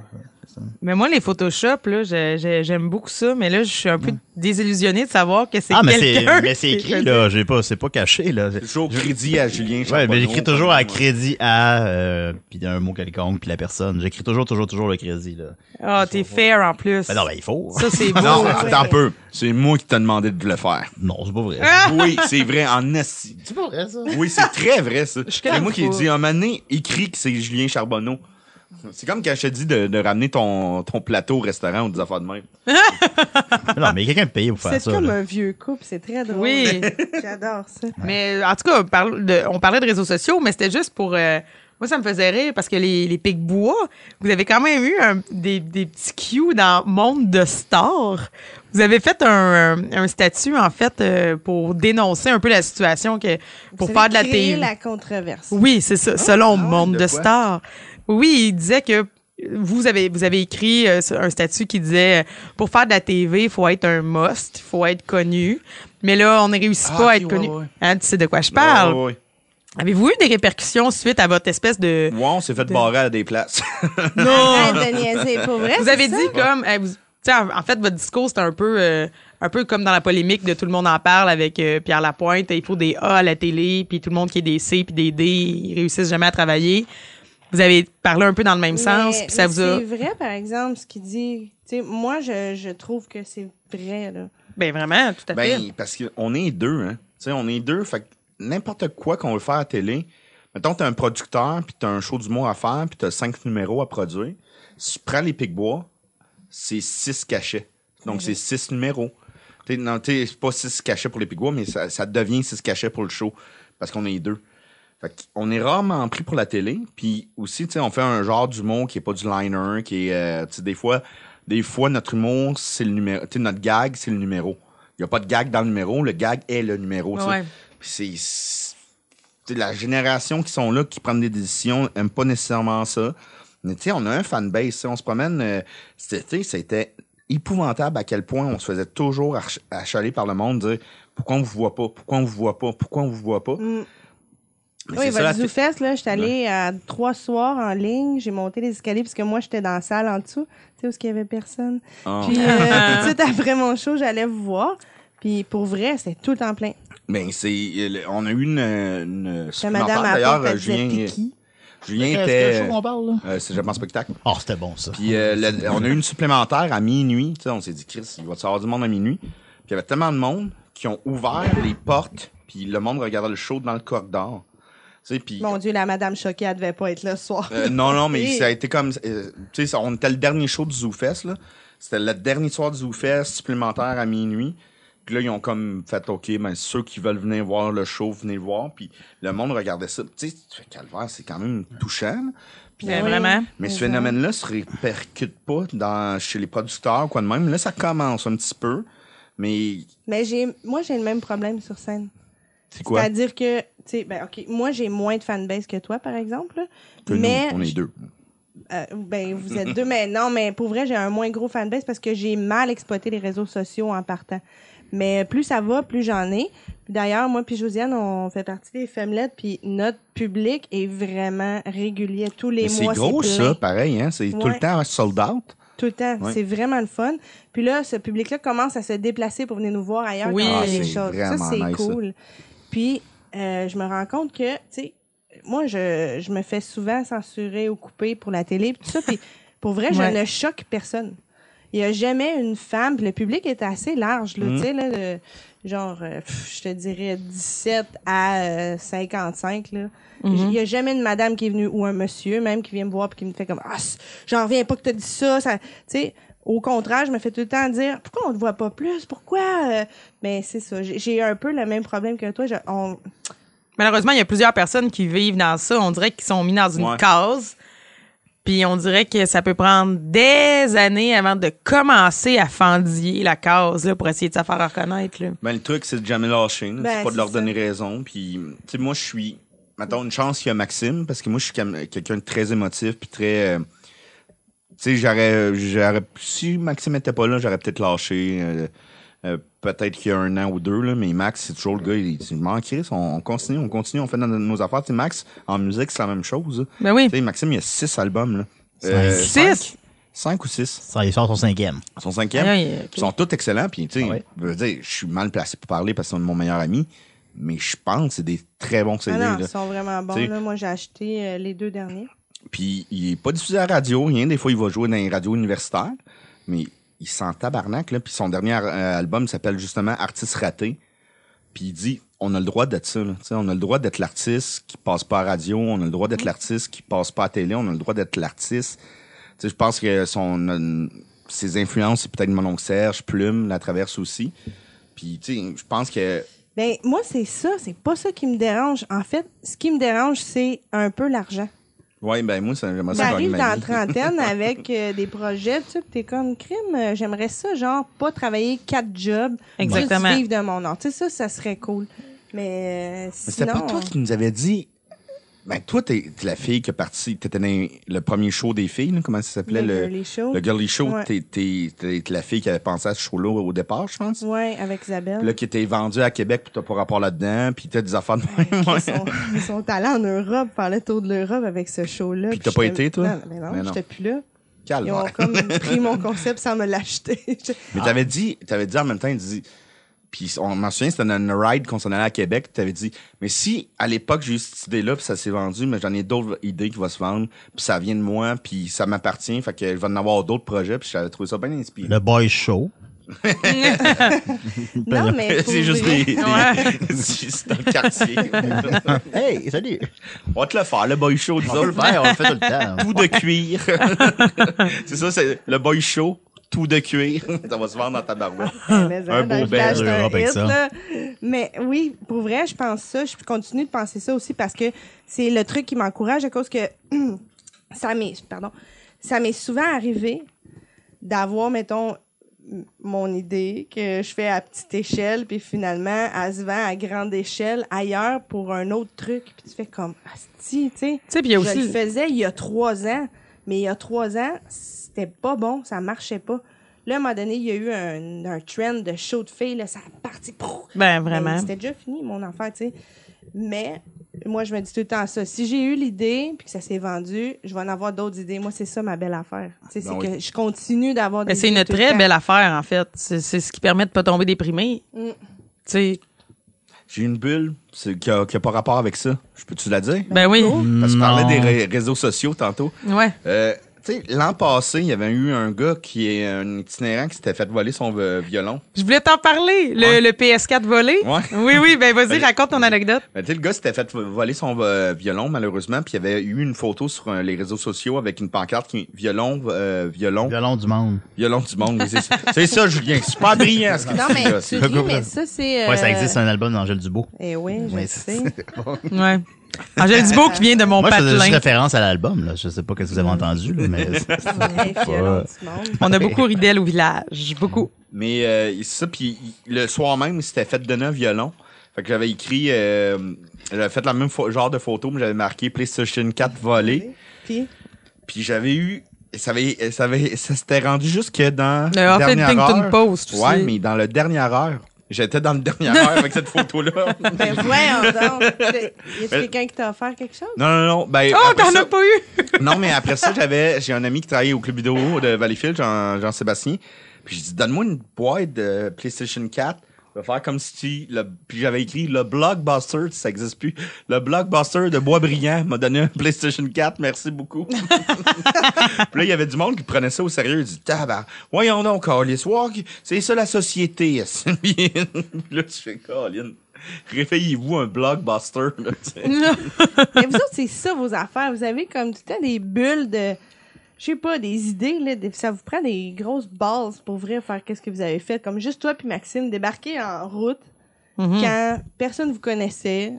Speaker 2: ça.
Speaker 5: Mais moi, les Photoshop, là, je- je- j'aime beaucoup ça, mais là, je suis un peu désillusionnée de savoir que c'est
Speaker 2: Ah, mais c'est
Speaker 5: quelqu'un.
Speaker 2: mais c'est
Speaker 5: qui-
Speaker 2: écrit, là. J'ai pas, c'est pas caché, là.
Speaker 4: C'est toujours crédit à Julien
Speaker 2: Ouais,
Speaker 4: Champagneau.
Speaker 2: mais j'écris toujours à crédit à, euh, puis un mot quelconque, puis la personne. J'écris toujours, toujours, toujours le crédit, là.
Speaker 5: Ah, t'es fair en plus.
Speaker 2: Ben non, ben il faut.
Speaker 5: Ça, c'est beau.
Speaker 4: Non,
Speaker 3: Ouais.
Speaker 4: attends un peu. C'est moi qui t'ai demandé de le faire.
Speaker 2: Non, c'est pas vrai.
Speaker 3: Ah!
Speaker 4: Oui, c'est vrai, en esti.
Speaker 2: C'est pas vrai, ça.
Speaker 4: Oui, c'est très vrai, ça. C'est
Speaker 5: capable
Speaker 4: moi qui ai
Speaker 5: pas.
Speaker 4: dit, un moment donné, écris que c'est Julien Charbonneau. C'est comme quand je te dis de, de ramener ton, ton plateau au restaurant ou des affaires de même.
Speaker 2: Ben Non, mais il y a quelqu'un payé pour faire
Speaker 3: C'est
Speaker 2: ça.
Speaker 3: comme
Speaker 2: là.
Speaker 3: un vieux couple, c'est très drôle.
Speaker 5: Oui.
Speaker 3: J'adore ça.
Speaker 5: Mais euh, en tout cas, on parle de- on parlait de réseaux sociaux, mais c'était juste pour. euh, moi, ça me faisait rire parce que les, les pics bois, vous avez quand même eu un- des, des petits cues dans Monde de Stars. Vous avez fait un, un- un statut, en fait, euh, pour dénoncer un peu la situation, que, pour
Speaker 3: Vous
Speaker 5: faire
Speaker 3: savez,
Speaker 5: de la
Speaker 3: créer
Speaker 5: TV.
Speaker 3: la controverse.
Speaker 5: Oui, c'est ça, selon Monde
Speaker 4: Ah, de
Speaker 5: de,
Speaker 4: quoi?
Speaker 5: Stars. Oui, il disait que vous avez vous avez écrit euh, un statut qui disait euh, pour faire de la TV, il faut être un must, il faut être connu. Mais là, on ne réussit
Speaker 4: Ah,
Speaker 5: pas à
Speaker 4: ok,
Speaker 5: être
Speaker 4: ouais,
Speaker 5: connu.
Speaker 4: ouais.
Speaker 5: Hein, tu sais de quoi je parle.
Speaker 4: Ouais, ouais,
Speaker 5: Avez-vous eu des répercussions suite à votre espèce de
Speaker 4: ouais. Ouais, on s'est fait barrer à des places.
Speaker 5: non
Speaker 3: Arrête de niaiser, pour vrai.
Speaker 5: Vous
Speaker 3: c'est
Speaker 5: avez
Speaker 3: ça?
Speaker 5: dit comme eh, vous- tu sais, en en fait votre discours c'était un peu euh, un peu comme dans la polémique de tout le monde en parle avec euh, Pierre Lapointe, il faut des A à la télé, puis tout le monde qui est des C puis des D, ils réussissent jamais à travailler. Vous avez parlé un peu dans le même sens,
Speaker 3: Mais-
Speaker 5: puis ça
Speaker 3: mais
Speaker 5: vous a
Speaker 3: C'est vrai, par exemple, ce qu'il dit. Tu sais, moi, je, je trouve que c'est vrai. Là.
Speaker 5: ben vraiment tout à fait.
Speaker 4: Ben, parce qu'on est deux, hein. Tu sais, on est deux, fait que n'importe quoi qu'on veut faire à la télé, mettons, t'as un producteur, puis t'as un show d'humour à faire, puis t'as cinq numéros à produire. Si tu prends les Pic-Bois, c'est six cachets.
Speaker 5: Ben
Speaker 4: Donc, c'est six numéros. T'sais, non, t'sais, c'est pas six cachets pour les Pic-Bois, mais ça, ça devient six cachets pour le show, parce qu'on est deux. Fait qu'on est rarement pris pour la télé, puis aussi, tu sais, on fait un genre d'humour qui est pas du liner, qui est, euh, tu sais, des fois, des fois, notre humour, c'est le numéro, tu sais, notre gag, c'est le numéro. Il y a pas de gag dans le numéro, le gag est le numéro, tu sais.
Speaker 5: Ouais.
Speaker 4: Puis c'est- c'est... tu sais, la génération qui sont là, qui prennent des décisions, aime pas nécessairement ça. Mais tu sais, on a un fanbase, tu sais, on se promène, euh, c'était, c'était épouvantable à quel point on se faisait toujours ach- achaler par le monde, dire « Pourquoi on vous voit pas? Pourquoi on vous voit pas? Pourquoi on vous voit pas?
Speaker 3: Mm. »
Speaker 4: Mais
Speaker 3: Oui,
Speaker 4: c'est ça, la
Speaker 3: votre
Speaker 4: t-
Speaker 3: ZooFest, là, j'étais allée à trois soirs en ligne. J'ai monté les escaliers parce que moi, j'étais dans la salle en dessous, tu sais, où il y avait personne.
Speaker 4: Ah.
Speaker 3: Puis, euh, tout de suite après mon show, j'allais vous voir. Puis, pour vrai, c'était tout en plein.
Speaker 4: Ben, c'est. euh, On a eu une. une
Speaker 3: Que
Speaker 4: supplémentaire.
Speaker 3: madame à
Speaker 4: D'ailleurs,
Speaker 3: porte,
Speaker 4: euh,
Speaker 3: elle disait
Speaker 4: Julien,
Speaker 3: Piqui.
Speaker 4: Julien
Speaker 2: Est-ce que je
Speaker 4: était.
Speaker 2: sais qu'on parle, là?
Speaker 4: euh, C'est Japon Spectacle.
Speaker 2: Oh, c'était bon, ça.
Speaker 4: Puis euh, le- on a eu une supplémentaire à minuit. Tu sais, on s'est dit, Chris, il va te avoir du monde à minuit. Puis il y avait tellement de monde qui ont ouvert les portes, puis le monde regardait le show dans le corridor. Tu sais, puis.
Speaker 3: Mon Dieu, la madame choquée, elle devait pas être là ce soir.
Speaker 4: Euh, non, non, mais
Speaker 3: Oui.
Speaker 4: ça a été comme. euh, tu sais, ça- on était le dernier show du ZooFest, là. C'était le dernier soir du ZooFest, supplémentaire à minuit. Puis là, ils ont comme fait OK, ben, ceux qui veulent venir voir le show, venez le voir. Puis le monde regardait ça. Tu sais, tu fais calvaire, c'est quand même touchant. là. Puis
Speaker 5: Ben,
Speaker 3: Oui.
Speaker 5: vraiment.
Speaker 4: mais
Speaker 3: Mhm.
Speaker 4: ce phénomène-là se répercute pas dans, chez les producteurs, quoi de même. Là, ça commence un petit peu, mais
Speaker 3: Mais j'ai, moi, j'ai le même problème sur scène.
Speaker 4: c'est quoi?
Speaker 3: C'est-à-dire que, tu sais, ben, OK, moi, j'ai moins de fanbase que toi, par exemple. là.
Speaker 4: Que nous,
Speaker 3: mais
Speaker 4: on est deux.
Speaker 3: Euh, ben, vous êtes deux, mais non, mais pour vrai, j'ai un moins gros fanbase parce que j'ai mal exploité les réseaux sociaux en partant. Mais plus ça va, plus j'en ai. Puis D'ailleurs, moi puis Josiane, on fait partie des Femelettes, puis notre public est vraiment régulier. Tous les
Speaker 4: Mais c'est
Speaker 3: mois,
Speaker 4: gros,
Speaker 3: c'est plein.
Speaker 4: ça, pareil, hein? C'est tout
Speaker 3: Ouais.
Speaker 4: le temps sold out.
Speaker 3: Tout le temps.
Speaker 4: Ouais.
Speaker 3: C'est vraiment le fun. Puis là, ce public-là commence à se déplacer pour venir nous voir ailleurs.
Speaker 5: Oui.
Speaker 3: quand on
Speaker 5: Ah,
Speaker 3: fait des
Speaker 4: c'est
Speaker 3: choses. Ça,
Speaker 4: vraiment
Speaker 3: c'est
Speaker 4: nice, ça.
Speaker 3: cool. Puis, euh, je me rends compte que, tu sais, moi, je, je me fais souvent censurer ou couper pour la télé, puis tout ça. Puis, pour vrai, je
Speaker 5: Ouais.
Speaker 3: ne choque personne. Il n'y a jamais une femme, puis le public est assez large, là, tu sais, là, de- genre, euh, pff, je te dirais 17 à euh, 55, là. Il n'y a jamais une madame qui est venue, ou un monsieur même, qui vient me voir, puis qui me fait comme, ah, c- j'en reviens pas que t'as dit ça, ça, tu sais. Au contraire, je me fais tout le temps dire pourquoi on te voit pas plus, pourquoi. euh? Mais c'est ça, j'ai- j'ai un peu le même problème que toi. Je- on-
Speaker 5: Malheureusement, il y a plusieurs personnes qui vivent dans ça. On dirait qu'ils sont mis dans une
Speaker 4: Ouais.
Speaker 5: case. Puis on dirait que ça peut prendre des années avant de commencer à fendiller la case là, pour essayer de se faire reconnaître. Là.
Speaker 4: Ben, le truc, c'est de jamais lâcher. là.
Speaker 3: Ben,
Speaker 4: c'est pas de
Speaker 3: c'est
Speaker 4: leur
Speaker 3: ça.
Speaker 4: donner raison. Puis, tu sais, moi, je suis. Mettons, une chance qu'il y a Maxime, parce que moi, je suis cam- quelqu'un de très émotif, puis très. euh, tu sais, j'aurais, j'aurais. Si Maxime était pas là, j'aurais peut-être lâché. euh, euh, peut-être qu'il y a un an ou deux, là, mais Max, c'est toujours le gars, il dit, m'en crisse, on, on continue, on continue, on fait nos, nos affaires. Tu sais, Max, en musique, c'est la même chose.
Speaker 5: Ben oui.
Speaker 4: Tu sais, Maxime, il y a six albums, là.
Speaker 5: Six?
Speaker 4: Euh, cinq. Cinq ou six.
Speaker 2: Ça, il sort son cinquième.
Speaker 4: Son cinquième.
Speaker 5: Ah, oui, ok.
Speaker 4: Ils sont tous excellents. Puis, tu sais,
Speaker 2: Ah ouais.
Speaker 4: je veux dire, je suis mal placé pour parler parce que c'est mon meilleur ami. Mais je pense que c'est des très bons CD.
Speaker 3: Ah non,
Speaker 4: là.
Speaker 3: ils sont vraiment bons.
Speaker 4: T'sais.
Speaker 3: Là. Moi, j'ai acheté euh, les deux derniers.
Speaker 4: Puis il est pas diffusé à la radio, rien. Des fois, il va jouer dans les radios universitaires, mais il s'en tabarnak, là. Puis son dernier euh, album s'appelle justement Artiste raté. Puis il dit, on a le droit d'être ça, là. Tu sais, on a le droit d'être l'artiste qui passe pas à la radio, on a le droit d'être l'artiste qui passe pas à la télé, on a le droit d'être l'artiste. Tu sais, je pense que son, euh, ses influences, c'est peut-être Mon Oncle Serge, Plume, La Traverse aussi. Puis, tu sais, je pense que...
Speaker 3: Ben, moi, c'est ça. C'est pas ça qui me dérange. En fait, ce qui me dérange, c'est un peu l'argent.
Speaker 4: Ouais, ben moi, ça, j'aimerais ça gagner
Speaker 3: T'arrives
Speaker 4: ma
Speaker 3: dans la
Speaker 4: vie.
Speaker 3: trentaine avec euh, des projets, tu sais, pis t'es comme crime, euh, j'aimerais ça, genre, pas travailler quatre jobs,
Speaker 5: Exactement.
Speaker 3: juste vivre de mon art. Tu sais, ça, ça serait cool. Mais euh,
Speaker 4: Mais c'était
Speaker 3: sinon...
Speaker 4: pas toi qui nous avais dit. Ben, toi, t'es t'es la fille qui est partie. T'étais dans le premier show des filles, là, comment ça s'appelait?
Speaker 3: Le
Speaker 4: Le,
Speaker 3: Girly Show.
Speaker 4: le Girly Show.
Speaker 3: Ouais.
Speaker 4: T'es- T'es t'es- t'es la fille qui avait pensé à ce show-là au départ, je pense.
Speaker 3: euh, Ouais, avec Isabelle.
Speaker 4: Puis Là, qui était vendue à Québec, puis t'as pas rapport là-dedans, puis t'as des affaires de même.
Speaker 3: Ils sont, ils sont allés en Europe, faire le tour de l'Europe avec ce show-là.
Speaker 4: Puis t'as pas
Speaker 3: j'étais-
Speaker 4: été, toi?
Speaker 3: Non, mais non,
Speaker 4: Mais non.
Speaker 3: j'étais plus là. Ils
Speaker 4: Calvaire.
Speaker 3: ont comme pris mon concept sans me l'acheter.
Speaker 4: Mais t'avais dit, t'avais dit en même temps, il dit, puis on m'en souvient, c'était dans une ride qu'on s'en allait à Québec, t'avais dit, mais si à l'époque j'ai eu cette idée-là, puis ça s'est vendu, mais j'en ai d'autres idées qui vont se vendre, puis ça vient de moi, puis ça m'appartient, fait que je vais en avoir d'autres projets, puis j'avais trouvé ça bien inspiré.
Speaker 2: Le Boy Show.
Speaker 3: non, mais pour
Speaker 4: Ben C'est juste
Speaker 3: vrai-
Speaker 4: des, des- c'est dans le quartier.
Speaker 2: Hey, salut!
Speaker 4: on va te le faire, le boy show,
Speaker 2: On peut le
Speaker 4: disons.
Speaker 2: faire, on le fait tout le temps.
Speaker 4: Tout de cuir. c'est ça, c'est le boy show, tout de cuir. ça va se vendre dans ta barouette.
Speaker 3: Mais
Speaker 4: Un
Speaker 3: hein,
Speaker 4: beau
Speaker 3: dans le
Speaker 4: bel
Speaker 3: flash, c'est un
Speaker 2: Europe avec
Speaker 3: hit,
Speaker 2: ça.
Speaker 3: là. Mais oui, pour vrai, je pense ça. Je continue de penser ça aussi parce que c'est le truc qui m'encourage à cause que ça m'est, pardon, ça m'est souvent arrivé d'avoir, mettons, m- mon idée que je fais à petite échelle, puis finalement, elle se vend à grande échelle ailleurs pour un autre truc. Puis tu fais comme, asti, tu sais.
Speaker 5: Tu sais, puis il y a
Speaker 3: Je
Speaker 5: aussi-
Speaker 3: le faisais il y a trois ans, mais il y a trois ans, c'était pas bon, ça marchait pas. Là, à un moment donné, il y a eu un, un trend de show de filles, là, ça a parti. prou.
Speaker 5: Ben, vraiment.
Speaker 3: Mais C'était déjà fini, mon enfant, tu sais. Mais moi, je me dis tout le temps ça. Si j'ai eu l'idée puis que ça s'est vendu, je vais en avoir d'autres idées. Moi, c'est ça ma belle affaire. Tu sais,
Speaker 4: Ben
Speaker 3: c'est
Speaker 4: oui.
Speaker 3: que je continue d'avoir des
Speaker 5: Mais c'est une
Speaker 3: idées tout le
Speaker 5: très
Speaker 3: temps.
Speaker 5: belle affaire, en fait. C'est c'est ce qui permet de pas tomber déprimé.
Speaker 3: Mm.
Speaker 5: Tu sais,
Speaker 4: J'ai une bulle c'est- qui a, qui a pas rapport avec ça. Je peux-tu la dire?
Speaker 5: ben oui. Mm.
Speaker 4: Parce que je parlais
Speaker 2: Non.
Speaker 4: des ré- réseaux sociaux tantôt.
Speaker 5: Ouais.
Speaker 4: Euh, tu sais, l'an passé, il y avait eu un gars qui est un itinérant qui s'était fait voler son euh, violon.
Speaker 5: Je voulais t'en parler, le,
Speaker 4: Ouais.
Speaker 5: le PS4 volé.
Speaker 4: Ouais.
Speaker 5: Oui, oui, ben vas-y,
Speaker 4: Allez.
Speaker 5: raconte ton anecdote.
Speaker 4: Mais tu sais, le gars s'était fait voler son euh, violon, malheureusement, puis il y avait eu une photo sur euh, les réseaux sociaux avec une pancarte qui violon, euh, violon,
Speaker 2: Violon du monde.
Speaker 4: violon du monde. Oui, c'est ça. C'est ça, Julien. C'est pas brillant, ce que
Speaker 3: Non,
Speaker 4: tu dis,
Speaker 3: mais
Speaker 4: là.
Speaker 3: tu ris, mais ça, c'est.
Speaker 2: Ouais, ça
Speaker 3: euh,
Speaker 2: existe, c'est un album d'Angèle Dubois.
Speaker 3: Eh oui, je
Speaker 2: Oui,
Speaker 3: le
Speaker 2: c'est-
Speaker 3: sais.
Speaker 5: Ouais. Ah, Angèle Dubo qui vient de mon
Speaker 2: Moi, je faisais
Speaker 5: patelin.
Speaker 2: juste référence à l'album, là. Je sais pas ce que vous avez entendu, là, mais.
Speaker 3: Ouais, violent du monde.
Speaker 5: On a beaucoup ri d'elle au village, beaucoup.
Speaker 4: Mais euh, c'est ça, puis il- le soir même, il s'était fait donner un violon. Fait que j'avais écrit, euh, j'avais fait la même pho- genre de photo, mais j'avais marqué PlayStation 4 volé.
Speaker 3: Puis,
Speaker 4: Puis j'avais eu, ça avait, ça avait, ça s'était rendu jusque dans
Speaker 5: Le Huffington
Speaker 4: dernière heure.
Speaker 5: Post aussi.
Speaker 4: Ouais, mais dans le dernière heure. J'étais dans le dernière heure avec cette photo-là.
Speaker 3: ben voyons donc. Y a quelqu'un qui t'a offert quelque chose?
Speaker 4: Non, non, non. Ben,
Speaker 5: Oh,
Speaker 4: après
Speaker 5: t'en
Speaker 4: ça-
Speaker 5: as pas eu!
Speaker 4: Non, mais après ça, j'avais, j'ai un ami qui travaillait au club vidéo de Valleyfield, Jean, Jean-Sébastien. Puis j'ai dit, donne-moi une boîte de PlayStation 4. Je vais faire comme si, le, puis j'avais écrit le blockbuster, ça existe plus. Le blockbuster de Boisbriand m'a donné un PlayStation 4, merci beaucoup. puis là, il y avait du monde qui prenait ça au sérieux. Il dit, tabar, voyons donc, Colin, c'est ça la société. puis là, tu fais, Colin, réveillez-vous un blockbuster, là, tu sais.
Speaker 3: Mais vous autres, c'est ça vos affaires. Vous avez comme tout le temps des bulles de. Je sais pas, des idées, là. des- ça vous prend des grosses balles pour vrai faire qu'est-ce que vous avez fait. Comme juste toi puis Maxime, débarquer en route
Speaker 5: Mhm.
Speaker 3: quand personne vous connaissait.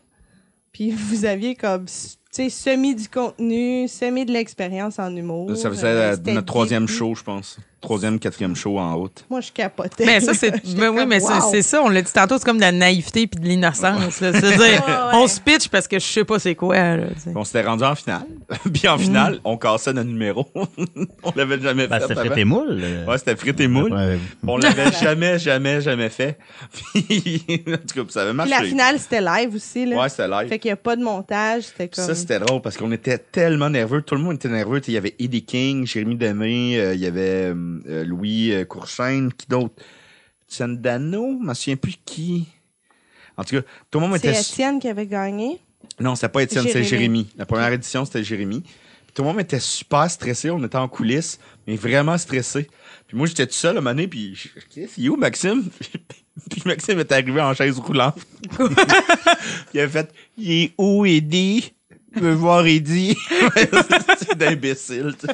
Speaker 3: Puis vous aviez comme, tu sais, semi du contenu, semi de l'expérience en humour.
Speaker 4: Ça faisait
Speaker 3: Euh,
Speaker 4: euh,
Speaker 3: c'était
Speaker 4: notre troisième
Speaker 3: début.
Speaker 4: show, je pense. Troisième, quatrième show en route.
Speaker 3: Moi, je capotais.
Speaker 5: Mais ça, c'est.
Speaker 3: J'étais
Speaker 5: ben oui,
Speaker 3: comme,
Speaker 5: mais c'est-
Speaker 3: wow.
Speaker 5: c'est ça, on l'a dit tantôt, c'est comme de la naïveté puis de l'innocence. là. C'est-à-dire,
Speaker 3: Ouais.
Speaker 5: on se pitch parce que je sais pas c'est quoi. là, tu sais.
Speaker 4: On s'était rendu en finale. Puis
Speaker 3: Mm.
Speaker 4: en finale, on cassait notre numéro. on l'avait jamais
Speaker 2: Ben,
Speaker 4: fait.
Speaker 2: c'était
Speaker 4: avant.
Speaker 2: frites et moules. euh.
Speaker 4: Ouais, c'était frites et moules.
Speaker 2: Ouais.
Speaker 4: On l'avait jamais, jamais, jamais fait. Puis, en tout cas, ça avait
Speaker 3: Puis
Speaker 4: marché.
Speaker 3: la finale, c'était live aussi, là.
Speaker 4: Ouais, c'était live.
Speaker 3: Fait qu'il y a pas de montage, c'était
Speaker 4: Puis
Speaker 3: comme.
Speaker 4: ça, c'était drôle parce qu'on était tellement nerveux. Tout le monde était nerveux. Tu sais, Il y avait Eddie King, Jérémy Demé, euh, il y avait euh, Louis euh, Courchaine, qui d'autre? Sandano, je me souviens plus qui. En tout cas, tout le monde
Speaker 3: C'est
Speaker 4: était...
Speaker 3: Étienne qui avait gagné.
Speaker 4: Non, c'était pas Étienne, c'est
Speaker 3: Jérémy.
Speaker 4: Jérémy. La première édition, c'était Jérémy. Puis tout le monde était super stressé. On était en coulisses, mais vraiment stressé. Puis moi, j'étais tout seul à un moment donné, puis je Chris, il est où, Maxime? puis Maxime est arrivé en chaise roulante. il a fait Il est où, Eddie? Je veux voir Eddie. c'est d'imbécile. tu sais.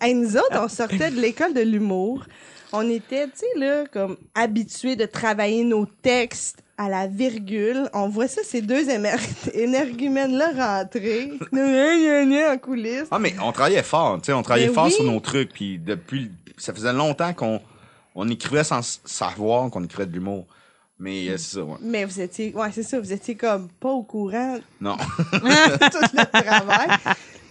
Speaker 3: Hey, nous autres, on sortait de l'école de l'humour. On était, tu sais, là, comme habitués de travailler nos textes à la virgule. On voit ça, ces deux émer- énergumènes-là rentrer. Gna, gna, gna, en coulisses.
Speaker 4: Ah, mais on travaillait fort, tu sais, on travaillait
Speaker 3: Mais
Speaker 4: fort
Speaker 3: oui.
Speaker 4: sur nos trucs, puis depuis, le- ça faisait longtemps qu'on on écrivait sans s- savoir qu'on écrivait de l'humour. Mais euh, c'est ça, ouais.
Speaker 3: Mais vous étiez, ouais, c'est ça, vous étiez comme pas au courant
Speaker 4: Non.
Speaker 3: de tout notre travail.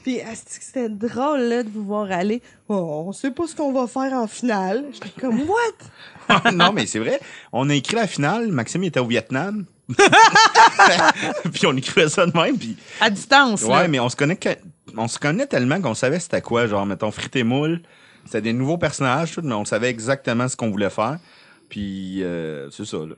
Speaker 3: Puis asti que c'était drôle là, de vous voir aller. Oh, on sait pas ce qu'on va faire en finale. J'étais comme what?
Speaker 4: non, mais c'est vrai. On a écrit la finale. Maxime il était au Vietnam. puis on écrivait ça de même. Puis...
Speaker 5: À distance, là.
Speaker 4: Ouais, mais on se connaît, que- on se connaît tellement qu'on savait c'était quoi. Genre, mettons, frites et moules. C'était des nouveaux personnages, tout, mais on savait exactement ce qu'on voulait faire. Puis euh, c'est ça, là.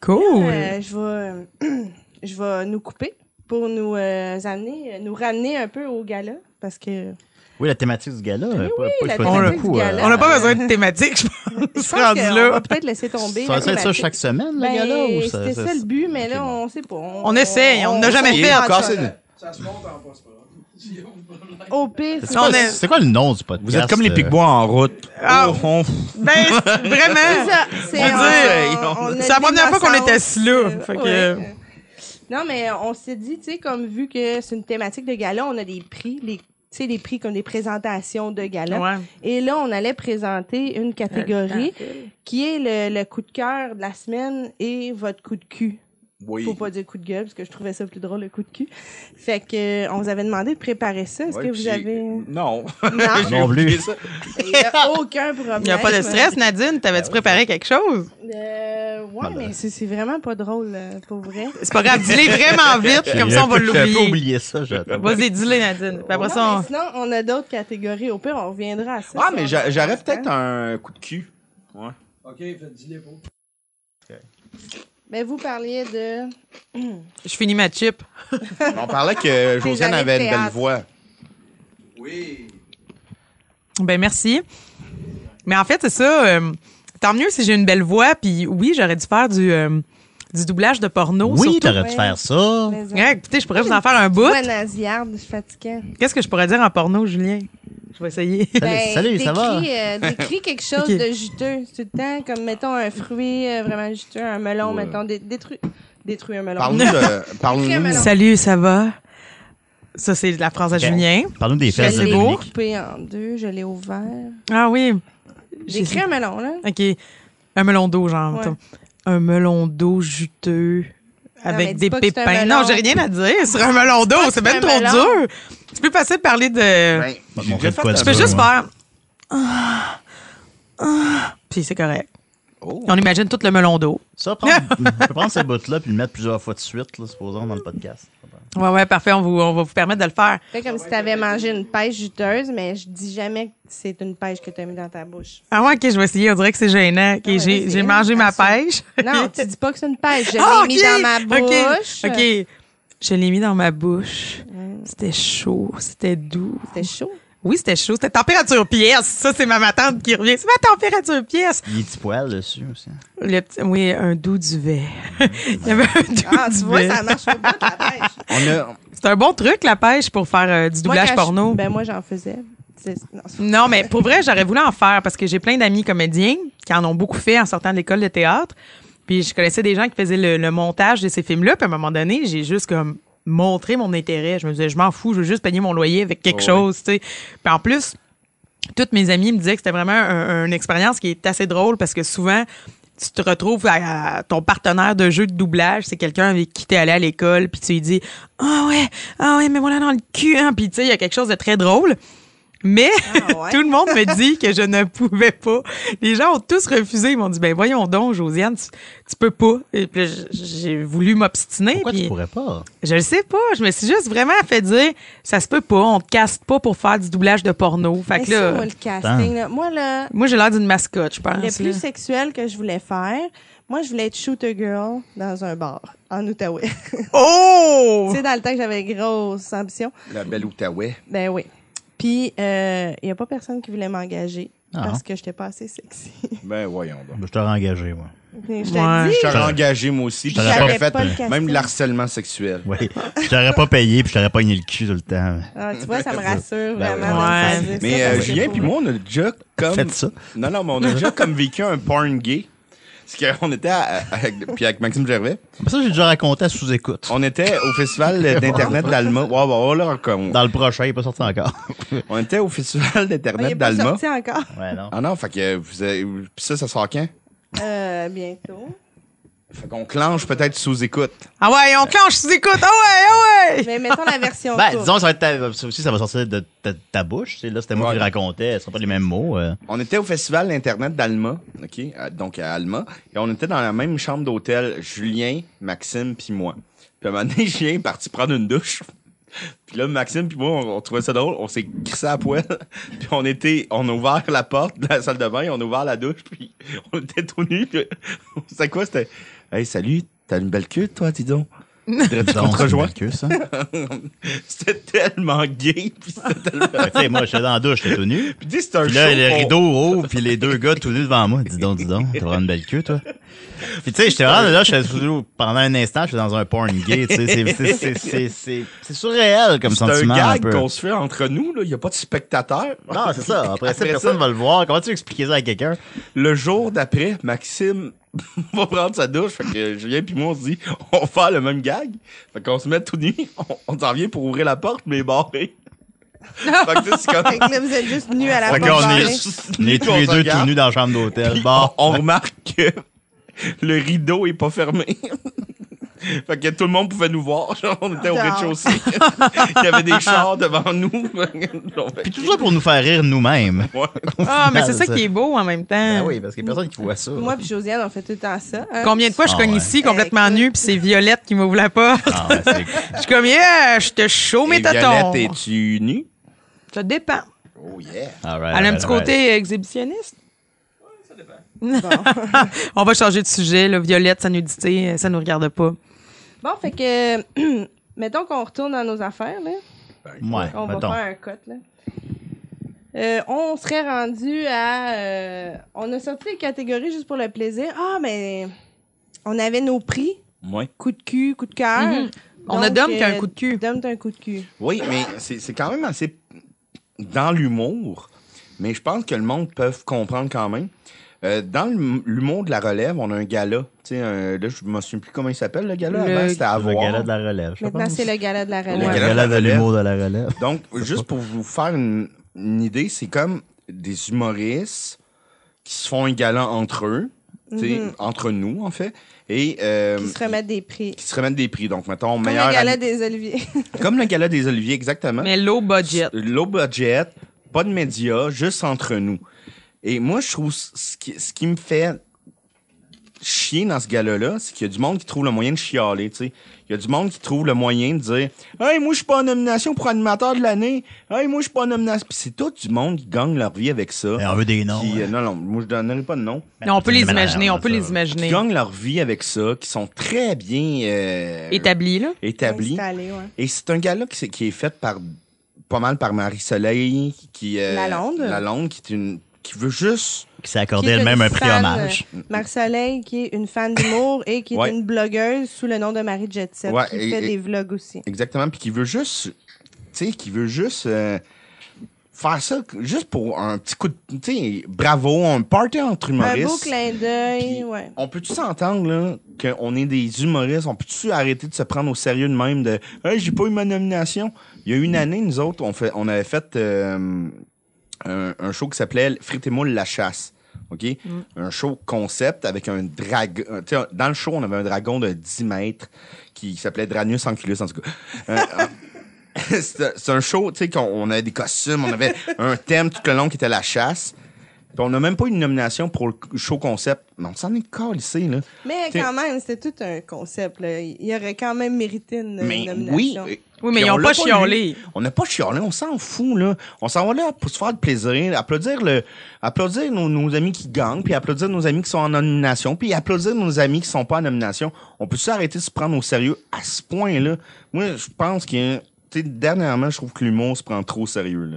Speaker 5: Cool.
Speaker 3: Euh, je vais, euh, je vais nous couper pour nous euh, amener, euh, nous ramener un peu au gala parce que
Speaker 2: Oui, la thématique du gala. euh, pas- pas-
Speaker 3: la
Speaker 2: pas-
Speaker 3: thématique
Speaker 2: pas-
Speaker 3: du
Speaker 2: beaucoup,
Speaker 3: gala.
Speaker 2: euh,
Speaker 5: on n'a pas besoin de thématique, je pense,
Speaker 3: je pense
Speaker 5: rendu
Speaker 3: qu'on
Speaker 5: là.
Speaker 3: va peut-être laisser tomber.
Speaker 2: Ça va
Speaker 3: la
Speaker 2: être ça
Speaker 3: thématique.
Speaker 2: chaque semaine, le
Speaker 3: Ben,
Speaker 2: gala? ou
Speaker 3: C'était ça, le but, mais là, on sait pas.
Speaker 5: On essaye, on n'a jamais
Speaker 4: Et
Speaker 5: fait
Speaker 3: prend
Speaker 4: encore,
Speaker 3: ça,
Speaker 4: c'est-
Speaker 3: là. Au pire,
Speaker 2: C'est
Speaker 3: c'est
Speaker 2: quoi,
Speaker 5: On est-
Speaker 2: c'est quoi le nom du podcast?
Speaker 4: Vous êtes comme les
Speaker 2: euh,
Speaker 4: Pic-Bois en route.
Speaker 5: Ah.
Speaker 4: Oh, on-
Speaker 5: Ben, vraiment.
Speaker 3: ça. C'est
Speaker 5: Je veux
Speaker 4: dire,
Speaker 3: on- on a
Speaker 5: C'est la première fois qu'on
Speaker 3: l'innocence.
Speaker 5: était assis là. Fait que,
Speaker 3: Ouais. euh, Non, mais on s'est dit, tu sais, comme vu que c'est une thématique de gala, on a des prix, les, tu sais, des prix comme des présentations de gala.
Speaker 5: Ouais.
Speaker 3: Et là, on allait présenter une catégorie qui est le, le coup de cœur de la semaine et votre coup de cul.
Speaker 4: Oui.
Speaker 3: Faut pas dire coup de gueule, parce que je trouvais ça plus drôle, le coup de cul. Fait que, euh, on vous avait demandé de préparer ça. Est-ce
Speaker 4: Ouais,
Speaker 3: que
Speaker 4: puis
Speaker 3: vous
Speaker 4: j'ai-
Speaker 3: avez... hein.
Speaker 4: Non.
Speaker 3: Non,
Speaker 4: J'ai
Speaker 2: Non plus.
Speaker 4: oublié ça.
Speaker 3: il n'y a aucun problème.
Speaker 5: Il n'y a pas de stress, Nadine. T'avais-tu
Speaker 2: Ben
Speaker 5: préparé quelque chose?
Speaker 3: Euh, ouais, mais c'est c'est vraiment pas drôle, euh, pour vrai.
Speaker 5: C'est pas grave, dis-les vraiment vite, comme
Speaker 2: j'ai
Speaker 5: ça
Speaker 2: un
Speaker 5: on va
Speaker 2: peu- j'ai un peu
Speaker 5: l'oublier. ben,
Speaker 2: oublié ça, j'attends.
Speaker 5: Vas-y, dis-les, Nadine. Puis après
Speaker 3: Non,
Speaker 5: ça,
Speaker 3: mais
Speaker 5: on...
Speaker 3: sinon, on a d'autres catégories. Au pire, on reviendra à ça.
Speaker 4: Ah,
Speaker 3: si on-
Speaker 4: mais j'a- j'aurais peut-être un coup de cul. Ouais.
Speaker 3: Mais Ben, vous parliez de.
Speaker 5: je finis ma chip.
Speaker 4: On parlait que Josiane
Speaker 3: années de
Speaker 4: avait une belle
Speaker 3: théâtre.
Speaker 4: voix.
Speaker 5: Ben merci. Mais en fait, c'est ça. euh, tant mieux si j'ai une belle voix. Puis oui, j'aurais dû faire du, euh, du doublage de porno.
Speaker 2: Oui,
Speaker 5: surtout.
Speaker 2: t'aurais dû faire ça.
Speaker 3: Les
Speaker 5: Ouais, écoutez, je pourrais vous en faire un bout.
Speaker 3: Ouais, nasillarde, je suis fatiguée.
Speaker 5: Qu'est-ce que je pourrais dire en porno, Julien? Je vais essayer.
Speaker 2: Salut, salut, ça va?
Speaker 3: Ben, décris, euh, décris quelque chose
Speaker 5: Ok.
Speaker 3: de juteux. C'est tout le temps comme, mettons, un fruit euh, vraiment juteux, un melon, mettons, dé- détruis. Détruis un melon.
Speaker 4: Parle-nous de.
Speaker 3: Très
Speaker 4: Parle-nous.
Speaker 3: malin.
Speaker 5: Salut, ça va? Ça, c'est la phrase à Julien.
Speaker 2: Parle-nous des
Speaker 3: Je
Speaker 2: fesses de
Speaker 3: l'ai
Speaker 5: beau.
Speaker 2: Dominique.
Speaker 3: coupé en deux, je l'ai ouvert.
Speaker 5: Ah oui.
Speaker 3: J'écris un melon, là.
Speaker 5: OK. Un melon d'eau, genre.
Speaker 3: Ouais.
Speaker 5: mettons. Un melon d'eau juteux avec
Speaker 3: mais dis
Speaker 5: des
Speaker 3: pas que c'est un
Speaker 5: pépins.
Speaker 3: melon.
Speaker 5: Non, j'ai rien à dire sur un melon d'eau. C'est
Speaker 3: c'est
Speaker 5: même
Speaker 3: un
Speaker 5: trop
Speaker 3: melon.
Speaker 5: dur. C'est plus facile de parler de...
Speaker 4: Ben,
Speaker 2: Bon,
Speaker 4: j'ai
Speaker 2: on
Speaker 4: déjà
Speaker 2: fait quoi
Speaker 4: fait
Speaker 5: Je
Speaker 2: de
Speaker 5: peux
Speaker 2: ça?
Speaker 5: juste
Speaker 2: Ouais.
Speaker 5: faire... Ah, ah, Puis c'est correct.
Speaker 4: Oh.
Speaker 5: On imagine tout le melon d'eau.
Speaker 2: Ça, prendre, on peut prendre ce bout-là puis le mettre plusieurs fois de suite, là, supposons, dans le podcast.
Speaker 5: Ouais, ouais, parfait. On, vous, on va vous permettre de le faire.
Speaker 3: Fais comme si t'avais mangé une pêche juteuse, mais je dis jamais que c'est une pêche que t'as mis dans ta bouche.
Speaker 5: Ah ouais, OK, je vais essayer. On dirait que c'est gênant. OK,
Speaker 3: Ah ouais,
Speaker 5: j'ai
Speaker 3: vas-y,
Speaker 5: j'ai mangé ma pêche.
Speaker 3: Non, tu dis pas que c'est une pêche. Je
Speaker 5: Ah,
Speaker 3: l'ai mis
Speaker 5: ok,
Speaker 3: dans ma
Speaker 5: ok,
Speaker 3: bouche. Mm.
Speaker 5: OK. Je l'ai mis dans ma bouche. C'était chaud, c'était doux.
Speaker 3: C'était chaud.
Speaker 5: Oui, c'était chaud. C'était température pièce. Ça, c'est ma ma tante qui revient. C'est ma température pièce.
Speaker 2: Il y a des petits poils dessus aussi.
Speaker 3: Eh
Speaker 5: Le petit- oui, un doux duvet. Il y avait un doux
Speaker 3: Ah, tu vois,
Speaker 5: duvet.
Speaker 3: ça marche pas de la pêche.
Speaker 4: On a.
Speaker 5: C'est un bon truc, la pêche, pour faire euh, du
Speaker 3: Moi,
Speaker 5: doublage
Speaker 3: quand je-
Speaker 5: porno.
Speaker 3: Ben, moi, j'en faisais. C'est- non, c'est-
Speaker 5: Non, mais pour vrai, j'aurais voulu en faire parce que j'ai plein d'amis comédiens qui en ont beaucoup fait en sortant de l'école de théâtre. Puis je connaissais des gens qui faisaient le, le montage de ces films-là. Puis à un moment donné, j'ai juste comme montré mon intérêt. Je me disais, je m'en fous, je veux juste payer mon loyer avec quelque
Speaker 4: Ouais.
Speaker 5: chose, tu sais. Puis en plus, toutes mes amies me disaient que c'était vraiment un- une expérience qui est assez drôle parce que souvent, tu te retrouves à, à- ton partenaire de jeu de doublage, c'est quelqu'un avec qui t'es allé à l'école, puis tu lui dis, ah ouais, ah ouais, mais voilà dans le cul, hein. Puis tu sais, il y a quelque chose de très drôle. Mais
Speaker 3: Ah ouais?
Speaker 5: tout le monde me dit que je ne pouvais pas. Les gens ont tous refusé. Ils m'ont dit, ben voyons donc, Josiane, tu, tu peux pas. Et puis là, j- j'ai voulu m'obstiner.
Speaker 2: Pourquoi
Speaker 5: puis-
Speaker 2: tu pourrais pas?
Speaker 5: Je le sais pas. Je me suis juste vraiment fait dire, ça se peut pas. On te caste pas pour faire du doublage de porno. Fait
Speaker 3: Mais
Speaker 5: que
Speaker 3: ça,
Speaker 5: là,
Speaker 3: moi, le casting, là, moi, là,
Speaker 5: moi, j'ai l'air d'une mascotte, je pense.
Speaker 3: le plus
Speaker 5: là.
Speaker 3: sexuel que je voulais faire, moi, je voulais être shooter girl dans un bar en Outaouais.
Speaker 5: Oh!
Speaker 3: tu sais, dans le temps que j'avais grosse ambition.
Speaker 4: La belle Outaouais.
Speaker 3: Ben oui. Puis, il n'y a pas personne qui voulait m'engager
Speaker 2: Ah.
Speaker 3: parce que j'étais pas assez sexy.
Speaker 4: Ben, voyons donc.
Speaker 2: Ben, Je t'aurais engagé, moi.
Speaker 3: je t'ai
Speaker 5: Ouais.
Speaker 3: dit,
Speaker 4: Je t'aurais
Speaker 2: J'aurais-
Speaker 4: engagé, moi aussi. puis
Speaker 2: j'aurais
Speaker 4: J'aurais
Speaker 2: pas
Speaker 4: fait
Speaker 3: fait le casting.
Speaker 4: même de l'harcèlement sexuel.
Speaker 2: Oui. Je t'aurais pas payé puis je t'aurais pogné le cul tout le temps.
Speaker 3: Ah, tu vois, ça me rassure
Speaker 2: Ben
Speaker 3: vraiment.
Speaker 5: oui.
Speaker 3: de me faire dire
Speaker 4: Mais
Speaker 3: ça,
Speaker 4: euh,
Speaker 3: parce que
Speaker 4: Julien
Speaker 3: pour
Speaker 4: puis moi, on a déjà comme...
Speaker 2: Faites ça.
Speaker 4: Non, non, mais on a déjà comme vécu un porn gay. Parce qu'on était, à- à- avec- puis avec Maxime Gervais,
Speaker 2: Mais Ça, j'ai déjà raconté à sous-écoute.
Speaker 4: on était au festival d'Internet d'Alma. Ouais, ouais, ouais, là, comme-
Speaker 2: Dans le prochain, il est pas sorti encore.
Speaker 4: On était au festival
Speaker 3: Ah, il
Speaker 4: d'Internet
Speaker 3: est pas
Speaker 4: d'Alma.
Speaker 3: sorti encore.
Speaker 2: ouais, non.
Speaker 4: Ah non, fait que vous avez- Puis ça, ça sort quand?
Speaker 3: Euh, bientôt.
Speaker 4: Fait qu'on clenche peut-être sous écoute.
Speaker 5: Ah ouais, on clenche, tu écoutes. Ah ouais, ah ouais!
Speaker 3: Mais mettons la version
Speaker 2: Ben,
Speaker 3: courte.
Speaker 2: disons, ça, va être ta- ça aussi, ça va sortir de ta, ta bouche. tu sais, Là, c'était moi
Speaker 4: Ouais.
Speaker 2: qui le racontais. Ce sont pas les mêmes mots. euh.
Speaker 4: On était au festival Internet d'Alma, OK? à- Donc, à Alma. Et on était dans la même chambre d'hôtel, Julien, Maxime, puis moi. Puis à un moment donné, Julien est parti prendre une douche. Puis là, Maxime puis moi, on, on trouvait ça drôle. On s'est crissé à poil. Puis on était... On a ouvert la porte de la salle de bain, on a ouvert la douche, puis on était tout nus. Puis on- C'était quoi? C'était... Hey, salut, t'as une belle queue, toi, dis donc. Voudrais-tu qu'on te rejoigne?
Speaker 2: que ça.
Speaker 4: C'était tellement gay. Puis c'était tellement...
Speaker 2: Ben, tu sais, moi, j'étais dans la douche, j'étais tout nu.
Speaker 4: Puis dis, c'est un
Speaker 2: Puis là,
Speaker 4: show
Speaker 2: les
Speaker 4: qu'on-
Speaker 2: rideaux hauts, puis les deux gars tout nus devant moi. Dis donc, dis donc, t'as vraiment une belle queue, toi. Puis tu sais, j'étais vraiment là, j'étais sous l'eau pendant un instant, j'étais dans un porn gay. tu sais, c'est- c'est- c'est- C'est c'est- c'est surréel comme
Speaker 4: C'est un
Speaker 2: sentiment. un
Speaker 4: gag
Speaker 2: peu.
Speaker 4: qu'on se fait entre nous, là. Il n'y a pas de spectateur.
Speaker 2: Non, c'est ça. Après, ça,
Speaker 4: Après
Speaker 2: personne
Speaker 4: ça-
Speaker 2: va le voir. Comment tu veux expliquer ça à quelqu'un?
Speaker 4: Le jour d'après, Maxime va prendre sa douche. Fait que Julien puis moi, on se dit, on va faire le même gag. Fait qu'on se met tout nu. On, on s'en vient pour ouvrir la porte, mais barré. fait que tu sais, c'est comme...
Speaker 3: Fait que là, vous êtes juste nus à la
Speaker 2: Fait
Speaker 3: porte
Speaker 2: qu'on est-
Speaker 3: barrée.
Speaker 2: On est tous les
Speaker 4: se
Speaker 2: deux
Speaker 4: regarde,
Speaker 2: tout nus dans la chambre d'hôtel.
Speaker 4: puis
Speaker 2: Bon.
Speaker 3: Oh,
Speaker 4: On, on remarque que le rideau est pas fermé. Fait que tout le monde pouvait nous voir. Genre, on était au
Speaker 3: Dehors.
Speaker 4: rez-de-chaussée. Il y avait des chars devant nous.
Speaker 2: Puis tout ça pour nous faire rire nous-mêmes.
Speaker 4: Ouais.
Speaker 5: Ah, mais c'est ça
Speaker 2: ça. Ben
Speaker 5: qui est beau en même temps.
Speaker 2: parce qu'il y a personne qui voit ça.
Speaker 3: Moi puis Josiane, on fait tout le temps ça. hein.
Speaker 5: Combien de fois je
Speaker 2: Ah
Speaker 5: cogne
Speaker 2: ouais.
Speaker 5: ici complètement
Speaker 3: Ben, Écoute.
Speaker 5: nue, puis c'est Violette qui m'ouvre la porte.
Speaker 2: Ah, ouais, c'est-
Speaker 5: Je suis comme, yeah, je te chaud mes
Speaker 4: Et Violette,
Speaker 5: totons.
Speaker 4: es-tu nue?
Speaker 5: Ça dépend.
Speaker 4: Oh yeah.
Speaker 2: All right,
Speaker 5: Elle a un
Speaker 2: all
Speaker 5: petit
Speaker 2: right.
Speaker 5: côté exhibitionniste. On va changer de sujet. Là. Violette, sa nudité, euh, ça nous regarde pas.
Speaker 3: Bon, fait que... Mettons qu'on retourne dans nos affaires, là.
Speaker 2: Ouais,
Speaker 3: On
Speaker 2: mettons.
Speaker 3: va faire un cut, là. Euh, on serait rendu à... euh, on a sorti les catégories juste pour le plaisir. Ah, mais on avait nos prix.
Speaker 4: Ouais.
Speaker 3: Coup de cul, coup de cœur.
Speaker 5: Mhm. On a
Speaker 3: Donc,
Speaker 5: Dom qui a
Speaker 3: euh,
Speaker 5: un coup de cul.
Speaker 3: Dom, t'as un coup de cul.
Speaker 4: Oui, mais c'est c'est quand même assez dans l'humour, mais je pense que le monde peut comprendre quand même. Euh, dans l'hum- l'humour de la relève, on a un gala. Tu sais, un- là, je me souviens plus comment il s'appelle, le gala.
Speaker 5: Le-
Speaker 4: Avant, c'était à
Speaker 2: Le
Speaker 4: voir.
Speaker 2: gala de la relève, je
Speaker 3: Maintenant,
Speaker 2: pense.
Speaker 3: c'est le gala de la relève.
Speaker 4: Le
Speaker 2: Le
Speaker 4: gala
Speaker 2: gala de
Speaker 4: de la
Speaker 2: l'humour de la relève.
Speaker 4: Donc, juste pour vous faire une, une idée, c'est comme des humoristes qui se font un gala entre eux, tu sais, entre nous, en fait, et euh,
Speaker 3: Mm-hmm. Qui se remettent des prix.
Speaker 4: qui se remettent des prix. Donc, mettons,
Speaker 3: Comme
Speaker 4: meilleur.
Speaker 3: le gala
Speaker 4: ami-
Speaker 3: des Oliviers.
Speaker 4: Comme le gala des Oliviers, exactement.
Speaker 5: Mais low budget.
Speaker 4: Low budget, pas de médias, juste entre nous. Et moi, je trouve ce qui, ce qui me fait chier dans ce gala-là, c'est qu'il y a du monde qui trouve le moyen de chialer, tu sais. Il y a du monde qui trouve le moyen de dire « Hey, moi, je suis pas en nomination pour animateur de l'année. Hey, moi, je suis pas en nomination. » Puis c'est tout du monde qui gagne leur vie avec ça.
Speaker 2: Eh, on veut des noms.
Speaker 4: Qui-
Speaker 2: hein.
Speaker 4: Non, non, moi, je donnerai pas de nom
Speaker 5: Non, on peut les
Speaker 2: Mais non,
Speaker 5: imaginer, on
Speaker 2: ça
Speaker 5: peut
Speaker 2: va.
Speaker 5: les
Speaker 4: qui
Speaker 5: imaginer.
Speaker 4: gagnent leur vie avec ça, qui sont très bien euh,
Speaker 5: Établi, là.
Speaker 4: établis.
Speaker 3: Installé, ouais.
Speaker 4: Et c'est un gars-là qui, s'est- qui est fait par pas mal par Marie-Soleil, qui euh,
Speaker 3: Lalonde.
Speaker 4: Lalonde, qui est une qui veut juste
Speaker 2: Qui s'est
Speaker 3: Qui
Speaker 2: accordé
Speaker 3: est une
Speaker 2: elle-même un prix
Speaker 3: fan,
Speaker 2: hommage.
Speaker 3: euh, Marie-Soleil, qui est une fan d'humour et qui est
Speaker 4: Ouais.
Speaker 3: une blogueuse sous le nom de Marie Jetset,
Speaker 4: Ouais,
Speaker 3: qui
Speaker 4: et-
Speaker 3: fait
Speaker 4: et-
Speaker 3: des vlogs aussi.
Speaker 4: exactement puis qui veut juste tu sais qui veut juste euh, faire ça juste pour un petit coup de tu sais bravo, un party entre
Speaker 3: Un
Speaker 4: humoristes.
Speaker 3: beau clin d'œil,
Speaker 4: Puis,
Speaker 3: ouais.
Speaker 4: On peut-tu s'entendre là qu'on est des humoristes, on peut-tu arrêter de se prendre au sérieux de même de Hey, j'ai pas eu ma nomination. Il y a une année, nous autres, on fait on avait fait euh, un, un show qui s'appelait Frites et moules la chasse. OK? Un show concept avec un dragon. Dans le show, on avait un dragon de 10 mètres qui s'appelait Dranius Anculus, en tout cas. Euh, euh, c'est c'est un show, tu sais, qu'on on avait des costumes, on avait un thème tout le long qui était la chasse. Puis on n'a même pas eu une nomination pour le show concept. Mais on s'en est calissé, là.
Speaker 3: Mais
Speaker 4: T'sais-
Speaker 3: quand même, c'était tout un concept. Là. Il aurait quand même mérité une
Speaker 4: Mais oui.
Speaker 3: nomination.
Speaker 4: euh,
Speaker 5: Oui, mais
Speaker 4: puis
Speaker 5: ils
Speaker 4: on
Speaker 5: ont
Speaker 4: l'a
Speaker 5: pas
Speaker 4: eu.
Speaker 5: chiolé.
Speaker 4: On n'a pas chiolé, on s'en fout, là. On s'en va là pour se faire de plaisir, applaudir le, applaudir nos, nos amis qui gagnent, puis applaudir nos amis qui sont en nomination, puis applaudir nos amis qui sont pas en nomination. On peut s'arrêter de se prendre au sérieux à ce point-là? Moi, je pense que, tu sais, dernièrement, je trouve que l'humour se prend trop au sérieux, là.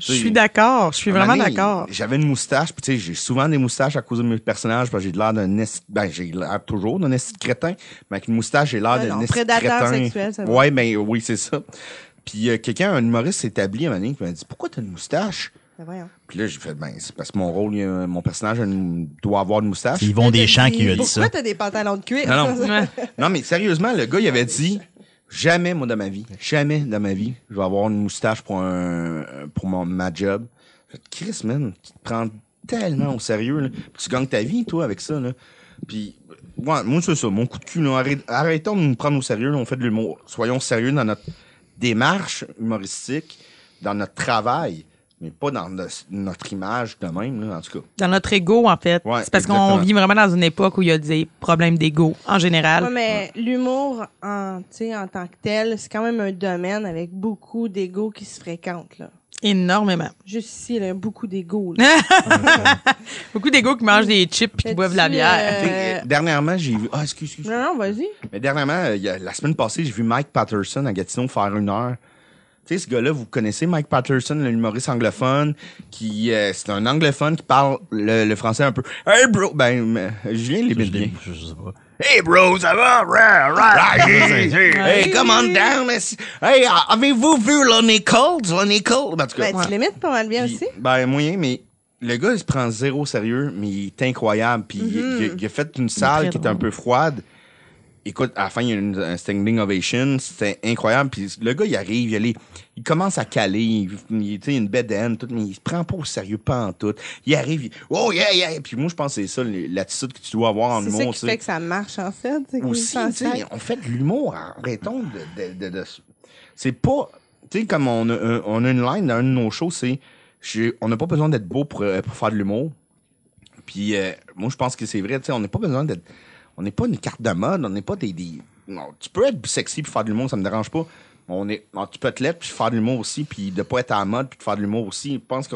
Speaker 5: Je suis d'accord. Je suis
Speaker 4: À un
Speaker 5: vraiment
Speaker 4: moment donné,
Speaker 5: d'accord.
Speaker 4: J'avais une moustache, puis tu sais, j'ai souvent des moustaches à cause de mes personnages, parce que j'ai de l'air d'un esti- ben j'ai l'air toujours d'un esti de crétin, mais avec une moustache, j'ai l'air
Speaker 3: Ouais,
Speaker 4: d'un
Speaker 3: non,
Speaker 4: esti de
Speaker 3: prédateur
Speaker 4: crétin.
Speaker 3: sexuel, ça va.
Speaker 4: Ouais, ben oui, c'est ça. Puis euh, quelqu'un, un humoriste établi à un moment donné, qui m'a dit "Pourquoi t'as une moustache
Speaker 3: Mais voyons.
Speaker 4: Puis là, j'ai fait "Ben, c'est parce que mon rôle, il y a- mon personnage a une- doit avoir une moustache."
Speaker 2: Ils vont
Speaker 3: Là,
Speaker 2: des
Speaker 3: t'as
Speaker 2: champs
Speaker 3: dit,
Speaker 2: qui a dit
Speaker 3: Pourquoi
Speaker 2: ça.
Speaker 3: t'as des pantalons de cuir?
Speaker 4: Non, non. non, mais sérieusement, le gars, il avait dit jamais, moi, dans ma vie, jamais dans ma vie, je vais avoir une moustache pour un, euh, pour mon, ma job. J'ai dit, Chris, man, tu te prends tellement au sérieux, là. Puis tu gagnes ta vie, toi, avec ça, là. Puis, ouais, moi, c'est ça, mon coup de cul, là. Arrête- arrêtons de nous prendre au sérieux, là. On fait de l'humour. Soyons sérieux dans notre démarche humoristique, dans notre travail, mais pas dans nos- notre image de même, là, en tout cas.
Speaker 5: Dans notre ego, en fait.
Speaker 4: Ouais,
Speaker 5: c'est parce qu'on
Speaker 4: exactement.
Speaker 5: vit vraiment dans une époque où il y a des problèmes d'ego en général.
Speaker 3: Ouais, mais l'humour en, tu sais, en tant que tel, c'est quand même un domaine avec beaucoup d'égos qui se fréquentent. Là.
Speaker 5: Énormément.
Speaker 3: Juste ici, là, beaucoup d'égos. là.
Speaker 5: Beaucoup d'ego qui mangent des chips et qui
Speaker 3: T'as-tu,
Speaker 5: boivent de la bière.
Speaker 3: euh,
Speaker 4: Tu sais, Dernièrement, j'ai vu. Ah, excuse, excuse.
Speaker 3: Non, non, vas-y.
Speaker 4: Mais dernièrement, euh, il y a- la semaine passée, j'ai vu Mike Patterson à Gatineau faire une heure. Tu sais, ce gars-là, vous connaissez Mike Patterson, l'humoriste anglophone, qui euh, c'est un anglophone qui parle le, le français un peu. Hey bro, ben euh, Julien
Speaker 2: Je,
Speaker 4: l'imite bien.
Speaker 2: l'ai- je sais pas.
Speaker 4: Hey bro, ça va? Rah, rah, rah, hey, hey, hey, come on down. miss. Hey, a- avez-vous vu Lonnie Coles? Lonnie Coles? Ben, en tout cas,
Speaker 3: Ben, Tu l'imites pas mal bien
Speaker 4: puis-
Speaker 3: aussi.
Speaker 4: Ben, moyen, mais le gars, il se prend zéro au sérieux, mais il est incroyable. Puis il- il,
Speaker 3: Mhm.
Speaker 4: il a fait une salle qui
Speaker 5: très
Speaker 4: est un peu froide. Écoute, à la fin, il y a une, un standing ovation. C'était incroyable. Puis le gars, il arrive, il, a les- il commence à caler. Il, il, tu sais, il a une bedaine, tout, mais il se prend pas au sérieux, pas en tout. Il arrive, il, oh yeah, yeah. Puis moi, je pense que c'est ça l'attitude que tu dois avoir en
Speaker 3: C'est ça
Speaker 4: humour.
Speaker 3: qui
Speaker 4: tu sais
Speaker 3: fait que ça marche, en fait. c'est qu'on
Speaker 4: oh, aussi,
Speaker 3: s'en
Speaker 4: tu sais,
Speaker 3: sert.
Speaker 4: on fait de l'humour, arrêtons de... de, de, de- c'est pas... Tu sais, comme on a, un- on a une line dans un de nos shows, c'est... j'ai- On n'a pas besoin d'être beau pour, euh, pour faire de l'humour. Puis euh, moi, je pense que c'est vrai, tu sais, on n'a pas besoin d'être... On n'est pas une carte de mode, on n'est pas des... des- non, tu peux être sexy puis faire de l'humour, ça me dérange pas. On est, non, tu peux être lettre puis faire de l'humour aussi, puis de pas être à la mode puis de faire de l'humour aussi. Je pense que...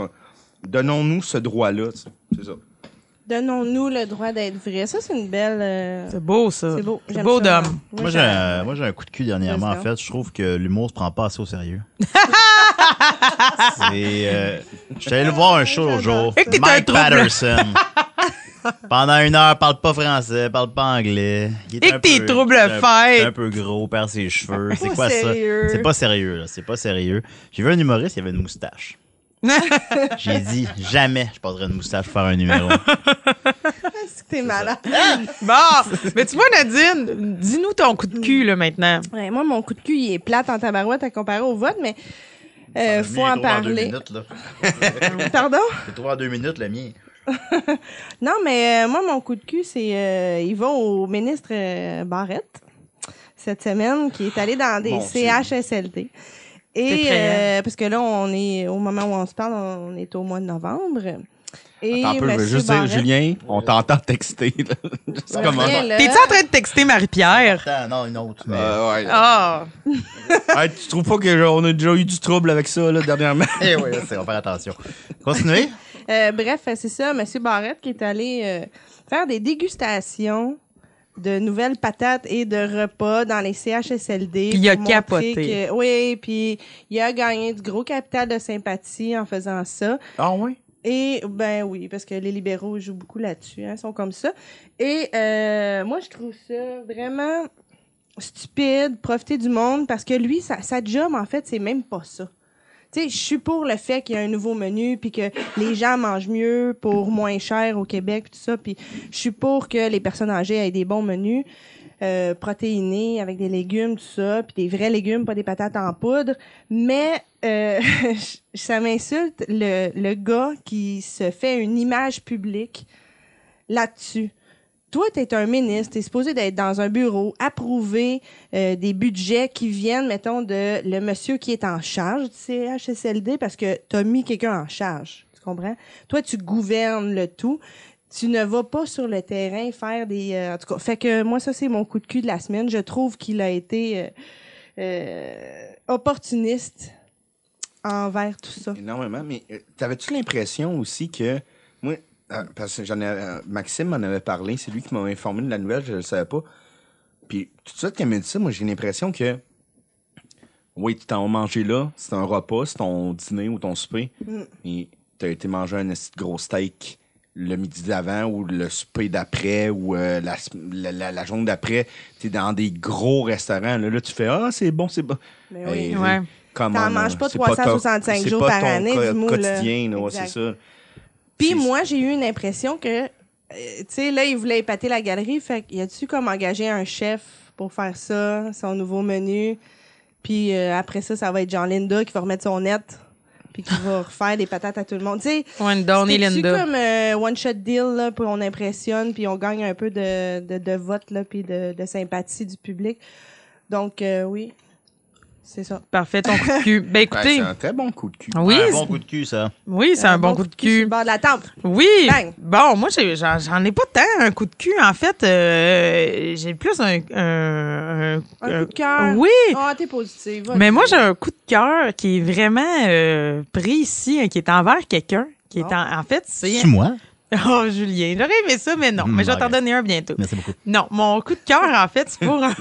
Speaker 4: Donnons-nous ce droit-là, tu sais, c'est ça.
Speaker 3: Donnons-nous le droit d'être vrai. Ça, c'est une belle. euh,
Speaker 5: C'est beau, ça.
Speaker 3: C'est beau.
Speaker 5: C'est
Speaker 3: J'aime
Speaker 5: beau
Speaker 3: ça,
Speaker 5: d'homme.
Speaker 3: moi.
Speaker 2: Moi, j'ai
Speaker 3: j'aime.
Speaker 2: un, moi, j'ai un coup de cul dernièrement, en
Speaker 3: Vas-y
Speaker 2: fait. Je trouve que l'humour se prend pas assez au sérieux. C'est, euh, j'étais allé voir un show l'autre jour.
Speaker 5: Ah, Et que t'es
Speaker 2: Mike
Speaker 5: un trouble.
Speaker 2: Patterson. Pendant une heure, parle pas français, parle pas anglais. Il est
Speaker 5: Et
Speaker 2: un
Speaker 5: que t'es
Speaker 2: peu-
Speaker 5: trouble
Speaker 2: un-
Speaker 5: fait.
Speaker 2: il est un peu gros, perd ses cheveux. C'est
Speaker 3: Pas
Speaker 2: quoi
Speaker 3: sérieux.
Speaker 2: ça? C'est pas sérieux, là. C'est pas sérieux. J'ai vu un humoriste, il avait une moustache. J'ai dit, jamais je porterai une moustache pour faire un numéro.
Speaker 3: Est-ce que t'es malade?
Speaker 5: Bon, mais tu vois, Nadine, dis-nous ton coup de cul, là, maintenant.
Speaker 3: Ouais, moi, mon coup de cul, il est plate en tabarouette à comparer au vote, mais euh, faut en parler. Pardon?
Speaker 2: C'est trois en deux minutes, le mien.
Speaker 3: Non, mais euh, moi, mon coup de cul, c'est euh, il va au ministre euh, Barrette cette semaine, qui est allé dans des
Speaker 4: Mon Dieu.
Speaker 3: CHSLD. Et
Speaker 5: effrayant.
Speaker 3: euh, parce que là, on est au moment où on se parle, on est au mois de novembre. Et
Speaker 4: Attends un peu, je veux
Speaker 3: Monsieur
Speaker 4: juste dire,
Speaker 3: Barrette-
Speaker 4: Julien, on t'entend texter. Là. Juste
Speaker 3: Pour
Speaker 4: comment-
Speaker 3: vrai, là,
Speaker 5: T'es-tu en train de texter Marie-Pierre?
Speaker 2: Attends, non, une autre. Mais...
Speaker 4: Euh, ouais.
Speaker 5: Ah!
Speaker 4: Hey, tu trouves pas qu'on a déjà eu du trouble avec ça là, dernièrement?
Speaker 2: Eh oui, c'est- on va faire attention. Continuez.
Speaker 3: Euh, bref, c'est ça, Monsieur Barrette qui est allé euh, faire des dégustations de nouvelles patates et de repas dans les CHSLD.
Speaker 5: Puis il a
Speaker 3: pour montrer
Speaker 5: capoté.
Speaker 3: que- oui, puis il a gagné du gros capital de sympathie en faisant ça.
Speaker 4: Ah oui?
Speaker 3: Et ben oui, parce que les libéraux ils jouent beaucoup là-dessus, hein, ils sont comme ça. Et euh, moi, je trouve ça vraiment stupide, profiter du monde, parce que lui, sa, sa job, en fait, c'est même pas ça. Tu sais, je suis pour le fait qu'il y a un nouveau menu, puis que les gens mangent mieux pour moins cher au Québec, puis tout ça. Puis je suis pour que les personnes âgées aient des bons menus euh, protéinés avec des légumes, tout ça, puis des vrais légumes, pas des patates en poudre. Mais euh, ça m'insulte le, le gars qui se fait une image publique là-dessus. Toi, tu es un ministre, tu es supposé d'être dans un bureau, approuver euh, des budgets qui viennent, mettons, de le monsieur qui est en charge du CHSLD parce que tu as mis quelqu'un en charge. Tu comprends? Toi, tu gouvernes le tout. Tu ne vas pas sur le terrain faire des... euh, en tout cas, fait que moi, ça, c'est mon coup de cul de la semaine. Je trouve qu'il a été euh, euh, opportuniste envers tout ça.
Speaker 4: Énormément, mais euh, t'avais-tu l'impression aussi que. Moi, euh, parce que j'en ai, euh, Maxime m'en avait parlé, c'est lui qui m'a informé de la nouvelle, je le savais pas. Puis tout de suite, quand il m'a dit ça, moi, j'ai l'impression que. Oui, tu t'en vas manger là, c'est un repas, c'est ton dîner ou ton souper.
Speaker 3: Mm.
Speaker 4: Et t'as été manger un esti de gros steak le midi d'avant ou le souper d'après ou euh, la, sem- la, la, la journée d'après. T'es dans des gros restaurants. Là, là tu fais Ah, c'est bon, c'est bon.
Speaker 3: Mais Ben oui.
Speaker 5: Ouais.
Speaker 4: Comment,
Speaker 3: T'en
Speaker 4: là?
Speaker 3: manges pas
Speaker 4: C'est
Speaker 3: 365
Speaker 4: ton- c'est
Speaker 3: jours
Speaker 4: pas
Speaker 3: par
Speaker 4: ton
Speaker 3: année,
Speaker 4: co-
Speaker 3: du mot, là.
Speaker 4: quotidien, là, ouais,
Speaker 3: Exact.
Speaker 4: c'est ça.
Speaker 3: Puis
Speaker 4: C'est-
Speaker 3: moi, j'ai eu une impression que, euh, tu sais, là, il voulait épater la galerie. Fait qu'il a-tu comme engagé un chef pour faire ça, son nouveau menu? Puis euh, après ça, ça va être Jean Linda qui va remettre son net, puis qui va refaire des patates à tout le monde. Tu sais,
Speaker 5: One down et
Speaker 3: c'est
Speaker 5: Linda.
Speaker 3: comme euh, one shot deal là, pour on impressionne puis on gagne un peu de, de, de vote là puis de, de sympathie du public. Donc euh, oui, c'est ça.
Speaker 5: Parfait, ton coup de cul. Ben
Speaker 4: Ouais,
Speaker 5: écoutez,
Speaker 4: c'est un très bon coup de cul.
Speaker 5: oui,
Speaker 2: un
Speaker 5: c'est-
Speaker 2: bon coup de cul, ça.
Speaker 5: oui, c'est un bon coup de
Speaker 3: Euh, sur
Speaker 5: cul.
Speaker 3: le bord de la tempe.
Speaker 5: Oui.
Speaker 3: Bang.
Speaker 5: Bon, moi, j'ai- j'en j'en ai pas tant un coup de cul. En fait, euh, j'ai plus un, un, un-
Speaker 3: Un coup de cœur.
Speaker 5: Euh, Oui.
Speaker 3: Ah, oh. t'es positive.
Speaker 5: Mais moi, j'ai un coup de cœur qui est vraiment euh, précis, hein, qui est envers quelqu'un. Qui est
Speaker 3: Bon.
Speaker 5: en, en fait, c'est.
Speaker 2: C'est moi.
Speaker 5: Oh, Julien, j'aurais aimé ça, mais Mm, non.
Speaker 2: Hmm,
Speaker 5: mais je vais t'en
Speaker 2: ok.
Speaker 5: donner un bientôt.
Speaker 2: Merci beaucoup.
Speaker 5: Non, mon coup de cœur, en fait, c'est pour un,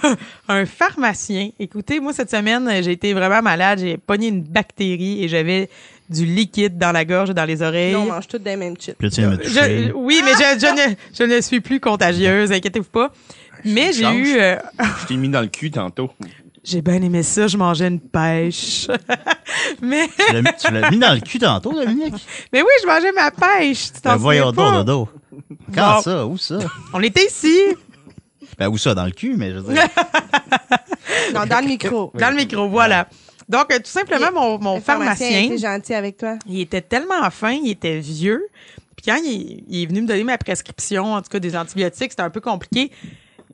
Speaker 5: un pharmacien. Écoutez, moi, cette semaine, j'ai été vraiment malade. J'ai pogné une bactérie et j'avais du liquide dans la gorge, et dans les oreilles.
Speaker 3: Là, on mange toutes des mêmes chips.
Speaker 2: Puis là,
Speaker 4: Euh,
Speaker 2: tu viens de me toucher.
Speaker 5: Je- euh, oui, mais je, je ne, je ne suis plus contagieuse, inquiétez-vous pas. Mais j'ai
Speaker 4: Change.
Speaker 5: eu... euh,
Speaker 4: Je t'ai mis dans le cul tantôt.
Speaker 5: j'ai bien aimé ça, je mangeais une pêche. mais,
Speaker 2: Tu l'as mis- Tu l'as mis dans le cul tantôt, Dominique.
Speaker 5: mais oui, je mangeais ma pêche, tu t'en
Speaker 2: Ben voyons donc,
Speaker 5: souviens pas.
Speaker 2: dodo. Quand
Speaker 5: Non.
Speaker 2: ça? Où ça?
Speaker 5: On était ici,
Speaker 2: Ben où ça? Dans le cul, mais je veux dire...
Speaker 3: Non, dans le micro.
Speaker 5: dans le micro, voilà. Donc, euh, tout simplement, mon, mon
Speaker 3: Le pharmacien a
Speaker 5: pharmacien
Speaker 3: été gentil avec toi.
Speaker 5: Il était tellement fin, il était vieux. Puis quand il, il est venu me donner ma prescription, en tout cas des antibiotiques, c'était un peu compliqué.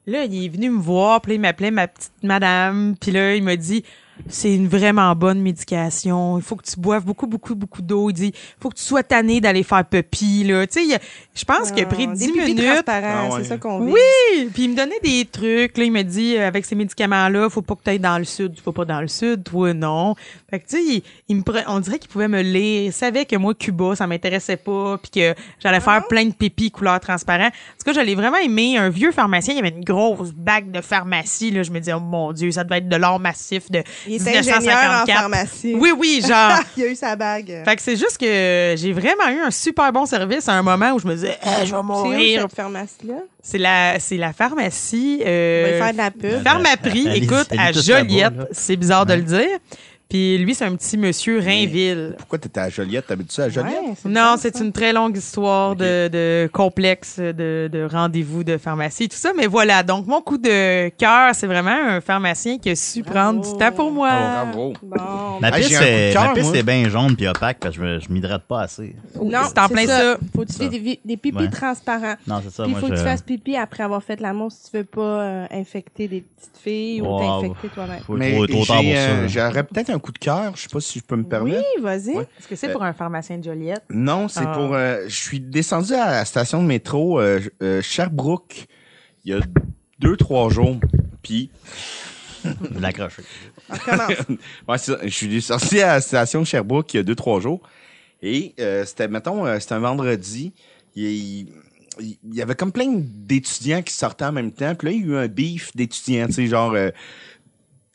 Speaker 5: Là, il est venu me voir, puis là, il m'appelait ma petite madame. Puis là, il m'a dit, c'est une vraiment bonne médication. Il faut que tu boives beaucoup, beaucoup, beaucoup d'eau. Il dit, faut que tu sois tanné d'aller faire pupille, là. Tu sais, il a- je pense qu'il a pris
Speaker 3: Non,
Speaker 5: 10
Speaker 3: Ah, des pipis
Speaker 5: minutes.
Speaker 3: transparents,
Speaker 4: Ah ouais.
Speaker 3: c'est ça qu'on vit.
Speaker 5: Oui, puis il me donnait des trucs. Là, il me dit, euh, avec ces médicaments-là, faut pas que tu ailles dans le sud. Tu vas pas dans le sud, toi, non. Fait que, tu sais, il, il me pre- on dirait qu'il pouvait me lire. Il savait que moi, Cuba, ça m'intéressait pas, puis que j'allais faire
Speaker 3: Ah.
Speaker 5: plein de pépis couleur transparent. En tout cas, je l'ai vraiment aimé. Un vieux pharmacien, il avait une grosse bague de pharmacie. Là, je me disais, oh mon Dieu, ça devait être de l'or massif de
Speaker 3: Il est ingénieur en
Speaker 5: 1954.
Speaker 3: pharmacie.
Speaker 5: Oui, oui, genre...
Speaker 3: Ah, il a eu sa bague.
Speaker 5: Fait que c'est juste que j'ai vraiment eu un super bon service à un moment où je me disais, Eh, je vais
Speaker 3: C'est où
Speaker 5: mourir.
Speaker 3: cette pharmacie-là?
Speaker 5: C'est la, c'est la pharmacie.
Speaker 3: On va
Speaker 5: Euh,
Speaker 3: lui faire de la pub.
Speaker 5: Pharmaprix,
Speaker 2: Allez-y,
Speaker 5: écoute,
Speaker 2: allez
Speaker 5: à
Speaker 2: tous là-bas, là.
Speaker 5: Joliette. C'est bizarre de le dire. Puis lui, c'est un petit monsieur Rainville.
Speaker 4: Pourquoi t'étais à Joliette? T'habites-tu à Joliette?
Speaker 3: Ouais, c'est ça.
Speaker 5: Non, c'est une très longue histoire de, de complexe, de, de rendez-vous, de pharmacie, tout ça. Mais voilà, donc mon coup de cœur, c'est vraiment un pharmacien qui a su prendre du temps pour moi.
Speaker 4: Oh,
Speaker 3: Euh,
Speaker 4: bravo.
Speaker 3: Bon.
Speaker 2: Ma
Speaker 4: Hey,
Speaker 2: piste,
Speaker 4: j'ai un coup de
Speaker 2: est-
Speaker 4: cœur,
Speaker 2: ma piste
Speaker 4: moi.
Speaker 2: est bien jaune puis opaque parce que je me- je m'hydrate pas assez.
Speaker 3: Non,
Speaker 5: c'est en plein ça.
Speaker 3: Faut que tu fasses des, vi- des pipis
Speaker 2: Ouais.
Speaker 3: transparents.
Speaker 2: Non, c'est ça.
Speaker 3: Puis il
Speaker 2: moi,
Speaker 3: faut que
Speaker 2: je-
Speaker 3: tu fasses pipi après avoir fait l'amour si tu veux pas euh, infecter des petites filles
Speaker 2: Wow.
Speaker 3: ou t'infecter toi-même.
Speaker 2: Faut
Speaker 4: Mais
Speaker 2: trop, trop tard pour
Speaker 4: j'ai,
Speaker 2: ça.
Speaker 4: euh,
Speaker 2: là.
Speaker 4: j'aurais peut-être un coup de cœur, je sais pas si je peux me
Speaker 3: Oui,
Speaker 4: permettre.
Speaker 3: vas-y.
Speaker 4: Ouais.
Speaker 5: Est-ce que c'est pour un pharmacien de Joliette?
Speaker 4: Non, c'est
Speaker 5: Ah.
Speaker 4: pour. euh, je suis descendu à la station de métro euh, euh, Sherbrooke il y a deux, trois jours. Puis,
Speaker 2: Je vais l'accrocher.
Speaker 3: On commence.
Speaker 4: ouais, c'est ça. je suis descendu à la station de Sherbrooke il y a deux, trois jours. Et euh, c'était, mettons, euh, c'était un vendredi. Il, il- il y avait comme plein d'étudiants qui sortaient en même temps. Puis là, il y a eu un beef d'étudiants, tu sais, genre euh,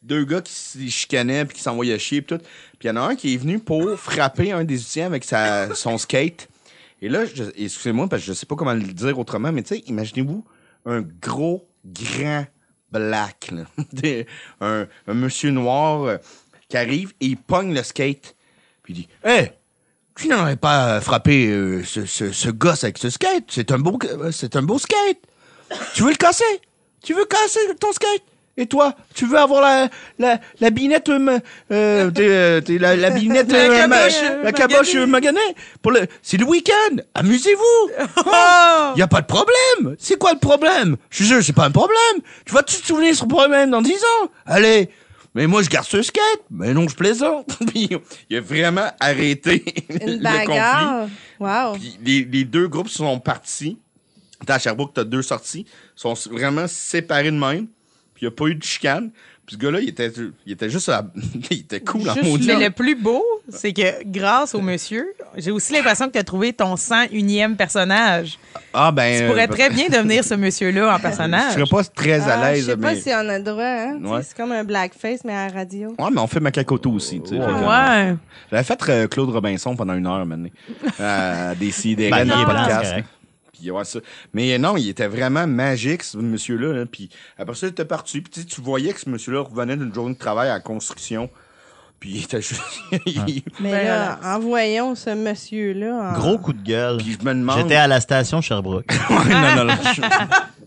Speaker 4: deux gars qui se chicanaient puis qui s'envoyaient chier puis tout. Puis il y en a un qui est venu pour frapper un des étudiants avec sa, son skate. Et là, je- excusez-moi parce que je sais pas comment le dire autrement, mais tu sais, imaginez-vous un gros, grand black, là. Des- un, un monsieur noir euh, qui arrive et il pogne le skate. Puis il dit Hey! Tu n'aurais pas frappé euh, ce, ce, ce gosse avec ce skate. C'est un beau, euh, c'est un beau skate. Tu veux le casser? Tu veux casser ton skate? Et toi, tu veux avoir la, la, la binette, euh, ma- euh, t'es, euh, t'es la, la binette,
Speaker 5: La
Speaker 4: euh, ma-
Speaker 5: caboche, euh,
Speaker 4: la caboche
Speaker 5: maganée.
Speaker 4: euh, maganée pour le, c'est le week-end, amusez-vous.
Speaker 5: Oh!
Speaker 4: Il y a pas de problème. C'est quoi le problème Je suis sûr, c'est pas un problème. Tu vas te souvenir sur le problème dans 10 ans. Allez. Mais moi, je garde ce skate. Mais non, je plaisante. Puis, il a vraiment arrêté
Speaker 3: Une
Speaker 4: le conflit.
Speaker 3: bagarre. Wow.
Speaker 4: Puis les, les deux groupes sont partis. T'as à Sherbrooke, t'as deux sorties. Ils sont s- vraiment séparés de même. Puis il a pas eu de chicane. Puis ce gars-là, il était, il était juste à- Il était cool en
Speaker 3: Juste
Speaker 4: maudit.
Speaker 5: Mais le plus beau, c'est que grâce au monsieur, j'ai aussi l'impression que tu as trouvé ton 101e personnage.
Speaker 4: Ah, ben.
Speaker 5: Tu
Speaker 4: euh,
Speaker 5: pourrais très bien devenir ce monsieur-là en personnage.
Speaker 4: Je serais pas très à
Speaker 3: Ah, Je
Speaker 4: l'aise,
Speaker 3: sais pas
Speaker 4: mais.
Speaker 3: si on a le droit. Hein? Tu sais,
Speaker 4: Ouais.
Speaker 3: C'est comme un blackface, mais à la radio.
Speaker 4: Ouais, mais on fait Macacoto aussi, tu sais. Fait que-
Speaker 5: Ouais.
Speaker 4: J'avais fait euh, Claude Robinson pendant une heure, maintenant. À des
Speaker 2: Ben, il est
Speaker 4: des des
Speaker 2: blanc, c'est
Speaker 4: podcasts.
Speaker 2: correct.
Speaker 4: Puis, ouais, ça. Mais euh, non, il était vraiment magique, ce monsieur-là. là. Puis après ça, il était parti. Puis tu sais, tu voyais que ce monsieur-là revenait d'une journée de travail à la construction. Puis il était juste... il-
Speaker 3: Mais
Speaker 5: Ben,
Speaker 3: là, envoyons ce monsieur-là. en-
Speaker 2: Gros coup de gueule.
Speaker 4: Ah. Puis je me demande...
Speaker 2: J'étais à la station Sherbrooke.
Speaker 4: non, non, non. je-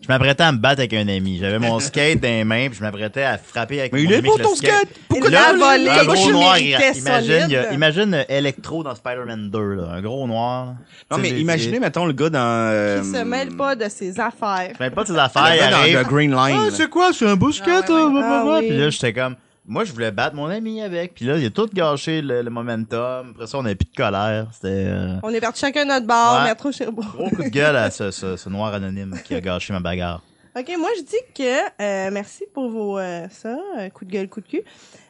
Speaker 2: Je m'apprêtais à me battre avec un ami. J'avais mon skate dans les mains, puis je m'apprêtais à frapper avec
Speaker 4: Mais
Speaker 2: mon
Speaker 4: il est
Speaker 2: ami
Speaker 4: beau
Speaker 2: avec le
Speaker 4: ton skate! Pourquoi
Speaker 3: Il l'a
Speaker 4: tu-
Speaker 3: volé!
Speaker 2: Un gros
Speaker 3: Il
Speaker 2: noir,
Speaker 3: méritait
Speaker 2: imagine,
Speaker 3: solide.
Speaker 2: il y a- imagine euh, Electro dans Spider-Man 2, là, un gros noir.
Speaker 4: Non,
Speaker 2: Tu sais,
Speaker 4: mais
Speaker 2: les-
Speaker 4: imaginez,
Speaker 2: les-
Speaker 4: mettons, le gars dans... euh,
Speaker 3: Qui se mêle pas de Ah, ses affaires.
Speaker 2: Je mêle pas de ses
Speaker 4: Ah, le
Speaker 2: affaires, il
Speaker 4: gars dans
Speaker 2: arrive.
Speaker 4: The Green Line. là.
Speaker 2: quoi, Ah, c'est un beau
Speaker 3: skate, ouais, hein, ouais. bah, bah, Ah bah. oui.
Speaker 2: Puis là, j'étais comme, moi, je voulais battre mon ami avec. Puis là, il a tout gâché le, le momentum. Après ça, on avait plus de colère. C'était euh,
Speaker 3: On est partis chacun de notre bord,
Speaker 2: Ouais.
Speaker 3: mais trop chez
Speaker 2: gros coup de gueule à ce, ce- ce noir anonyme qui a gâché ma bagarre.
Speaker 3: OK, moi je dis que euh, merci pour vos euh, ça, euh, coup de gueule, coup de cul.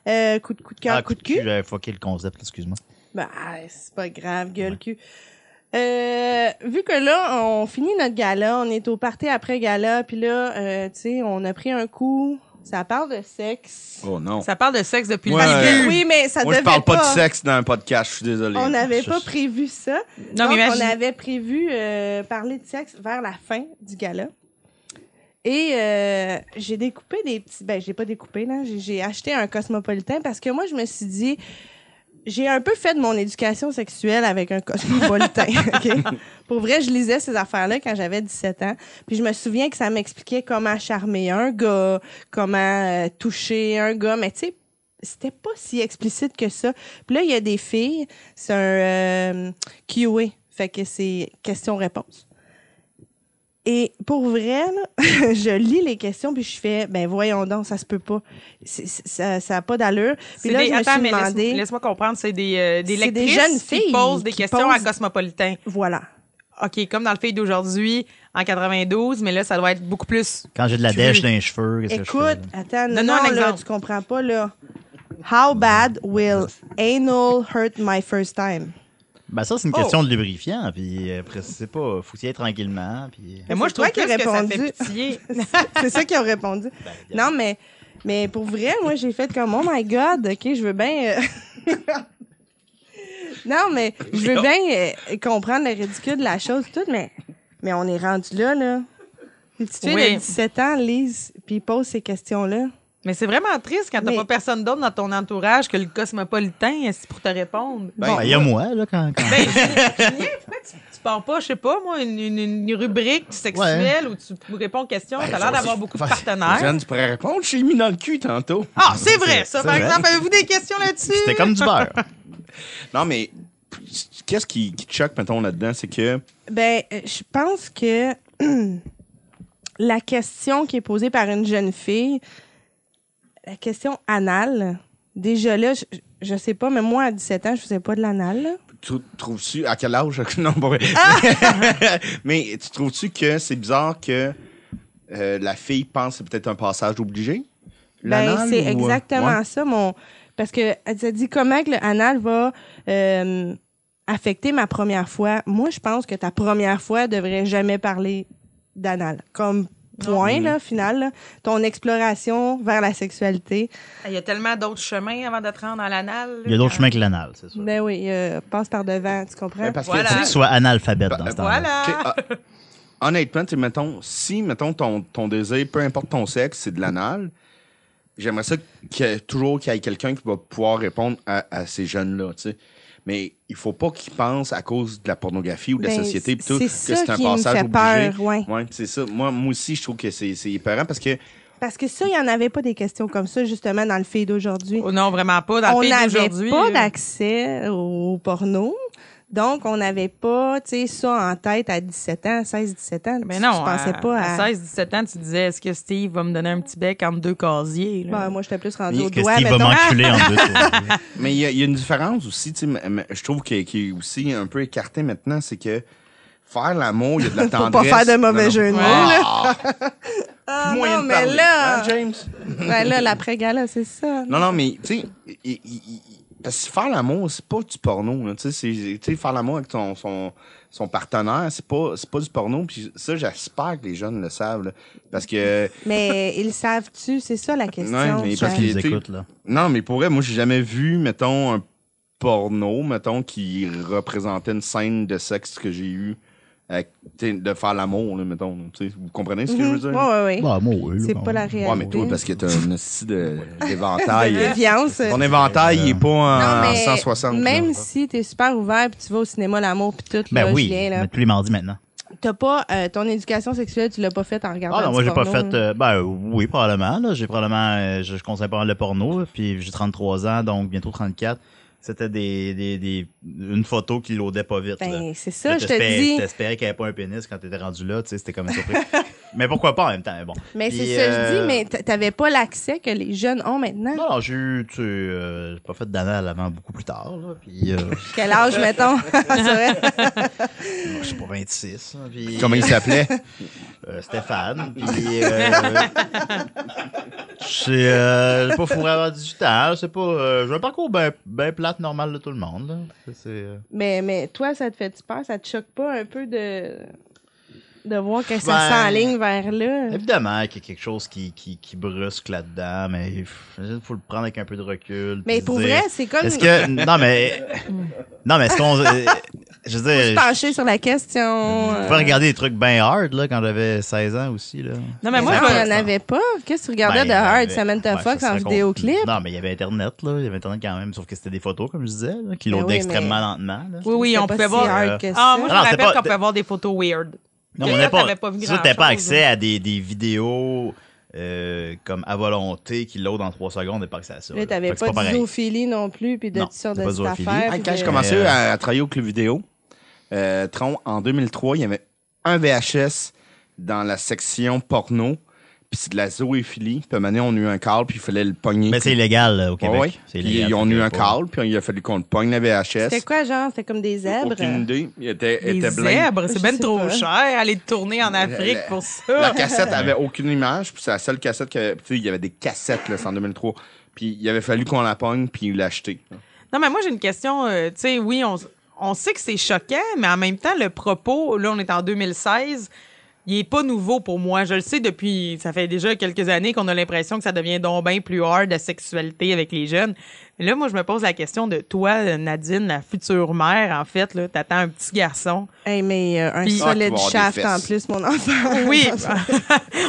Speaker 3: Euh, coup de coup de cœur,
Speaker 2: Ah,
Speaker 3: coup de cul.
Speaker 2: J'avais fucké le concept, excuse-moi.
Speaker 3: Bah, c'est pas grave, gueule cul. Euh, vu que là, on finit notre gala, on est au party après gala, puis là, euh, tu sais, on a pris un coup. Ça parle de sexe.
Speaker 4: Oh non.
Speaker 5: Ça parle de sexe depuis
Speaker 4: Ouais.
Speaker 5: le
Speaker 3: Mais
Speaker 5: début.
Speaker 3: oui, mais ça
Speaker 4: Moi, je
Speaker 3: devait
Speaker 4: parle pas de sexe dans un podcast, je suis désolé.
Speaker 3: On n'avait
Speaker 2: Je-
Speaker 3: pas
Speaker 2: je-
Speaker 3: prévu ça.
Speaker 5: Non,
Speaker 3: Donc,
Speaker 5: mais imagine.
Speaker 3: on avait prévu euh, parler de sexe vers la fin du gala. Et euh, j'ai découpé des petits. Ben, j'ai pas découpé, là. J'ai- J'ai acheté un cosmopolitain parce que moi, je me suis dit. J'ai un peu fait de mon éducation sexuelle avec un cosmopolitain. OK? Pour vrai, je lisais ces affaires-là quand j'avais 17 ans. Puis je me souviens que ça m'expliquait comment charmer un gars, comment euh, toucher un gars. Mais tu sais, c'était pas si explicite que ça. Puis là, il y a des filles, c'est un euh, QA, fait que c'est question-réponse. Et pour vrai, là, je lis les questions puis je fais, ben voyons donc, ça se peut pas, C'est- c'est- ça, ça a pas d'allure. Puis
Speaker 5: C'est
Speaker 3: là,
Speaker 5: des-
Speaker 3: je me
Speaker 5: attends,
Speaker 3: suis
Speaker 5: mais laisse-
Speaker 3: demandé,
Speaker 5: laisse-moi comprendre, c'est des, euh, des
Speaker 3: C'est des
Speaker 5: lectrices
Speaker 3: jeunes
Speaker 5: qui
Speaker 3: filles
Speaker 5: posent des
Speaker 3: qui
Speaker 5: questions à
Speaker 3: posent-
Speaker 5: Cosmopolitain.
Speaker 3: voilà.
Speaker 5: OK, comme dans le Fille d'aujourd'hui en 92, mais là, ça doit être beaucoup plus.
Speaker 2: Quand j'ai de la
Speaker 5: Tu
Speaker 2: dèche
Speaker 5: veux-
Speaker 2: dans les cheveux, qu'est-ce que je fais?
Speaker 3: Écoute, attends, non,
Speaker 5: Donne-nous
Speaker 3: non,
Speaker 5: un
Speaker 3: là,
Speaker 5: exemple.
Speaker 3: tu comprends pas, là. How bad will anal hurt my first time?
Speaker 2: Ben ça, c'est une
Speaker 5: Oh.
Speaker 2: question de lubrifiant. Puis euh, après, c'est pas, faut y aller tranquillement. Puis... euh,
Speaker 5: Mais moi,
Speaker 3: c'est
Speaker 5: je trouve
Speaker 3: toi qui
Speaker 5: plus que
Speaker 3: as
Speaker 5: ça
Speaker 3: répondu.
Speaker 5: fait pitié.
Speaker 3: C'est ça qu'ils ont répondu. Non, mais, mais pour vrai, moi, j'ai fait comme, oh my God, OK, je veux bien. euh, non, mais je veux bien euh, comprendre le ridicule de la chose, tout, mais, mais on est rendu là, là. Les petites filles
Speaker 5: Oui.
Speaker 3: de 17 ans lisent puis posent ces questions-là.
Speaker 5: mais c'est vraiment triste quand t'as
Speaker 3: Mais-
Speaker 5: pas personne d'autre dans ton entourage que le Cosmopolitain est pour te répondre.
Speaker 2: Ben, il y a moi, là, quand. quand-
Speaker 5: Ben, Julien, pourquoi tu, tu pars pas, je sais pas, moi, une, une- une rubrique sexuelle où tu réponds aux questions?
Speaker 2: Ben,
Speaker 5: T'as l'air d'avoir beaucoup de partenaires.
Speaker 4: Jeanne, tu pourrais répondre, j'ai mis dans le cul tantôt.
Speaker 5: Ah, c'est vrai, ça.
Speaker 2: C'est
Speaker 5: Par
Speaker 2: vrai.
Speaker 5: exemple, avez-vous des questions là-dessus?
Speaker 2: C'était comme du beurre.
Speaker 4: Non, mais qu'est-ce qui, qui te choque, mettons, là-dedans? C'est que.
Speaker 3: Ben, euh, je pense que la question qui est posée par une jeune fille, la question anale, déjà là, je, je sais pas, mais moi, à 17 ans, je faisais pas de l'anal. là.
Speaker 4: Tu trouves-tu. À quel âge? Non, pas vrai. mais tu trouves-tu que c'est bizarre que euh, la fille pense que c'est peut-être un passage obligé?
Speaker 3: Ben,
Speaker 4: L'anal
Speaker 3: c'est
Speaker 4: ou, euh,
Speaker 3: exactement
Speaker 4: ouais.
Speaker 3: ça, mon. Parce que elle te dit comment que le anal va euh, affecter ma première fois. Moi, je pense que ta première fois devrait jamais parler d'anal. Comme
Speaker 4: Ah,
Speaker 3: point, là, final. là. Ton exploration vers la sexualité.
Speaker 5: Ah, Il y a tellement d'autres chemins avant de te rendre à l'anal.
Speaker 2: Il y a d'autres chemins que l'anal, c'est sûr.
Speaker 3: Ben oui, euh, passe par devant, tu comprends?
Speaker 4: Ben, parce que,
Speaker 5: Voilà.
Speaker 4: tu
Speaker 2: Faut que tu sois analphabète
Speaker 3: ben,
Speaker 2: dans ce temps-là.
Speaker 5: Voilà.
Speaker 4: Ok, ah, honnêtement, tu sais, mettons, si mettons ton, ton désir, peu importe ton sexe, c'est de l'anal, j'aimerais ça que toujours qu'il y ait quelqu'un qui va pouvoir répondre à, à ces jeunes-là, tu sais. Mais il faut pas qu'ils pensent à cause de la pornographie ou de la
Speaker 3: Ben,
Speaker 4: société plutôt
Speaker 3: c'est
Speaker 4: que
Speaker 3: ça
Speaker 4: c'est un
Speaker 3: qui me
Speaker 4: passage
Speaker 3: fait
Speaker 4: obligé.
Speaker 3: peur, ouais.
Speaker 4: c'est ça. Moi, moi aussi, je trouve que c'est c'est épeurant parce que
Speaker 3: Parce que ça, il n'y en avait pas des questions comme ça, justement, dans le feed d'aujourd'hui.
Speaker 5: Oh non, vraiment pas. Dans
Speaker 3: on
Speaker 5: le pays
Speaker 3: n'avait
Speaker 5: d'aujourd'hui.
Speaker 3: pas
Speaker 5: euh,
Speaker 3: d'accès au porno. Donc, on n'avait pas, tu sais, ça en tête à 17 ans, 16-17 ans.
Speaker 5: Mais
Speaker 3: Tu-
Speaker 5: non,
Speaker 3: tu pensais
Speaker 5: à,
Speaker 3: pas à...
Speaker 5: 16-17 ans, tu disais, est-ce que Steve va me donner un petit bec entre deux casiers? là?
Speaker 3: Ben, moi, j'étais plus rendue au
Speaker 2: Que
Speaker 3: doigt,
Speaker 2: Steve va
Speaker 3: mettons.
Speaker 2: m'enculer en deux tours.
Speaker 4: Mais il y, a- il y a une différence aussi, tu sais, m- m- je trouve qui qui est aussi un peu écartée maintenant, c'est que faire l'amour, il y a de la
Speaker 3: Faut
Speaker 4: tendresse.
Speaker 3: pas faire de
Speaker 4: Non,
Speaker 3: mauvais
Speaker 4: non.
Speaker 3: jeu de mots, là.
Speaker 4: Ah!
Speaker 3: Ah,
Speaker 4: Moyen
Speaker 3: non,
Speaker 4: de
Speaker 3: mais
Speaker 4: parler,
Speaker 3: là,
Speaker 4: hein, James?
Speaker 3: ben là, l'après-gala, c'est ça.
Speaker 4: Non, non, mais tu sais, il- il- il- il- parce que faire l'amour, c'est pas du porno. là, Tu sais, c'est- tu sais, faire l'amour avec ton, son, son partenaire, c'est pas, c'est pas du porno. Puis ça, j'espère que les jeunes le savent. là, parce que.
Speaker 3: Mais ils savent-tu? C'est ça, la question.
Speaker 4: Ouais, mais
Speaker 3: Jack.
Speaker 4: parce
Speaker 2: Ils
Speaker 4: que, tu sais,
Speaker 2: écoutent, là.
Speaker 4: Non, mais pour vrai, moi, j'ai jamais vu, mettons, un porno, mettons, qui représentait une scène de sexe que j'ai eu avec, tu sais, de faire l'amour, là, mettons. tu sais. Vous comprenez ce que je veux dire?
Speaker 3: Mhm. Ouais, ouais, ouais.
Speaker 2: Bah, moi, oui,
Speaker 3: C'est
Speaker 2: bon.
Speaker 3: pas la
Speaker 4: Ouais,
Speaker 3: réalité.
Speaker 4: mais toi, parce que t'as un esti de-
Speaker 3: De
Speaker 4: d'éventail. euh,
Speaker 3: déviance.
Speaker 4: Ton éventail, il est pas en
Speaker 3: Non, mais
Speaker 4: 160. là.
Speaker 3: Même si t'es super ouvert puis tu vas au cinéma, l'amour puis tout,
Speaker 2: Ben
Speaker 3: là,
Speaker 2: oui,
Speaker 3: Julien, là,
Speaker 2: mais tous les mardis maintenant.
Speaker 3: t'as pas euh, ton éducation sexuelle, tu l'as pas faite en regardant.
Speaker 2: Ah non, moi
Speaker 3: du
Speaker 2: j'ai pas
Speaker 3: porno,
Speaker 2: fait.
Speaker 3: là.
Speaker 2: euh, ben euh, oui, probablement. Là, j'ai probablement, euh, je, je conseille pas le porno. Puis j'ai 33 ans, donc bientôt 34. C'était des, des, des une photo qui l'audait pas vite. là.
Speaker 3: Ben, c'est ça,
Speaker 2: Là,
Speaker 3: je
Speaker 2: t'espérais-
Speaker 3: te dis.
Speaker 2: T'espérais qu'il n'y avait pas un pénis quand t'étais rendu là, tu sais, c'était comme une surprise. mais pourquoi pas en même temps, mais bon.
Speaker 3: Mais c'est
Speaker 2: Puis,
Speaker 3: ça, je
Speaker 2: euh,
Speaker 3: dis, mais t'a- t'avais pas l'accès que les jeunes ont maintenant.
Speaker 2: Non, non, j'ai eu, tu sais, euh, j'ai pas fait d'anal avant beaucoup plus tard, là, puis euh,
Speaker 3: Quel âge, mettons? C'est vrai.
Speaker 2: je suis pas 26, hein, puis
Speaker 4: Comment il s'appelait?
Speaker 2: euh, Stéphane, puis euh, j'ai euh, j'ai pas fourré avant 18 ans, c'est pas, euh, j'ai un parcours ben, ben plate, normal de tout le monde, là, Ça, c'est... euh,
Speaker 3: mais, mais toi, ça te fait-tu peur? Ça te choque pas un peu de, de voir que ça
Speaker 2: Ben,
Speaker 3: s'enligne vers là?
Speaker 2: Évidemment qu'il y a quelque chose qui, qui, qui brusque là-dedans, mais pff, faut le prendre avec un peu de recul.
Speaker 3: Mais
Speaker 2: puis
Speaker 3: pour
Speaker 2: se dire-
Speaker 3: vrai, c'est comme
Speaker 2: Est-ce que non mais non mais est-ce qu'on euh, je veux dire
Speaker 3: pencher sur la question.
Speaker 2: je
Speaker 3: euh,
Speaker 2: pouvais regarder des trucs bien hard là quand j'avais 16 ans aussi là.
Speaker 5: Non, mais moi,
Speaker 3: non,
Speaker 5: je
Speaker 3: il
Speaker 5: vais-
Speaker 3: n'y en avait pas. Qu'est-ce que tu regardais
Speaker 2: Ben,
Speaker 3: de Hard,
Speaker 2: ben,
Speaker 3: Samantha
Speaker 2: ben, ça
Speaker 3: Fox
Speaker 2: se
Speaker 3: en
Speaker 2: raconte-
Speaker 3: vidéoclip?
Speaker 2: Non mais il y avait internet là, il y avait internet quand même sauf que c'était des photos comme je disais là, qui
Speaker 3: Ben
Speaker 2: l'audaient
Speaker 3: oui,
Speaker 2: extrêmement
Speaker 3: mais-
Speaker 2: lentement là.
Speaker 5: Oui, oui,
Speaker 3: C'était
Speaker 5: on
Speaker 3: pas
Speaker 5: pouvait
Speaker 3: si
Speaker 5: voir.
Speaker 3: hard que
Speaker 5: Ah,
Speaker 3: ça.
Speaker 5: moi,
Speaker 2: Non,
Speaker 5: je me
Speaker 2: c'était
Speaker 5: rappelle
Speaker 2: pas-
Speaker 5: qu'on pouvait voir des photos weird.
Speaker 2: Non,
Speaker 5: Que
Speaker 2: mais on
Speaker 5: là,
Speaker 2: n'a
Speaker 5: t'avais pas
Speaker 2: pas,
Speaker 5: vu
Speaker 2: ça, t'avais pas
Speaker 5: grand-chose. hein.
Speaker 2: accès à des, des vidéos euh, comme à volonté qui l'aude en 3 secondes et pas que ça ça.
Speaker 3: Là, t'avais
Speaker 2: Fait que c'est
Speaker 3: pas, de
Speaker 2: pareil.
Speaker 3: zoophilie non plus, puis de
Speaker 2: Non,
Speaker 3: toutes sortes
Speaker 2: t'as
Speaker 3: de
Speaker 2: pas
Speaker 3: petites
Speaker 2: zoophilie.
Speaker 3: affaires.
Speaker 4: Hey,
Speaker 3: puis
Speaker 4: quand
Speaker 3: de-
Speaker 4: je commençais
Speaker 2: Euh,
Speaker 4: à, à travailler au club vidéo, euh, Tron, en 2003, il y avait un VHS dans la section porno, puis c'est de la zoophilie. Puis à un moment donné, on a eu un call, puis il fallait le pogner.
Speaker 2: Mais c'est illégal là, au
Speaker 4: Ouais,
Speaker 2: Québec.
Speaker 4: ouais.
Speaker 2: C'est
Speaker 4: Puis
Speaker 2: illégal,
Speaker 4: Ils ont eu
Speaker 2: fait
Speaker 4: un
Speaker 2: que
Speaker 4: call, puis il a fallu qu'on le pogne la VHS.
Speaker 3: C'était quoi, genre? C'était comme des zèbres?
Speaker 4: Aucune idée. Il était,
Speaker 5: Les
Speaker 4: était blindé.
Speaker 5: zèbres, c'est
Speaker 3: Je
Speaker 5: ben
Speaker 3: sais
Speaker 5: trop
Speaker 3: pas.
Speaker 5: cher. Aller tourner en Afrique
Speaker 4: la-
Speaker 5: pour
Speaker 4: La
Speaker 5: ça.
Speaker 4: cassette avait aucune image, puis c'est la seule cassette que. Tu sais, il y avait des cassettes, là, c'est en 2003. Puis il avait fallu qu'on la pogne, puis l'acheter.
Speaker 5: Non, mais moi, j'ai une question. euh, tu sais, oui, on, on sait que c'est choquant, mais en même temps, le propos, là, on est en 2016, il est pas nouveau pour moi. Je le sais depuis, ça fait déjà quelques années qu'on a l'impression que ça devient donc bien plus hard la sexualité avec les jeunes. Mais là, moi, je me pose la question de toi, Nadine, la future mère, en fait, là, t'attends un petit garçon.
Speaker 3: Hey, mais euh, un
Speaker 4: Ah, tu
Speaker 5: Puis-
Speaker 4: vas
Speaker 3: solide
Speaker 4: avoir des
Speaker 3: shaft en
Speaker 4: fesses.
Speaker 3: plus, mon enfant.
Speaker 5: Oui,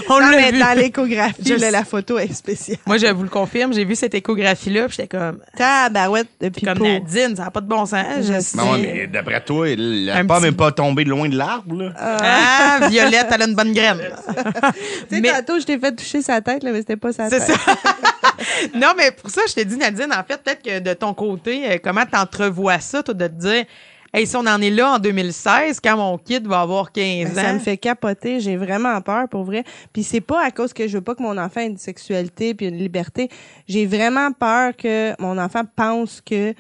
Speaker 5: on
Speaker 3: Non,
Speaker 5: l'a
Speaker 3: mais
Speaker 5: vu.
Speaker 3: dans l'échographie,
Speaker 5: Je
Speaker 3: là,
Speaker 5: sais.
Speaker 3: la photo est spéciale.
Speaker 5: Moi, je vous le confirme, j'ai vu cette échographie-là, puis j'étais comme,
Speaker 3: Tabarouette de pipo.
Speaker 5: comme Nadine, ça n'a pas de bon sens.
Speaker 3: Je
Speaker 5: Je
Speaker 3: sais.
Speaker 5: sais.
Speaker 4: Non, mais d'après toi, la
Speaker 5: Un
Speaker 4: pomme
Speaker 5: petit-
Speaker 4: n'est pas tombée loin de l'arbre, là.
Speaker 5: Ah, Violette, elle a une bonne graine.
Speaker 3: Tu sais,
Speaker 5: Mais-
Speaker 3: tantôt, je t'ai fait toucher sa tête, là, mais c'était pas sa
Speaker 5: C'est
Speaker 3: tête.
Speaker 5: ça. non, mais pour ça, je t'ai dit, Nadine, en fait, peut-être que de ton côté, euh, comment t'entrevois ça, toi, de te dire, hey, si on en est là en 2016, quand mon kid va avoir 15
Speaker 3: Ben,
Speaker 5: ans.
Speaker 3: Ça me fait capoter, j'ai vraiment peur pour vrai. Puis c'est pas à cause que je veux pas que mon enfant ait une sexualité puis une liberté. J'ai vraiment peur que mon enfant pense que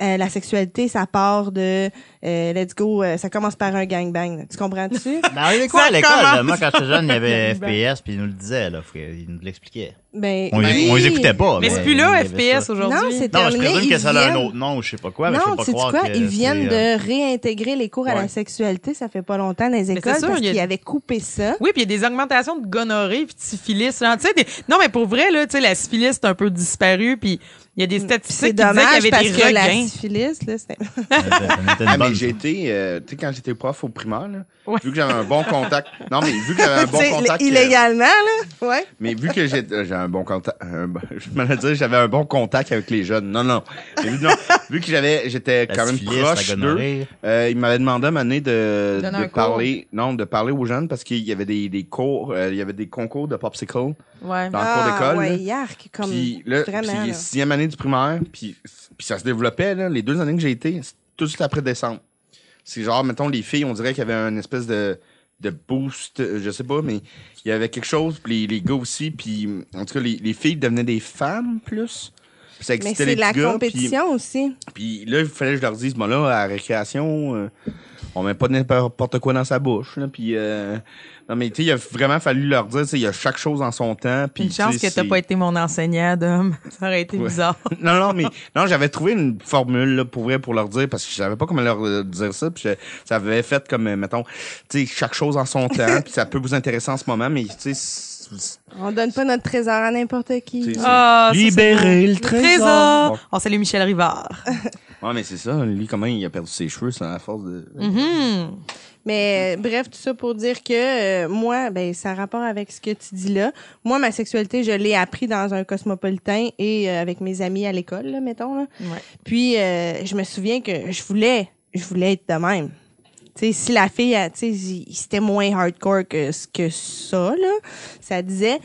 Speaker 3: euh, la sexualité, ça part de euh, let's go, euh, ça commence par un gangbang. là. Tu comprends-tu?
Speaker 2: Mais Ben, on avait quoi
Speaker 5: Ça
Speaker 2: à l'école?
Speaker 5: commence.
Speaker 2: là? Moi, quand j'étais jeune, il y avait FPS, puis ils nous le disaient, là. faut que- Ils nous l'expliquaient.
Speaker 3: ben,
Speaker 2: On, les-
Speaker 3: oui.
Speaker 2: on les écoutait pas.
Speaker 5: mais c'est plus là,
Speaker 2: il y avait
Speaker 5: FPS,
Speaker 2: ça.
Speaker 5: aujourd'hui.
Speaker 3: Non, c'est
Speaker 2: Non, je
Speaker 3: terminé,
Speaker 2: présume que
Speaker 3: ils
Speaker 2: ça a un
Speaker 3: viennent-
Speaker 2: autre nom, je sais pas quoi, mais je peux
Speaker 3: non,
Speaker 2: pas
Speaker 3: tu sais
Speaker 2: croire
Speaker 3: quoi?
Speaker 2: que
Speaker 3: Ils viennent
Speaker 2: c'est, euh,
Speaker 3: de réintégrer les cours à la sexualité, ça fait pas longtemps dans les
Speaker 5: c'est
Speaker 3: écoles,
Speaker 5: sûr,
Speaker 3: parce
Speaker 5: il y a-
Speaker 3: qu'ils avaient coupé ça.
Speaker 5: Oui, puis il y a des augmentations de gonorrhée puis de syphilis. là. Tu sais, des- Non, mais pour vrai, là, tu sais, la syphilis, c'est un peu disparu, puis il y a des
Speaker 3: Mm, C'est
Speaker 5: statistiques qui disaient qu'il y
Speaker 3: dommage
Speaker 5: avait
Speaker 3: parce
Speaker 5: des
Speaker 3: que la
Speaker 5: regains.
Speaker 3: syphilis, là, c'était...
Speaker 2: on était une
Speaker 4: Ah, mais
Speaker 2: bonne-
Speaker 4: j'ai été, euh, tu sais, quand j'étais prof au primaire, là,
Speaker 5: Ouais.
Speaker 4: vu que j'avais un bon contact. Non, mais vu que j'avais un bon
Speaker 3: Tu sais,
Speaker 4: contact. euh,
Speaker 3: illégalement, là, ouais.
Speaker 4: mais vu que j'ai- euh, j'ai un un bon contact. un bon- Je me le dire, j'avais un bon contact avec les jeunes. Non, non. Vu, non, vu que j'avais, j'étais
Speaker 2: La
Speaker 4: quand même
Speaker 2: syphilis,
Speaker 4: proche
Speaker 2: la
Speaker 4: d'eux.
Speaker 2: gonorrhée.
Speaker 4: Euh, il m'avait demandé à un moment donné de,
Speaker 5: Donner
Speaker 4: de
Speaker 5: un cours.
Speaker 4: parler, non, de parler aux jeunes parce qu'il y avait des, des cours, euh, il y avait des concours de popsicle
Speaker 5: Ouais.
Speaker 4: dans le cours d'école.
Speaker 3: Ah,
Speaker 4: là.
Speaker 3: ouais, yark, comme
Speaker 4: Puis là, puis
Speaker 3: vraiment. là.
Speaker 4: sixième année du primaire, puis, puis ça se développait, là, les deux années que j'ai été, c'est tout de suite après décembre. C'est genre, mettons, les filles, on dirait qu'il y avait une espèce de, de boost, euh, je sais pas, mais il y avait quelque chose, puis les, les gars aussi, puis en tout cas, les, les filles devenaient des femmes plus. Puis ça
Speaker 3: Mais
Speaker 4: excitait
Speaker 3: c'est
Speaker 4: les
Speaker 3: la
Speaker 4: petits gars, puis-
Speaker 3: compétition aussi.
Speaker 4: puis là, il fallait que je leur dise, bon là, à la récréation, euh, on met pas n'importe quoi dans sa bouche. Là, puis, euh, non, mais tu sais, il a vraiment fallu leur dire, tu sais, il y a chaque chose en son temps. Puis,
Speaker 5: Une chance
Speaker 4: tu sais,
Speaker 5: que t'as
Speaker 4: c'est-
Speaker 5: pas été mon enseignant, Dom. Ça aurait été
Speaker 4: Ouais.
Speaker 5: bizarre.
Speaker 4: Non, non, mais non, j'avais trouvé une formule là, pour vrai pour leur dire parce que je savais pas comment leur euh, dire ça. Puis je- ça avait fait comme, euh, mettons, tu sais, chaque chose en son temps. puis ça peut vous intéresser en ce moment, mais tu sais, c'est-
Speaker 3: On donne pas notre trésor à n'importe qui.
Speaker 4: C'est-
Speaker 5: Ah, ça, c'est
Speaker 2: Libérer
Speaker 5: beau.
Speaker 2: le trésor.
Speaker 5: trésor. On salue Michel Rivard.
Speaker 4: ouais, mais c'est ça. Lui, comment il a perdu ses cheveux, c'est à force de.
Speaker 2: Mm.
Speaker 5: Mhm.
Speaker 3: Mais euh, bref, tout ça pour dire que euh, moi, ben, ça a rapport avec ce que tu dis là. Moi, ma sexualité, je l'ai appris dans un cosmopolitain et euh, avec mes amis à l'école, là, mettons. Là.
Speaker 5: Ouais.
Speaker 3: Puis euh, je me souviens que je voulais, je voulais être de même. Tu sais, si la fille, elle, tu sais, il- il- c'était moins hardcore que ce que ça, là, ça disait.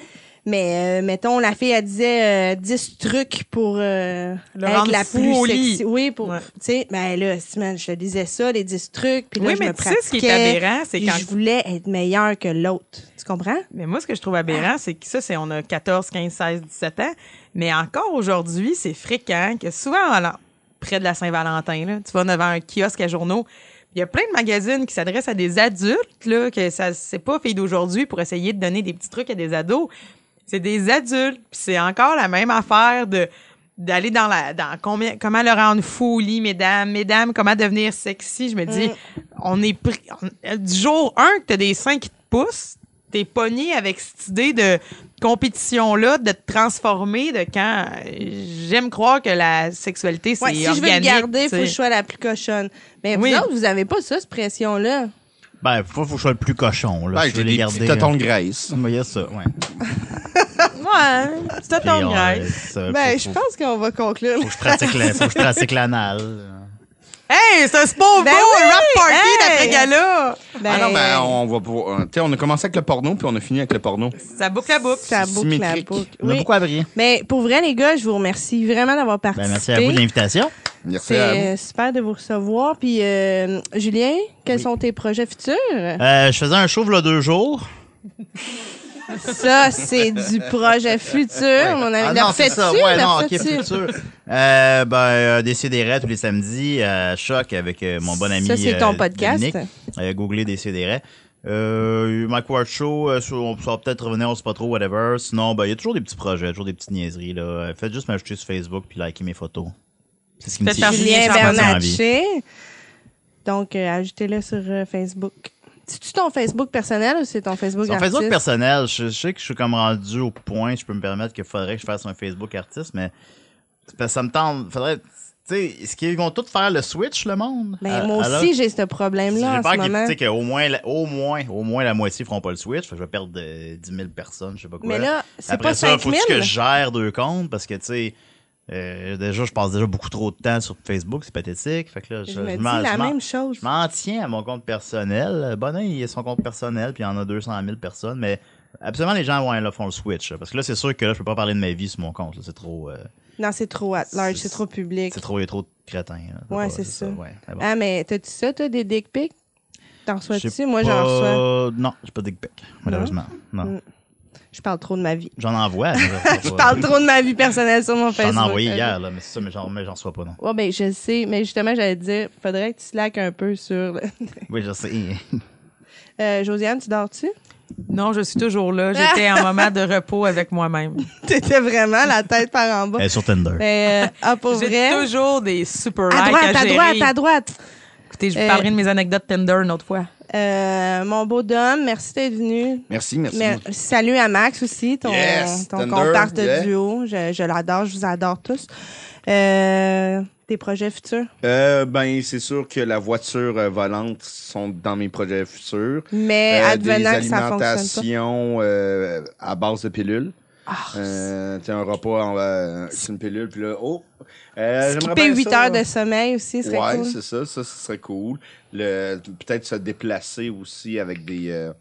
Speaker 3: Mais euh, mettons, la fille, elle disait euh, 10 trucs pour euh,
Speaker 5: Le
Speaker 3: être
Speaker 5: rendre
Speaker 3: la
Speaker 5: fou
Speaker 3: plus
Speaker 5: au lit.
Speaker 3: sexy. Oui, pour,
Speaker 5: Ouais.
Speaker 3: tu sais, ben là, si, man, je te disais ça, les 10 trucs, puis là,
Speaker 5: Oui,
Speaker 3: je
Speaker 5: mais
Speaker 3: me
Speaker 5: tu sais ce qui est
Speaker 3: pratiquais,
Speaker 5: aberrant, c'est
Speaker 3: puis
Speaker 5: quand-
Speaker 3: Je voulais être meilleure que l'autre. Tu comprends?
Speaker 5: Mais moi, ce que je
Speaker 3: Ah.
Speaker 5: trouve aberrant, c'est que ça, c'est on a 14, 15, 16, 17 ans. Mais encore aujourd'hui, c'est fréquent que souvent, alors, près de la Saint-Valentin, là, tu vas devant un kiosque à journaux, il y a plein de magazines qui s'adressent à des adultes, là, que ça, c'est pas fait d'aujourd'hui pour essayer de donner des petits trucs à des ados. C'est des adultes, puis c'est encore la même affaire de d'aller dans la dans combien comment le rendre fou au lit mesdames mesdames comment devenir sexy je me dis
Speaker 3: Mm.
Speaker 5: on est pris on- euh, du jour 1 que t'as des seins qui te poussent t'es pogné avec cette idée de compétition là de te transformer de quand euh, j'aime croire que la sexualité c'est
Speaker 3: Ouais, si je veux le
Speaker 5: organique
Speaker 3: garder, il
Speaker 5: tu
Speaker 3: faut
Speaker 5: sais.
Speaker 3: que je sois la plus cochonne. Mais
Speaker 5: Oui.
Speaker 3: vous autres, vous avez pas ça, cette pression-là.
Speaker 2: Ben, faut, faut que je sois le plus cochon, là.
Speaker 4: Ouais,
Speaker 2: si je veux
Speaker 4: Ben, j'ai
Speaker 2: les
Speaker 4: des
Speaker 2: garder. hein.
Speaker 4: petits tatons de graisse.
Speaker 2: Mais il y a ça, ouais.
Speaker 5: ouais tu te
Speaker 2: Puis,
Speaker 5: tombes
Speaker 2: on,
Speaker 5: graisse.
Speaker 2: euh, ça,
Speaker 3: Ben,
Speaker 2: faut-
Speaker 3: je
Speaker 2: faut-
Speaker 3: pense qu'on va conclure.
Speaker 2: Faut que je pratique la- faut que je pratique l'anal.
Speaker 5: hey ça se pauvre
Speaker 3: Ben
Speaker 5: beau,
Speaker 3: oui!
Speaker 5: rap party
Speaker 3: Hey!
Speaker 5: d'après gala
Speaker 3: Ben,
Speaker 4: Ah non, mais on va pouvoir. euh, Tu sais, on a commencé avec le porno, puis on a fini avec le porno.
Speaker 5: ça boucle Ben, la boucle
Speaker 3: ça
Speaker 4: c'est
Speaker 3: boucle la
Speaker 4: symétrique.
Speaker 3: boucle.
Speaker 2: On a
Speaker 3: Oui.
Speaker 2: beaucoup appris.
Speaker 3: Mais pour vrai, les gars, je vous remercie vraiment d'avoir
Speaker 2: Ben,
Speaker 3: participé.
Speaker 2: merci à vous de l'invitation.
Speaker 4: Merci
Speaker 3: C'est
Speaker 4: à vous.
Speaker 3: euh, super de vous recevoir. Puis, euh, Julien, quels sont tes projets futurs?
Speaker 2: Euh, je faisais un show v'là deux jours.
Speaker 3: Ça, c'est du projet futur, mon ami.
Speaker 2: Ah
Speaker 3: Leur
Speaker 2: non, c'est
Speaker 3: fais-tu?
Speaker 2: ça. Ouais,
Speaker 3: Leur
Speaker 2: non, ok,
Speaker 3: fais-tu?
Speaker 2: plus sûr. Euh, ben, euh, Décideret tous les samedis à Choc avec euh, mon bon ami.
Speaker 3: Ça, c'est ton
Speaker 2: euh,
Speaker 3: podcast.
Speaker 2: Dominique. Euh, googlez Décideret. Euh, Mike Ward Show, euh, sur- on va peut-être revenir, on sait pas trop, whatever. Sinon, ben, il y a toujours des petits projets, toujours des petites niaiseries, là. Euh, Faites juste m'ajouter sur Facebook puis liker mes photos. C'est ce qui me
Speaker 5: Faites
Speaker 2: tient.
Speaker 5: par
Speaker 3: Julien
Speaker 5: Julien
Speaker 2: Bernatchez.
Speaker 3: Bernatchez. Donc, euh, ajoutez-le sur euh, Facebook. C'est-tu ton Facebook personnel ou c'est ton Facebook
Speaker 2: Sur Facebook
Speaker 3: artiste?
Speaker 2: personnel, je, je sais que je suis comme rendu au point, je peux me permettre qu'il faudrait que je fasse un Facebook artiste, mais c'est parce que ça me tente. Faudrait. Tu sais, est-ce qu'ils vont tous faire le switch, le monde?
Speaker 3: Ben,
Speaker 2: Euh,
Speaker 3: moi
Speaker 2: alors-
Speaker 3: aussi, j'ai ce
Speaker 2: J'ai
Speaker 3: problème-là en
Speaker 2: peur
Speaker 3: ce
Speaker 2: que,
Speaker 3: moment.
Speaker 2: tu sais, qu'au moins, la- au moins, au moins la moitié feront pas le switch. Fait que je vais perdre de 10 000 personnes, je sais pas quoi.
Speaker 3: Mais là, c'est
Speaker 2: Après
Speaker 3: pas
Speaker 2: ça,
Speaker 3: 5 000.
Speaker 2: faut-tu que je gère deux comptes parce que, tu sais, euh, déjà, je passe déjà beaucoup trop de temps sur Facebook, c'est pathétique. Fait que là, je,
Speaker 3: Je me
Speaker 2: je
Speaker 3: dis
Speaker 2: m'en-
Speaker 3: la
Speaker 2: je m'en-
Speaker 3: même chose.
Speaker 2: je m'en tiens à mon compte personnel. Bonin, il a son compte personnel, puis il y en a 200 000 personnes, mais absolument, les gens ouais, là, font le switch. là, Parce que là, c'est sûr que là, je peux pas parler de ma vie sur mon compte. là, C'est trop, euh,
Speaker 3: Non, c'est trop at large,
Speaker 2: C'est-
Speaker 3: c'est trop public.
Speaker 2: c'est trop, il y a trop de crétins. là.
Speaker 3: Ouais,
Speaker 2: pas-
Speaker 3: c'est ça.
Speaker 2: ouais, mais bon.
Speaker 3: Ah, mais t'as-tu ça, toi, des dick pics? T'en reçois-tu?
Speaker 2: J'ai
Speaker 3: Moi, j'en reçois.
Speaker 2: pas- Euh, Non, j'ai pas de dick pic, malheureusement. Non.
Speaker 3: Mm. Je parle trop de ma vie.
Speaker 2: J'en envoie. mais j'en reçois
Speaker 3: Je
Speaker 2: pas.
Speaker 3: parle trop de ma vie personnelle sur mon
Speaker 2: J'en
Speaker 3: Facebook.
Speaker 2: ai envoyé
Speaker 3: Euh,
Speaker 2: hier, là, mais c'est ça, mais j'en mais j'en reçois pas, non.
Speaker 3: Ouais, ben, je sais. Mais justement, j'allais te dire, faudrait que tu slack un peu sur. le-
Speaker 2: Oui, je sais.
Speaker 3: Euh, Josiane, tu dors-tu?
Speaker 5: non je suis toujours là j'étais en moment de repos avec moi-même
Speaker 3: T'étais vraiment la tête par en bas.
Speaker 2: Elle est sur Tinder.
Speaker 3: Mais, euh, ah, pour
Speaker 5: j'ai
Speaker 3: vrai.
Speaker 5: toujours des super
Speaker 3: À
Speaker 5: likes
Speaker 3: droite, à
Speaker 5: gérer.
Speaker 3: droite, à droite.
Speaker 5: écoutez je vous
Speaker 3: Euh,
Speaker 5: parlerai de mes anecdotes Tinder une autre fois
Speaker 3: Euh, mon beau Dom, merci d'être venu.
Speaker 4: Merci, merci.
Speaker 3: Mais, salut à Max aussi, ton,
Speaker 4: Yes,
Speaker 3: ton
Speaker 4: Thunder,
Speaker 3: compère de
Speaker 4: yeah.
Speaker 3: duo. Je, je l'adore, je vous adore tous. Euh, tes projets futurs?
Speaker 4: Euh, ben, c'est sûr que la voiture euh, volante sont dans mes projets futurs.
Speaker 3: Mais
Speaker 4: Euh, des
Speaker 3: Eh, advenant que ça fonctionne pas.
Speaker 4: alimentations euh, à base de pilules.
Speaker 3: Ah,
Speaker 4: Euh, t'as un repas, en, euh, c'est une pilule, puis là, oh! Euh, j'aimerais
Speaker 3: Skipper
Speaker 4: bien
Speaker 3: 8
Speaker 4: ça.
Speaker 3: heures de sommeil aussi serait
Speaker 4: Ouais,
Speaker 3: cool.
Speaker 4: c'est ça, ça, ce serait cool. Le, peut-être se déplacer aussi avec des, euh,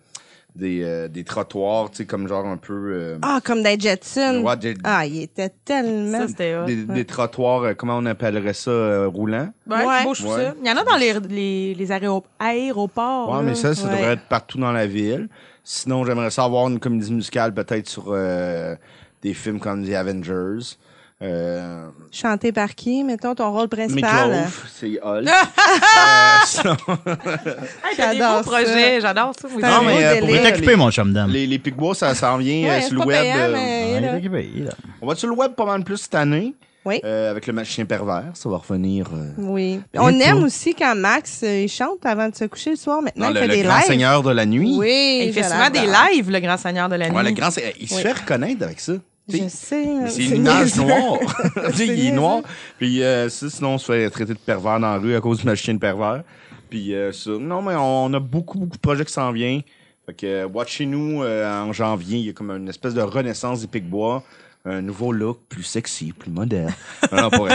Speaker 4: des, euh, des trottoirs, tu sais, comme genre un peu. euh,
Speaker 3: Ah, comme des Jetsons.
Speaker 4: Ouais, des-
Speaker 3: Ah, il était tellement...
Speaker 5: Ça, c'était hot.
Speaker 4: des, des trottoirs, euh, comment on appellerait ça, euh, roulants.
Speaker 5: Ouais,
Speaker 3: Ouais.
Speaker 5: beau, je trouve
Speaker 4: Ouais.
Speaker 5: ça. Il y en a dans les, les, les aéro- aéroports.
Speaker 4: Ouais,
Speaker 5: là.
Speaker 4: mais ça, ça
Speaker 3: ouais.
Speaker 4: devrait être partout dans la ville. Sinon, j'aimerais ça avoir une comédie musicale, peut-être sur euh, des films comme The Avengers. Euh,
Speaker 3: Chanté par qui? Mettons ton rôle principal.
Speaker 4: Meatloaf, c'est Hulk. Euh, sinon-
Speaker 5: Hey, t'as des
Speaker 3: J'adore
Speaker 5: beaux projets, j'adore ça. moi.
Speaker 3: Non,
Speaker 5: aussi.
Speaker 3: mais-
Speaker 4: euh, pour
Speaker 2: Il
Speaker 3: Ouais,
Speaker 2: est
Speaker 4: vrai,
Speaker 2: occupé,
Speaker 4: les-
Speaker 2: mon chum d'âme.
Speaker 4: Les, les Picbois, ça s'en vient euh,
Speaker 3: Ouais, c'est
Speaker 4: sur le
Speaker 3: pas
Speaker 4: web.
Speaker 3: payant,
Speaker 4: euh,
Speaker 3: mais-
Speaker 2: Ouais, il est
Speaker 3: là.
Speaker 2: occupé, il est là.
Speaker 4: On va sur le web pas mal plus cette année.
Speaker 3: Oui.
Speaker 4: Euh, avec le machin pervers, ça va revenir. euh,
Speaker 3: Oui.
Speaker 4: Bien
Speaker 3: On
Speaker 4: cool.
Speaker 3: aime aussi quand Max euh, il chante avant de se coucher le soir. Maintenant,
Speaker 4: dans
Speaker 3: il
Speaker 4: Ah, le,
Speaker 3: fait
Speaker 4: le
Speaker 3: des
Speaker 4: grand
Speaker 3: lives.
Speaker 4: seigneur de la nuit.
Speaker 3: Oui,
Speaker 5: Il fait
Speaker 3: je
Speaker 5: souvent des
Speaker 3: l'adore.
Speaker 5: lives, le Grand Seigneur de la Nuit.
Speaker 4: Ouais, le grand Seigneur- il se
Speaker 3: Oui.
Speaker 4: fait reconnaître avec ça. Tu sais,
Speaker 3: Je sais. hein, là,
Speaker 4: Euh, C'est une image
Speaker 3: niaiseux.
Speaker 4: noire. Tu sais, il est
Speaker 3: niaiseux.
Speaker 4: noir. Puis euh, ça, sinon, on se fait traiter de pervers dans la rue à cause du machin de pervers. Puis euh, ça. Non, mais on a beaucoup, beaucoup de projets qui s'en viennent. Fait que, euh, watchez-nous euh, en janvier. Il y a comme une espèce de renaissance des Pic-Bois. Un nouveau look, plus sexy, plus moderne. Non, non, pour...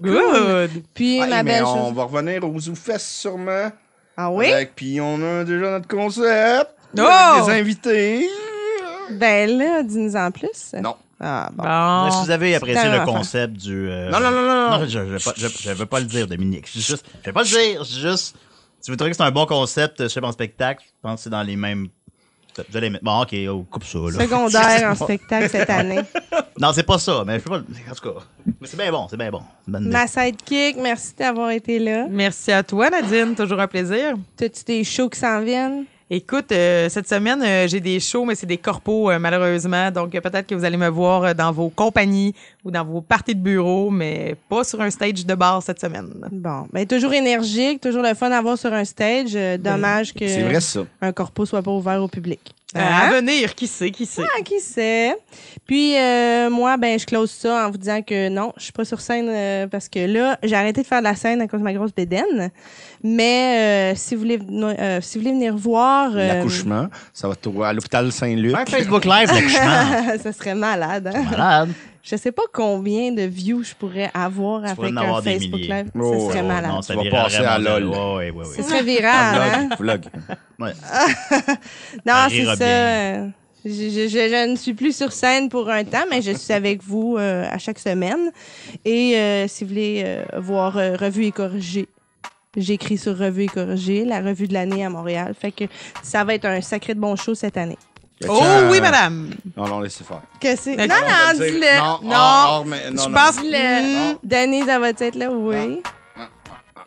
Speaker 5: Good.
Speaker 3: Puis
Speaker 4: Hey,
Speaker 3: ma
Speaker 4: mais
Speaker 3: belle
Speaker 4: on
Speaker 3: chose.
Speaker 4: va revenir aux Zoufest sûrement.
Speaker 3: Ah oui?
Speaker 4: Avec- puis on a déjà notre concept.
Speaker 5: Oh!
Speaker 4: Avec des invités.
Speaker 3: Ben là, dis-nous en plus.
Speaker 4: Non.
Speaker 3: Ah, bon.
Speaker 5: Bon.
Speaker 2: Si vous avez apprécié
Speaker 3: C'est un
Speaker 2: le
Speaker 3: enfant.
Speaker 2: concept du. euh,
Speaker 4: Non, non, non, non, non.
Speaker 2: Non, je, je, veux pas- je, je veux pas le dire, Dominique. Je, juste, je vais pas le dire. Je, juste, si vous trouvez que c'est un bon concept, je sais pas, en spectacle, je pense que c'est dans les mêmes. Je vais les mettre. Bon, ok, on coupe ça, là.
Speaker 3: Secondaire en spectacle cette année.
Speaker 2: Non, c'est pas ça, mais je peux pas. le- En tout cas. Mais c'est bien bon, c'est bien bon. C'est une bonne idée.
Speaker 3: Ma sidekick, merci d'avoir été là.
Speaker 5: Merci à toi, Nadine. Toujours un plaisir.
Speaker 3: T'as-tu des shows qui s'en viennent?
Speaker 5: Écoute, euh, cette semaine, euh, j'ai des shows, mais c'est des corpos, euh, malheureusement. Donc, euh, peut-être que vous allez me voir euh, dans vos compagnies ou dans vos parties de bureau, mais pas sur un stage de bar cette semaine.
Speaker 3: Bon, ben toujours énergique, toujours le fun à voir sur un stage. Euh, dommage que
Speaker 4: Ben, C'est vrai, ça.
Speaker 3: un corpo soit pas ouvert au public.
Speaker 5: Euh,
Speaker 3: Hein?
Speaker 5: À venir, qui sait, qui sait.
Speaker 3: Ah, qui sait? Puis euh, moi, ben je close ça en vous disant que non, je suis pas sur scène euh, parce que là, j'ai arrêté de faire de la scène à cause de ma grosse bédaine. Mais euh, si vous voulez, venir- euh, si vous voulez venir voir, euh,
Speaker 4: L'accouchement, ça va être à l'hôpital Saint-Luc.
Speaker 2: Un Facebook Live, l'accouchement.
Speaker 3: ça serait malade. Hein?
Speaker 2: Malade.
Speaker 3: Je sais pas combien de views je pourrais avoir
Speaker 2: pourrais en
Speaker 3: avec un
Speaker 2: avoir des
Speaker 3: Facebook
Speaker 2: milliers.
Speaker 3: Live. ça
Speaker 4: Oh,
Speaker 3: serait
Speaker 4: oh,
Speaker 3: malade.
Speaker 2: Non, ça
Speaker 4: Tu vas
Speaker 2: virait
Speaker 4: passer à
Speaker 2: vraiment
Speaker 4: LOL.
Speaker 2: là. Ouais, ouais, ouais.
Speaker 3: Ce serait viral. hein?
Speaker 4: Vlog, vlog.
Speaker 2: Ouais.
Speaker 3: Non,
Speaker 2: Ça
Speaker 3: c'est
Speaker 2: rira
Speaker 3: ça. euh, Je, je- je- je ne suis plus sur scène pour un temps, mais je suis avec vous euh, à chaque semaine. Et euh, si vous voulez euh, voir euh, Revue et corrigée, j'écris sur Revue et corrigée, la revue de l'année à Montréal. Fait que ça va être un sacré de bon show cette année.
Speaker 5: Oh
Speaker 4: Tiens,
Speaker 5: oui,
Speaker 4: euh,
Speaker 5: madame.
Speaker 4: Non, non, laissez faire.
Speaker 3: Que c'est... Non,
Speaker 5: Ok.
Speaker 3: non, dis-le.
Speaker 4: Non,
Speaker 5: non.
Speaker 4: hors- hors- mais- non,
Speaker 5: Je
Speaker 4: non.
Speaker 5: pense
Speaker 3: Oh, Dis-le.
Speaker 4: Non.
Speaker 3: Denis, ça Mm. va être là, oui.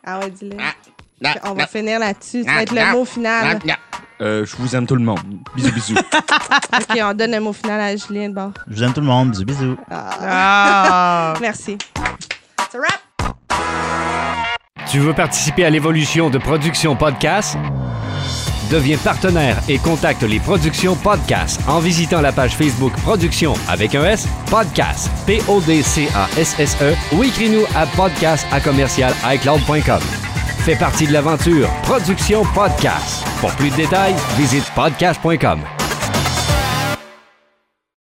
Speaker 3: Ah ouais, dis-le.
Speaker 4: Non,
Speaker 3: On
Speaker 4: non,
Speaker 3: va finir là-dessus. Ça va être
Speaker 4: non,
Speaker 3: le
Speaker 4: non,
Speaker 3: mot final.
Speaker 4: non, non. Euh, je vous aime tout le monde. Bisous, bisous.
Speaker 3: OK, on donne le mot final à Julien. Bon.
Speaker 2: Je vous aime tout le monde. Du bisou.
Speaker 5: Ah.
Speaker 3: Merci. C'est wrap.
Speaker 7: Tu veux participer à l'évolution de Production Podcast? Deviens partenaire et contacte les Productions Podcast en visitant la page Facebook Production avec un S Podcast P-O-D-C-A-S-S-E E ou écris-nous à podcast à commercial iCloud.com. Fais partie de l'aventure Production Podcast. Pour plus de détails, visite podcast.com.